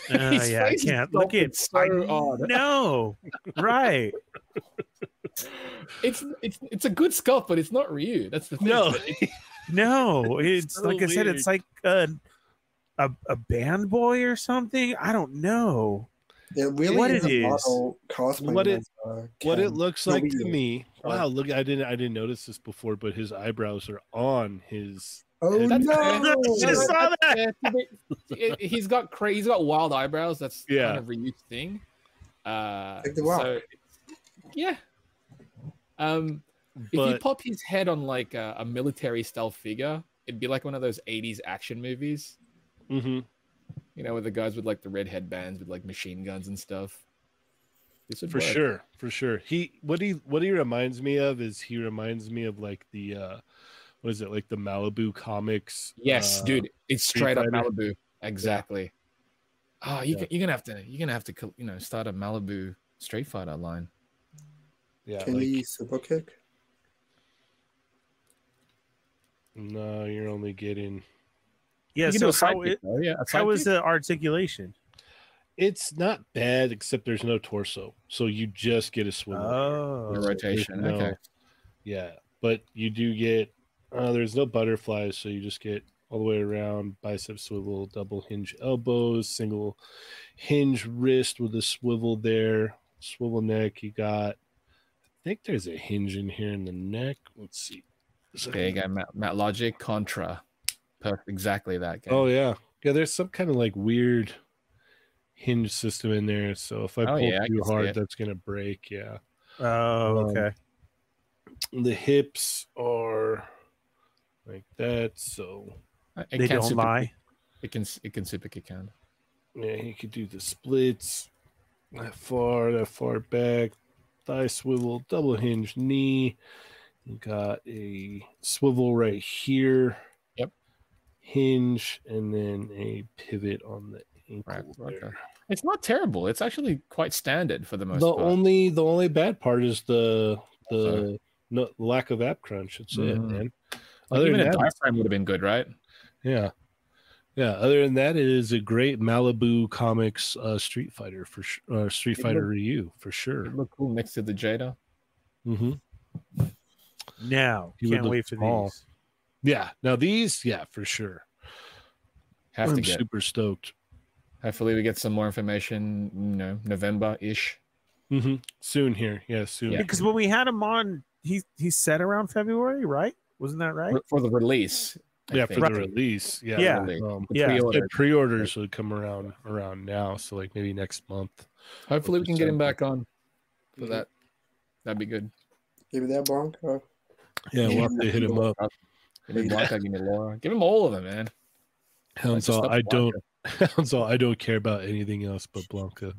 Uh,
His
yeah, I
face is
can't look
sculpted
at. I
so odd.
know, right?
It's, it's it's a good sculpt, but it's not Ryu. That's the thing.
No.
No, it's,
so
like I said, it's like a, a a band boy or something. I don't know.
It really
What
is
it
a
is.
model cosplay.
What it-
of, uh,
What it
Ken.
looks
No,
like
we
to
do.
me.
Sorry.
Wow, look, I didn't I didn't notice this before, but his eyebrows are on his
Oh
That's-
no!
I just saw that.
Yeah, it's a bit- it- he's got cra- he's got wild eyebrows. That's
Yeah.
kind of Ryu's thing. Uh,
Like The Rock.
so it's- yeah. Um, if you
but
pop his head on like a, a military style figure, it'd be like one of those '80s action movies,
Mm-hmm.
Mhm.
you know, where the guys with like the red headbands with like machine guns and stuff. This would
for
work.
sure. For sure. He what he what he reminds me of is he reminds me of like the uh what is it like the Malibu comics?
Yes,
uh,
dude, it's
Street
straight up
Fighter.
Malibu. Exactly. Oh, you
Yeah.
can, you're gonna have to you're gonna have to co- you know start a Malibu Street Fighter line.
Yeah,
Can
like-
he super kick?
No, you're only getting.
Yeah.
You
So
can do a
how
sidekick,
it,
though, yeah, a
how
sidekick.
is the articulation?
It's not bad, except there's no torso, so you just get a swim.
The
Oh,
rotation.
no.
Okay.
Yeah, but you do get. Uh, there's no butterflies, so you just get all the way around bicep swivel, double hinge elbows, single hinge wrist with a swivel there, swivel neck. You got. I think there's a hinge in here in the neck. Let's see. Is it-
There you go. Matt, Matt Logic Contra. Perfect. Exactly that. Game.
Oh yeah, yeah. There's some kind of like weird hinge system in there. So if I
Oh,
pull
yeah, I
too
can see
hard,
it.
that's gonna break. Yeah.
Um,
oh, okay.
The hips are like that. So
Uh, It
They
can
don't
super,
lie.
It can. It can super kick hand.
yeah, you could do the splits that far, that far back, thigh swivel, double hinge knee. You got a swivel right here.
Yep.
Hinge and then a pivot on the
Right,
ankle.
right
there.
there. It's not terrible. It's actually quite standard for the most
the
part.
only the only bad part is the the no, lack of app crunch. That's it,
Mm-hmm.
Mhm.
man.
Like,
Other
even
than
a
that,
diaphragm would have been good, right?
yeah, yeah. Other than that, it is a great Malibu Comics uh, Street Fighter for sh- uh, Street
It
Fighter Ryu for sure.
It'd look cool next to the Jada.
hmm
Now,
He would
can't
look
wait for
small.
these.
Yeah. Now these, yeah, for sure.
Have to
I'm
get.
super stoked.
Hopefully, we get some more information. You know, November ish.
hmm Soon here, yeah, soon.
Yeah.
Because when we had him on, he he said around February, right? Wasn't that right?
for the release. I
Yeah, for
think.
the
Right.
release. Yeah.
Yeah.
like, Um,
Yeah.
the
Pre-order.
pre-orders would come around around now, so like maybe next month.
Hopefully, we can get him
December.
back on for that. That'd be good.
Give me that Blanco.
Yeah, we'll have to hit him up.
Give me Blanca, give me Laura. Give him all of them, man. Like,
Houndsall,
stop
I
Blanca.
don't Houndsall, I don't care about anything else but Blanca.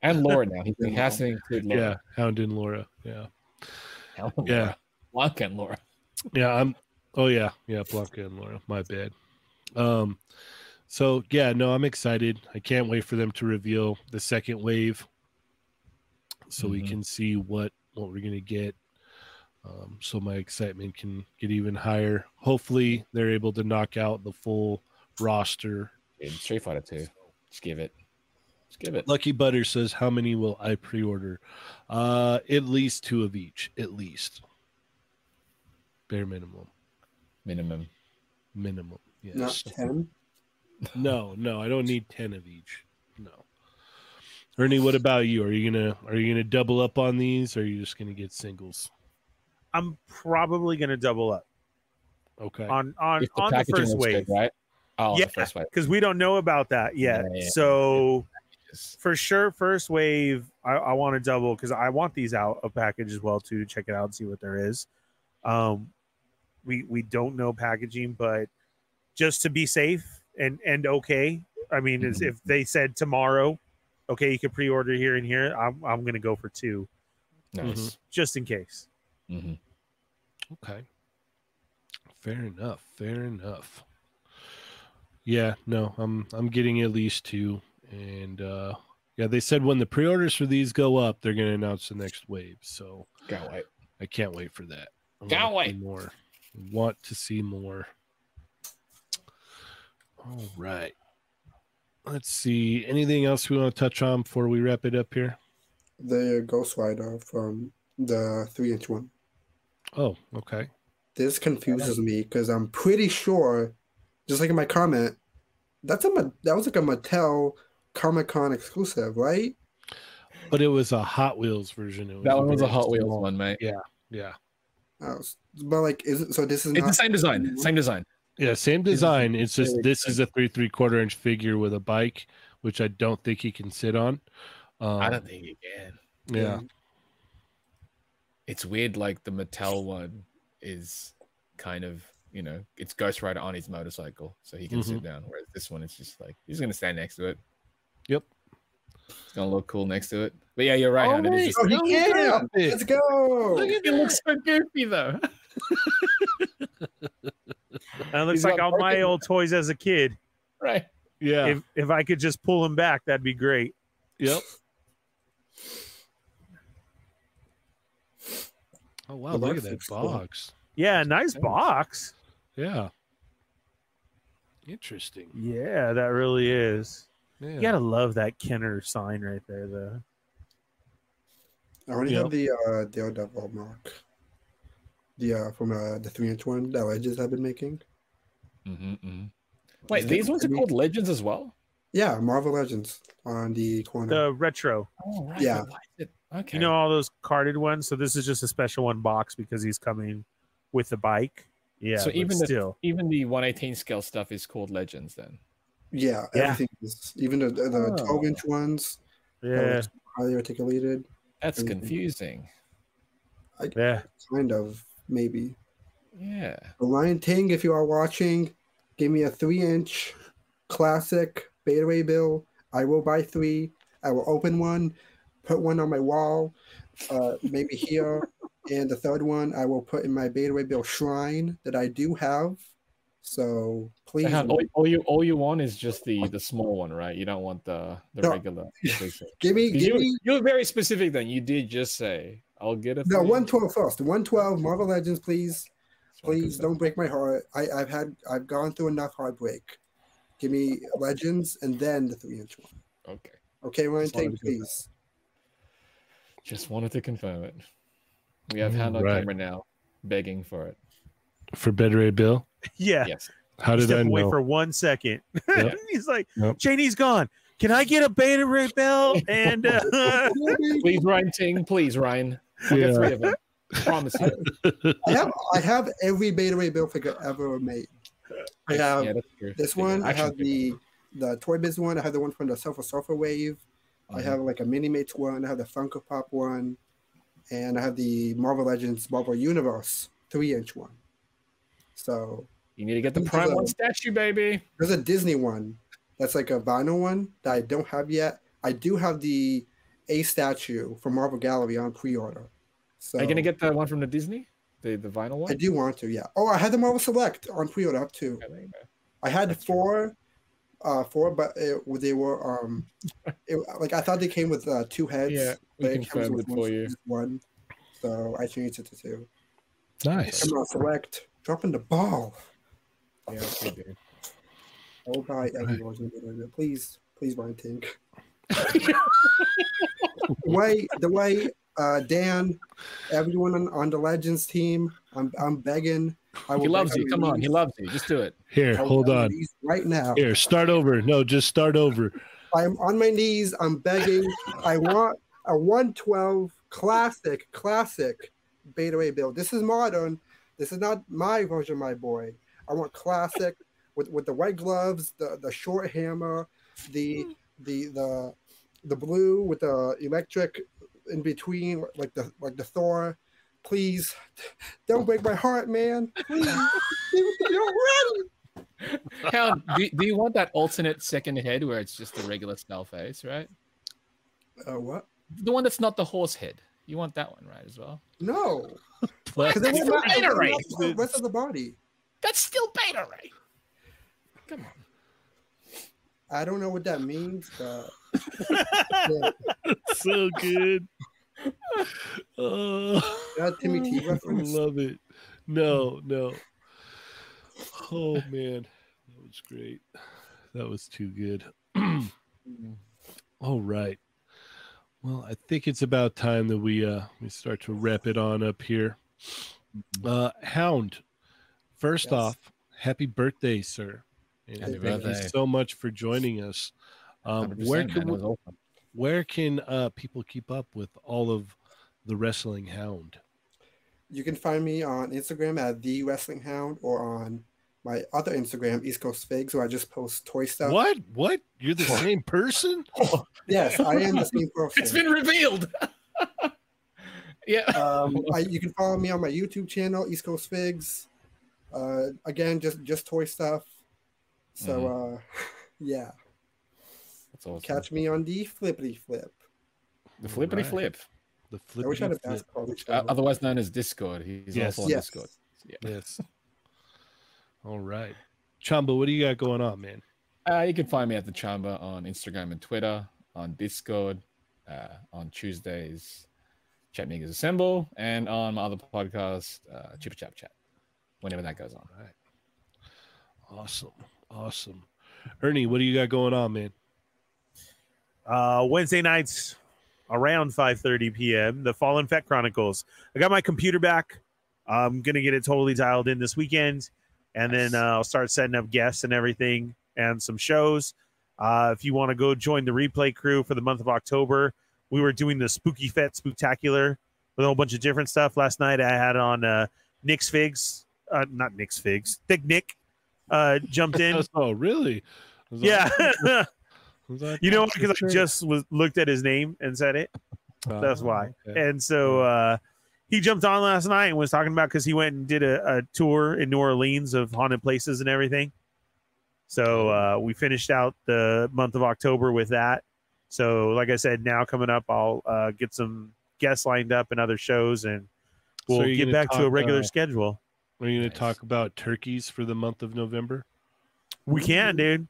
And Laura now. He, he has to include
Yeah,
Laura.
Hound and Laura. Yeah,
Hell,
yeah,
Laura. Blanca and Laura.
yeah. I'm. Oh yeah, yeah. Blanca and Laura. My bad. Um. So yeah, no, I'm excited. I can't wait for them to reveal the second wave, so we
Mhm.
can see what what we're gonna get. Um, so my excitement can get even higher. Hopefully, they're able to knock out the full roster.
Dude, Street Fighter 2. Just give it. Just give it.
Lucky Butter says, "How many will I pre-order? Uh, at least two of each, at least, bare minimum,
Minimum.
minimum.
Not
Yes.
ten.
No, no, I don't need ten of each. No. Ernie, what about you? Are you gonna are you gonna double up on these? Or are you just gonna get singles?
I'm probably gonna double up
Okay.
on on
If
on the
packaging
first
looks good,
wave
right? Oh,
Yeah.
the first wave.
because we don't know about that yet.
Yeah, yeah,
so.
Yes.
for sure first wave i, I want to double because i want these out of package as well too to check it out and see what there is um we we don't know packaging but just to be safe and and okay i mean is
Mm-hmm.
if they said tomorrow okay you can pre-order here and here i'm, I'm gonna go for two
Mm-hmm.
Nice.
just in case
hmm
Okay. Fair enough. Fair enough. Yeah, no, I'm I'm getting at least two. And uh yeah, they said when the pre-orders for these go up, they're gonna announce the next wave. So
Can't wait.
I can't wait for that. I wanna
Can't
see
wait.
more. Want to see more. All right. Let's see. Anything else we want to touch on before we wrap it up here?
The Ghost Rider from the three-inch one.
Oh, okay.
This confuses me because I'm pretty sure, just like in my comment, that's a Ma- that was like a Mattel Comic Con exclusive, right?
But it was a Hot Wheels version. It
That one was a
very
Hot Wheels
small.
one, mate.
Yeah.
Uh, s- but like, is it, so this is
It's the
not
same design. Same design.
Yeah, same design. It's just
really
this is a three three quarter inch figure with a bike, which I don't think he can sit on. Um,
I don't think you can.
Yeah,
it's weird like the Mattel one is kind of you know it's Ghost Rider on his motorcycle so he can sit down whereas this one is just like he's gonna stand next to it
Yep.
it's gonna look cool next to it but yeah you're right
Oh,
oh, it
wait.
is just
Oh,
like,
he can!
it.
Let's go!
it looks so goofy though
and it looks
He's
like
got
all my
parking.
old toys as a kid
right
yeah,
if if i could just pull them back that'd be great
yep. Oh wow!
The
Look
box
at that
looks cool.
box.
yeah nice box
Yeah, interesting.
yeah that really is
Yeah.
You gotta love that Kenner sign right there, though.
I already
Yeah.
have the uh, Daredevil mark. The uh, from uh, the three inch one that Legends have been making.
Mm-hmm, Wait,
Is
these
that-
ones are called legends as well.
Yeah, Marvel Legends on the corner.
The retro,
Oh right.
Yeah.
why is it- Okay.
you know, all those carded ones. So this is just a special one box because he's coming with the bike. Yeah.
So
So
even
even
the-
still,
even the 118 scale stuff is called legends then.
yeah,
Yeah.
everything is even the the
Oh.
twelve inch ones. that were
yeah,
highly articulated.
That's
Everything.
confusing.
yeah.
Kind of maybe.
Yeah.
The Lion Ting, if you are watching, give me a three inch classic Beta Ray Bill. I will buy three. I will open one, put one on my wall, uh, maybe here. and the third one I will put in my Beta Ray Bill shrine that I do have. So please,
Hang on, all, all you all you want is just the the small one, right? You don't want the the
No.
regular. version.
give me, give
you,
me.
you're very specific then. You did just say I'll get it.
No,
for you."
112 first. 112 Marvel Legends, please.
That's what I
please
said.
don't break my heart. I, I've had I've gone through enough heartbreak. Give me legends and then the three inch one.
Okay.
Okay, Ryan,
Just wanted
take
to do
please.
Just wanted to confirm it. We have
Mm,
hand on
right.
camera now, begging for it.
for Better Ray Bill.
yeah.
Yes.
How did
Step
I
away
know?
for one second.
Yeah.
he's like,
Nope.
Janie's gone. Can I get a Beta Ray Bell? And uh,
Please, Ryan Ting. Please, Ryan. I'll get three of them. Promise you.
I have I have every Beta Ray Bill figure ever made. I have
Yeah, that's true.
this
Yeah,
one. I
action
have the the Toy Biz one. I have the one from the Sulfur Sulfur Wave. I
Mhm.
have like a Mini Mates one. I have the Funko Pop one, and I have the Marvel Legends Marvel Universe three inch one. So
You need to get the
These are
prime
the-
one statue, baby.
There's a Disney one that's like a vinyl one that I don't have yet. I do have the A statue from Marvel Gallery on pre-order. So
Are you gonna get the one from the Disney? The the vinyl one.
I do want to, yeah. Oh, I had the Marvel Select on pre-order up too.
Yeah, there you go.
I had
That's
four, uh, four, but it, they were um, it, like I thought they came with uh, two heads.
Yeah, we
but it comes
confirmed
with
it for
one,
you.
One, so I changed it to two.
Nice.
Come on, Select, dropping the ball.
Yeah, we did.
Oh, buy every version of it. Please, please, Brian Tank. the way, the way, uh, Dan, everyone on, on the Legends team, I'm, I'm begging. I
He
beg
loves you. Come on, he
release-
loves you. Just do it.
Here,
I will
hold
beg
on.
release Right now,
Here, start over. No, just start over.
I am on my knees. I'm begging. I want a 112 classic, classic Beta Ray build. This is modern. This is not my version, my boy. I want classic with, with the white gloves, the, the short hammer, the the the the blue with the electric in between, like the like the Thor. Please, don't break my heart, man. Please, you're ready.
Hell, do, do you want that alternate second head where it's just the regular skull face, right?
Uh, what?
The one that's not the horse head. You want that one, right, as well?
No,
Well,
because it
it's
will
the
not it
Beta
will
Ray.
not the rest of the body.
That's still Beta Ray.
Come on.
I don't know what that means, but
so good. Oh,
that Timmy T reference. Mm.
love it. No, no. Oh man, that was great. That was too good. All right. Well, I think it's about time that we uh we start to wrap it on up here.
Mm-hmm.
Uh Hound, first
Yes.
off, happy birthday, sir. And
Happy
thank
birthday.
you so much for joining us. Um, where
100%,
can
man,
we,
it was awesome.
where can uh, people keep up with all of the wrestling hound?
You can find me on Instagram at the Wrestling Hound or on my other Instagram, East Coast Figs, where I just post toy stuff.
What? What? You're the same person?
Yes, I am the same person.
It's been revealed. yeah.
um, I, you can follow me on my YouTube channel, East Coast Figs. Uh, again, just just toy stuff. So uh, yeah,
That's awesome.
catch me on the flippity flip.
the flippity
Right.
flip,
The
I wish I had
flippity
a
flip.
basketball.
uh,
channel.
otherwise known as Discord. He's
Yes.
also on
Yes.
Discord. Yeah.
Yes. All right. Chumba, what do you got going on, man?
Uh, you can find me at the Chamba on Instagram and Twitter, on Discord, uh, on Tuesdays, Chat Niggas Assemble, and on my other podcast, uh, Chipper Chap Chat, whenever that goes on.
All right. Awesome. Awesome. Ernie, what do you got going on, man?
Uh, Wednesday nights around 5:30 p.m. The Fallen Fet Chronicles. I got my computer back. I'm gonna get it totally dialed in this weekend, and
Nice.
then uh, I'll start setting up guests and everything and some shows. Uh, if you want to go join the replay crew for the month of October, we were doing the Spooky Fet Spooktacular with a whole bunch of different stuff. Last night I had on uh, Nick's Figs, uh, not Nick's Figs, Thick Nick uh, jumped in.
Oh, really? I was like,
yeah,
I was like,
you know
"That's
because I
true."
just was, looked at his name and said it. that's
Oh,
why.
okay.
And so uh, he jumped on last night and was talking about because he went and did a, a tour in New Orleans of haunted places and everything. So
Mm-hmm.
uh, we finished out the month of October with that. So, like I said, now coming up, I'll uh, get some guests lined up and other shows, and
So
we'll
you're gonna
get back to a
talk,
regular
uh,
schedule.
Are you going
Nice.
to talk about turkeys for the month of November?
We can, dude.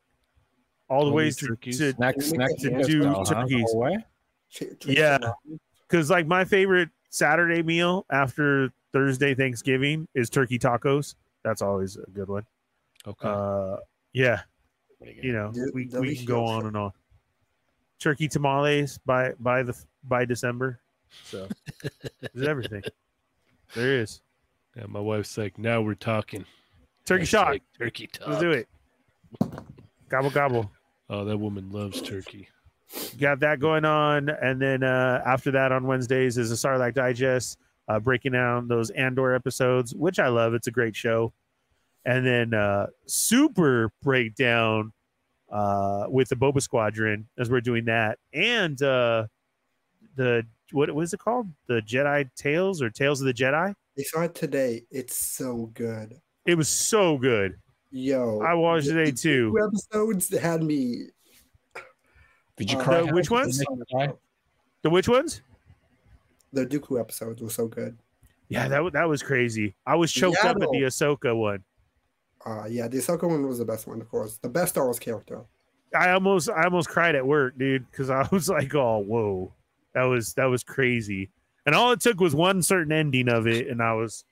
All the
Only
ways to,
turkeys?
to
Snack, snack,
To
dinner
do
style, huh?
turkeys.
Oh, what?
Ch- ch-
Yeah. because like my favorite Saturday meal after Thursday Thanksgiving is turkey tacos. That's always a good one.
Okay.
Uh, yeah, you know
Yeah,
we,
that'd
we
be
can go
huge.
on and on. Turkey tamales by by the by December, so there's everything. There is
yeah, my wife's like, now we're talking.
turkey
It's
shot.
like turkey talk.
Let's do it. Gobble gobble.
Oh, that woman loves turkey.
got that going on and then uh, after that on wednesdays is a sarlacc digest uh, breaking down those andor episodes which i love it's a great show and then uh, super breakdown uh, with the boba squadron as we're doing that and uh, the what was it called the jedi tales or tales of the jedi
I saw it today. It's so good.
it was so good
Yo.
i watched
the-
today
the
too
Two episodes that had me.
Did you
Uh,
cry?
the- which
Did you
ones?
make me cry?
the which ones
The Dooku episodes were so good.
yeah that, wa- that was crazy i was choked up at the
Seattle.
ahsoka one
Uh, yeah, the Ahsoka one was the best one, of course. The best Star Wars character.
I almost I almost cried at work, dude, because I was like, oh whoa. That was that was crazy. And all it took was one certain ending of it, and I was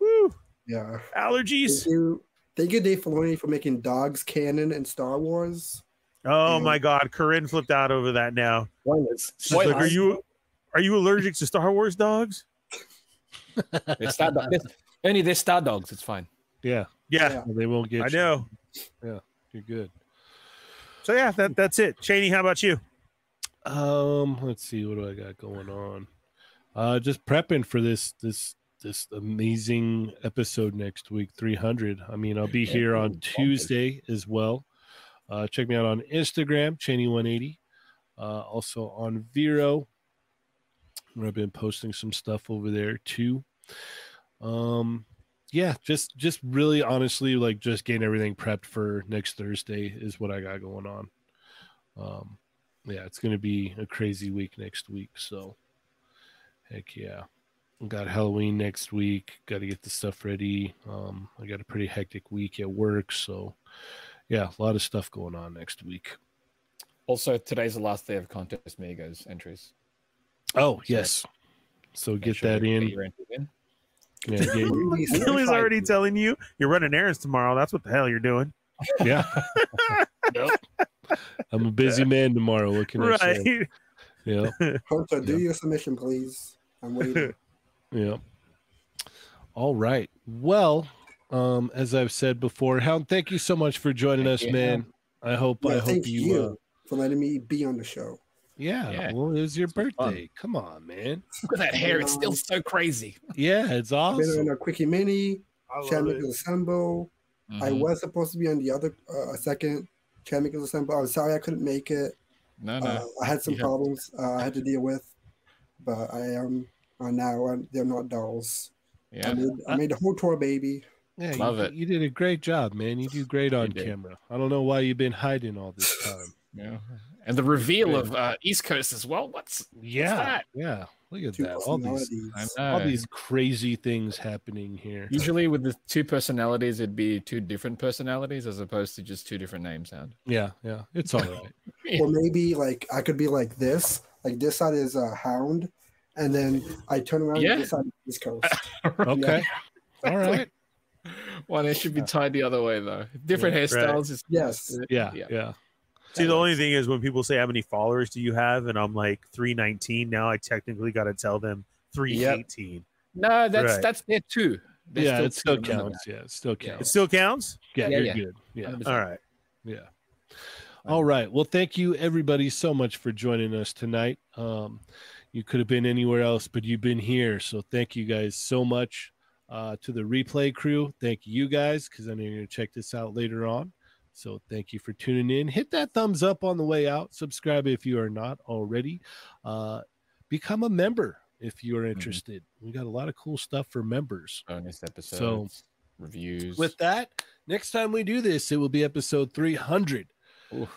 woo,
Yeah.
allergies.
Thank you, thank you, Dave Filoni, for making dogs canon in Star Wars.
Oh
Yeah.
my god, Corinne flipped out over that now.
Spoilers.
She's like, Are you are you allergic to Star Wars dogs?
They're star dogs. Only they're star dogs. It's fine.
Yeah,
Yeah,
they won't get
I
you.
know.
You're good.
So yeah, that, that's it. Cheney, how about you?
Um, let's see what do I got going on. Uh, just prepping for this this this amazing episode next week, 300. I mean, I'll be
Yeah,
here
cool.
on Tuesday as well. Uh, check me out on Instagram, Cheney180. Uh, also on Vero, where I've been posting some stuff over there too. Um, yeah, just just really honestly, like just getting everything prepped for next Thursday is what I got going on. Um, yeah, it's gonna be a crazy week next week. So, heck yeah, We got Halloween next week. Got to get the stuff ready. Um, I got a pretty hectic week at work. So, yeah, a lot of stuff going on next week.
Also, today's the last day of contest Migos entries.
Oh yes, so
Make
get
sure
that
you get
in.
your entries in.
Yeah, get-
Release
Lily's
it.
already telling you you're running errands tomorrow. That's what the hell you're doing.
yeah. I'm a busy man tomorrow. What can I say?
Right.
Yeah,
Hunter, do
Yeah.
your submission, please. I'm waiting.
yeah. All right. Well, um, as I've said before, Hound, thank you so much for joining us,
Yeah.
man. I hope I
Yeah,
hope
thank
you.
you,
Uh,
for letting me be on the show.
Yeah,
Yeah.
well, it was your
was fun.
birthday. Come on, man.
Look at that hair. It's still so crazy.
Yeah, it's
I've been
awesome.
on a quickie mini,
I love
Chad
it.
Michaels Assemble. I
Mm-hmm.
Mhm.
was supposed to be on the other uh, a second Chad Michaels Assemble. I'm sorry I couldn't make it.
No, no.
Uh, I had some
You have-
problems uh, I had to deal with, but I am uh, now. i they're not dolls. I
yeah.
made I made a whole tour, baby.
Yeah, you-
Love it.
You did a great job, man. You do great on
did.
camera. I don't know why you've been hiding all this time.
Yeah. And the reveal
Yeah.
of uh, East Coast as well. What's
yeah,
that?
yeah. Look at
Two
that. All these,
personalities.
I
all
know.
these crazy things happening here.
Usually with the two personalities, it'd be two different personalities as opposed to just two different names. Sound.
Yeah, yeah. It's all right.
Or maybe like I could be like this. Like this side is a hound, and then I turn around.
Yeah.
And this side is East Coast.
Okay. All right.
One it should be tied the other way though. Different
Yeah, right.
hairstyles. is-
Yes.
Yeah,
Yeah.
yeah.
See, the only thing is when people say how many followers do you have, and I'm like 319. Now I technically got to tell them 318.
No, that's
Right.
that's there too. There's
yeah, it still
two on the
counts. Yeah, it still
Yeah.
It
counts.
still counts.
Yeah,
Yeah,
you're
yeah.
good. Yeah,
back.
All right.
yeah. All right. Well, thank you everybody so much for joining us tonight. Um, you could have been anywhere else, but you've been here. So thank you guys so much. Uh, to the replay crew, thank you guys because I know you're gonna check this out later on. So thank you for tuning in. Hit that thumbs up on the way out. Subscribe if you are not already. Uh, become a member if you are interested. We got a lot of cool stuff for members.
bonus episodes, reviews.
With that, next time we do this, it will be episode 300.
Oof.
With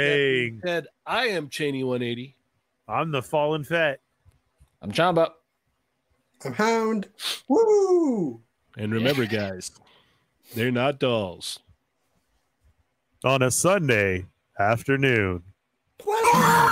that being
Dang.
said, I am Cheney 180.
I'm the fallen fet.
I'm Chamba.
I'm Hound. Woo!
And remember, guys, they're not dolls.
on a Sunday afternoon.
Pleasure.